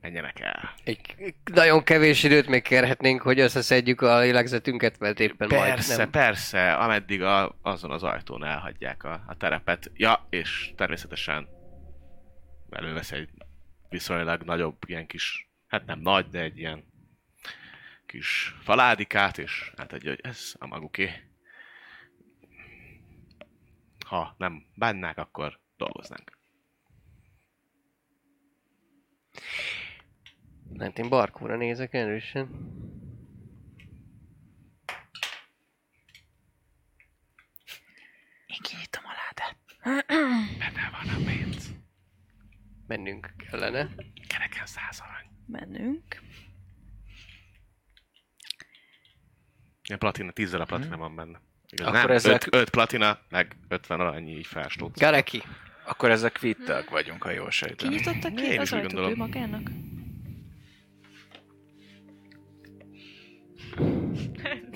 C: menjenek el.
D: Egy nagyon kevés időt még kérhetnénk, hogy összeszedjük a lélegzetünket, mert éppen
C: Persze,
D: majd nem.
C: persze, ameddig a, azon az ajtón elhagyják a, a terepet. Ja, és természetesen elővesz egy viszonylag nagyobb, ilyen kis, hát nem nagy, de egy ilyen kis faládikát, és hát egy, hogy ez a maguké. Ha nem bánnák, akkor dolgoznánk.
D: Hát én barkóra nézek erősen.
E: Én kinyitom a ládát.
C: Benne van a pénz.
D: Mennünk kellene.
C: Kereken száz arany.
F: Mennünk.
C: Ilyen platina, tízzel a platina van benne. Igaz,
E: Mhm. Akkor
C: nem,
E: ezzel-
C: öt, öt platina, meg 50 arany így felstót.
D: Gareki!
E: Akkor ezek kvittek vagyunk, ha jól sejtem.
F: Kinyitotta ki
C: Én
F: az
C: is úgy
F: ajtót ő
C: gondolom.
F: magának?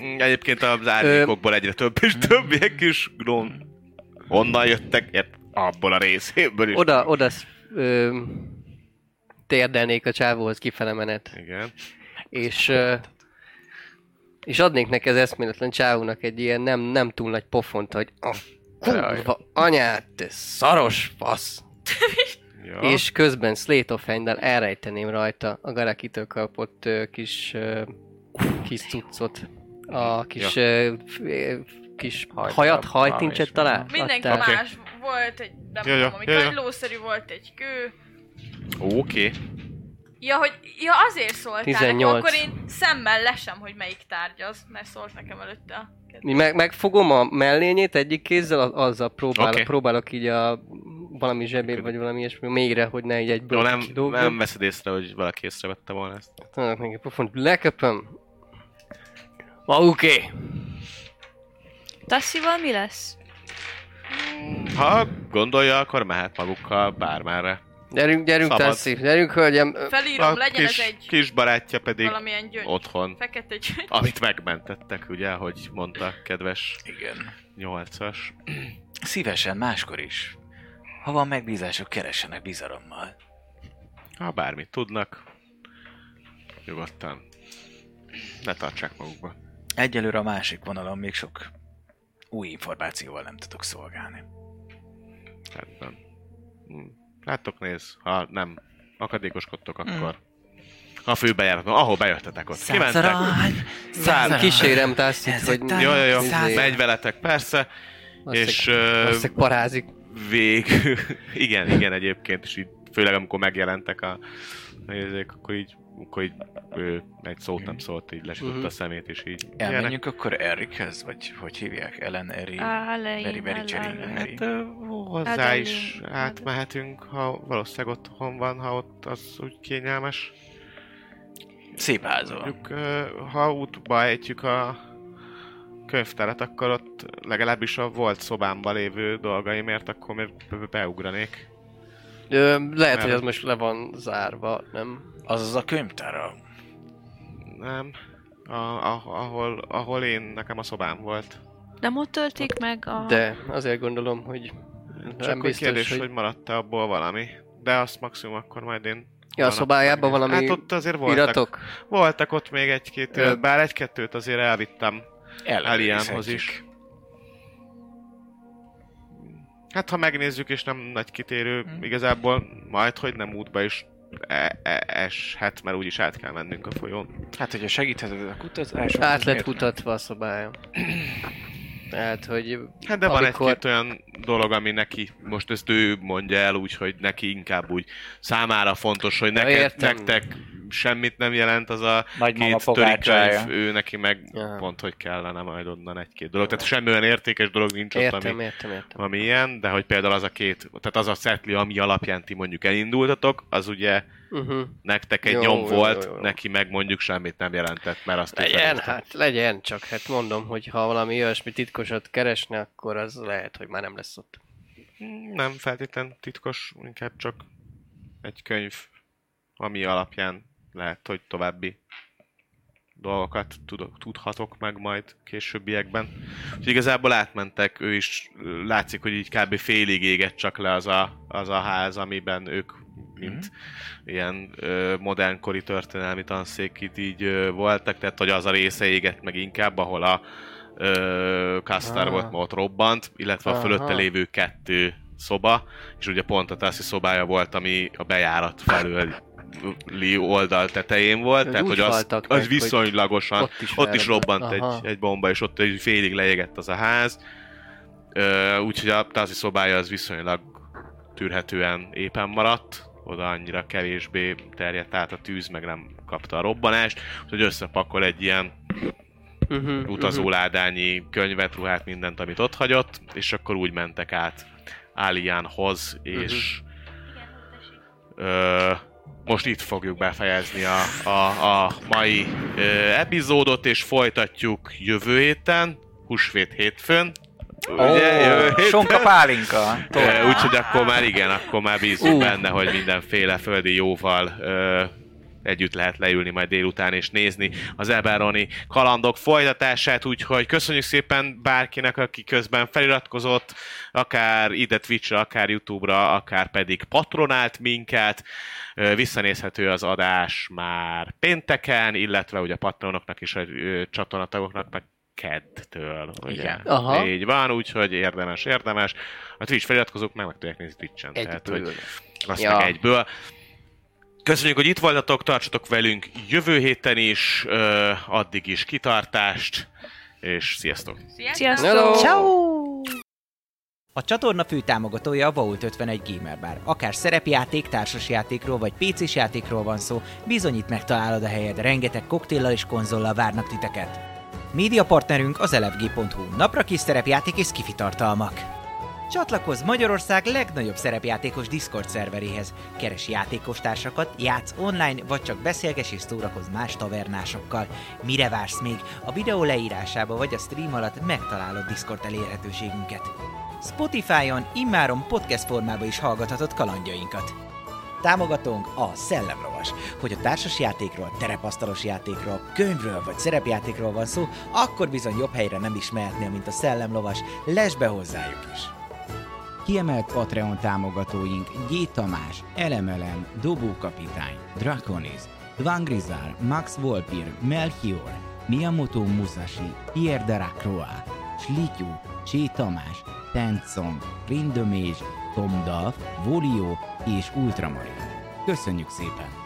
C: Mm, Egyébként az árnyékokból egyre több és több ilyen kis grón. Honnan jöttek? Ért, abból a részéből is.
D: Oda, oda sz- ö, térdelnék a csávóhoz kifele menet,
C: Igen.
D: és, ö, és adnék neki az eszméletlen csávónak egy ilyen nem, nem túl nagy pofont, hogy a kurva anyát, te szaros fasz!
C: Ja.
D: És közben Slate of Hand-del elrejteném rajta a Garakitől kapott ö, kis, ö, kis cuccot. A kis, ö, f- ö, kis
E: Hajt-
D: hajat,
E: valami
D: hajtincset
E: ismi.
D: talál?
G: Mindenki
D: adtál?
C: Oké.
G: más. Volt egy, nem
C: Ja, ja,
G: tudom, ami
C: ja, ja.
G: kagylószerű volt egy kő.
C: Oké.
G: Ja, hogy ja, azért szóltál
D: 18.
G: nekem, akkor én szemmel lesem, hogy melyik tárgy az, mert szólt nekem előtte a kedves.
D: Mi Meg, megfogom a mellényét egyik kézzel, a- azzal próbálok,
C: Oké.
D: okay. próbálok így a valami zsebér, vagy valami ilyesmi mélyre, hogy ne így egyből
C: Jó, nem,
D: kidobjam.
C: nem veszed észre, hogy valaki észrevette volna ezt.
D: Tudnak neki pofont, leköpöm. Ma oké.
F: Tasszival mi lesz?
C: Ha gondolja, akkor mehet magukkal bármerre.
D: Gyerünk, gyerünk,
C: Szabad.
D: Tasszi, gyerünk, hölgyem. Ö,
G: Felírom, legyen
C: kis,
G: ez egy
C: kis barátja pedig
G: valamilyen gyöngy.
C: otthon,
G: Fekete gyöngy.
C: amit megmentettek, ugye, hogy mondta kedves
E: Igen.
C: nyolcas.
E: Szívesen máskor is. Ha van megbízások, keressenek bizarommal.
C: Ha bármit tudnak, nyugodtan ne tartsák magukba.
E: Egyelőre a másik vonalon még sok új információval nem tudok szolgálni.
C: Rendben. Hm. Láttok, néz, ha nem akadékoskodtok, akkor a főbejáraton, ahol bejöttetek ott. Kimentek.
D: Szám, kísérem Tassit,
E: Ezek
D: hogy...
E: tán-
C: Jó, jó, jó,
D: Izé,
C: megy veletek, persze.
D: Aztán-
C: és ö,
D: aztán parázik.
C: végül, igen, igen egyébként, és így, főleg amikor megjelentek a nézők, akkor így, akkor így ő egy szót nem szólt, így lesütött
D: Mhm.
C: a szemét, és így ilyenek.
E: Elmenjünk akkor Erikhez, vagy hogy hívják? Ellen Eri. Very,
F: Álein,
E: very chilling.
F: álein.
C: Hát ö, hozzá
F: Adalin-
C: is
F: Adalin.
C: átmehetünk, ha valószínűleg otthon van, ha ott az úgy kényelmes.
E: Szép házol.
C: Mondjuk, ö, ha útba ejtjük a könyvtárat, akkor ott legalábbis a volt szobámban lévő dolgaimért, akkor még be- beugranék.
D: Ö, lehet, hogy
C: Nem.
D: az most le van zárva, nem?
E: Azaz a könyvtára.
C: Nem? A, a, ahol, ahol én, nekem a szobám volt.
F: Nem ott töltik meg a...
D: De azért gondolom, hogy
C: Csak
D: nem
C: hogy
D: biztos,
C: kérdés, hogy...
D: hogy...
C: maradt-e abból valami. De azt maximum akkor majd én...
D: Ja, a
C: holnap
D: szobájában
C: megnézem.
D: valami
C: Hát ott azért voltak,
D: iratok.
C: voltak ott még egy-két,
D: Ö-
C: Ö... bár egy-kettőt azért elvittem Eliánhoz
E: Ellenőrizhetjük.
C: is. Hát ha megnézzük, és nem nagy kitérő, igazából majd, hogy nem útba is e- e- eshet, mert úgyis át kell mennünk a folyón.
E: Hát, hogyha segítheted a kutatás,
D: Át lett kutatva a szobája. Tehát, hogy
C: Hát de van
D: Amikor-
C: egy-két olyan dolog, ami neki, most ezt ő mondja el úgy, hogy neki inkább úgy számára fontos, hogy neked,
D: értem.
C: nektek semmit nem jelent az a
E: Nagy mama
C: két törikönyv,
E: pogácsája.
C: ő neki meg
D: Aha.
C: pont, hogy kellene majd onnan egy-két dolog. Tehát semmi olyan értékes dolog nincs ott, ami
D: értem, értem, értem.
C: ami ilyen, de hogy például az a két, tehát az a szetli, ami alapján ti mondjuk elindultatok, az ugye
D: Uh-huh.
C: nektek egy
D: Jó,
C: jó, nyom
D: jó,
C: jó, volt, jó,
D: jó, jó.
C: jó. neki meg mondjuk semmit nem jelentett, mert azt ő
D: Legyen,
C: felírta.
D: hát legyen, csak hát mondom, hogy ha valami olyasmi titkosat keresne, akkor az lehet, hogy már nem lesz ott.
C: Nem feltétlen titkos, inkább csak egy könyv, ami alapján lehet, hogy további dolgokat tudok, tudhatok meg majd későbbiekben. Úgyhogy igazából átmentek, ő is ö, látszik, hogy így kb. félig égett csak le az a, az a ház, amiben ők mint
D: Mhm.
C: ilyen ö, modernkori történelmi tanszék itt így ö, voltak, tehát hogy az a része égett meg inkább, ahol a ö, Kastár
D: Ah.
C: volt, ma ott robbant, illetve a
D: Aha.
C: fölötte lévő kettő szoba, és ugye pont a Tassi szobája volt, ami a bejárat felüli oldal tetején volt,
D: Úgy
C: tehát hogy az,
D: haltak meg,
C: az
D: hogy
C: viszonylagosan
D: ott is
C: ott is
D: felrobbant.
C: robbant egy,
D: Aha.
C: egy bomba, és ott egy félig leégett az a ház. Ö, Úgyhogy a tázi szobája az viszonylag tűrhetően éppen maradt, oda annyira kevésbé terjedt át a tűz, meg nem kapta a robbanást, úgyhogy összepakol egy ilyen
D: Uh-huh,
C: utazóládányi könyvet, ruhát, mindent, amit ott hagyott, és akkor úgy mentek át Áliánhoz, és ö, most itt fogjuk befejezni a, a, a mai ö, epizódot, és folytatjuk jövő héten, húsvét hétfőn, ugye, jövő
E: Ó,
C: héten.
E: sonka pálinka.
C: Ö, Úgyhogy akkor már igen, akkor már bízunk benne, hogy mindenféle földi jóval ö, együtt lehet leülni majd délután és nézni az Eberoni kalandok folytatását, úgyhogy köszönjük szépen bárkinek, aki közben feliratkozott, akár ide Twitchre, akár Youtube-ra, akár pedig patronált minket. Ö, Visszanézhető az adás már pénteken, illetve ugye a patronoknak is, a ö, csatornatagoknak meg keddtől. Ugye?
E: Igen.
D: Aha.
C: Így van, úgyhogy érdemes, érdemes. A Twitch feliratkozók meg meg tudják nézni Twitch-en. Tehát, hogy azt
D: Ja.
C: ja. egyből. Köszönjük, hogy itt voltatok, tartsatok velünk jövő héten is, ö, addig is kitartást, és sziasztok!
F: Sziasztok!
D: Hello!
A: Ciao! A csatorna fő támogatója a Vault 51 Gamer Bar. Akár szerepjáték, társasjátékról vagy pc játékról van szó, bizony itt megtalálod a helyed, rengeteg koktéllal és konzollal várnak titeket. Média partnerünk az elefg.hu, napra kis szerepjáték és kifi tartalmak. Csatlakozz Magyarország legnagyobb szerepjátékos Discord szerveréhez. Keres játékostársakat, játsz online, vagy csak beszélges és szórakozz más tavernásokkal. Mire vársz még? A videó leírásába vagy a stream alatt megtalálod Discord elérhetőségünket. Spotify-on immáron podcast formában is hallgathatod kalandjainkat. Támogatónk a Szellemlovas. Hogy a társas játékról, terepasztalos játékról, könyvről vagy szerepjátékról van szó, akkor bizony jobb helyre nem is mehetnél, mint a Szellemlovas. Lesz be hozzájuk is!
B: Kiemelt Patreon támogatóink G. Tamás, Elemelem, Dobókapitány, Draconis, Dvangrizar, Max Volpir, Melchior, Miyamoto Musashi, Pierre de Racroa, Slityu, Csé Tamás, Tencong, Rindomés, Tomdav, Volio és Ultramarin. Köszönjük szépen!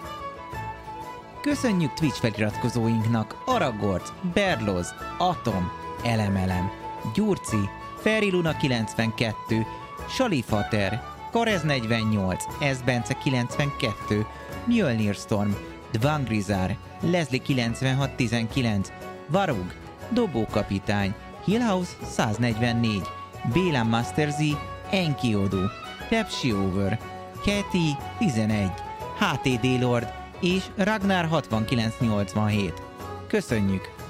A: Köszönjük Twitch feliratkozóinknak Aragorc, Berloz, Atom, Elemelem, Gyurci, Feriluna 92, Salifater, Karez 48, Ezbence 92, Mjölnir Storm, Dvangrizár, Leslie 9619, Varug, Dobókapitány, Hillhouse 144, Béla Masterzi, Enkiodu, Pepsi Over, Keti 11, HTD Lord és Ragnar 6987. Köszönjük!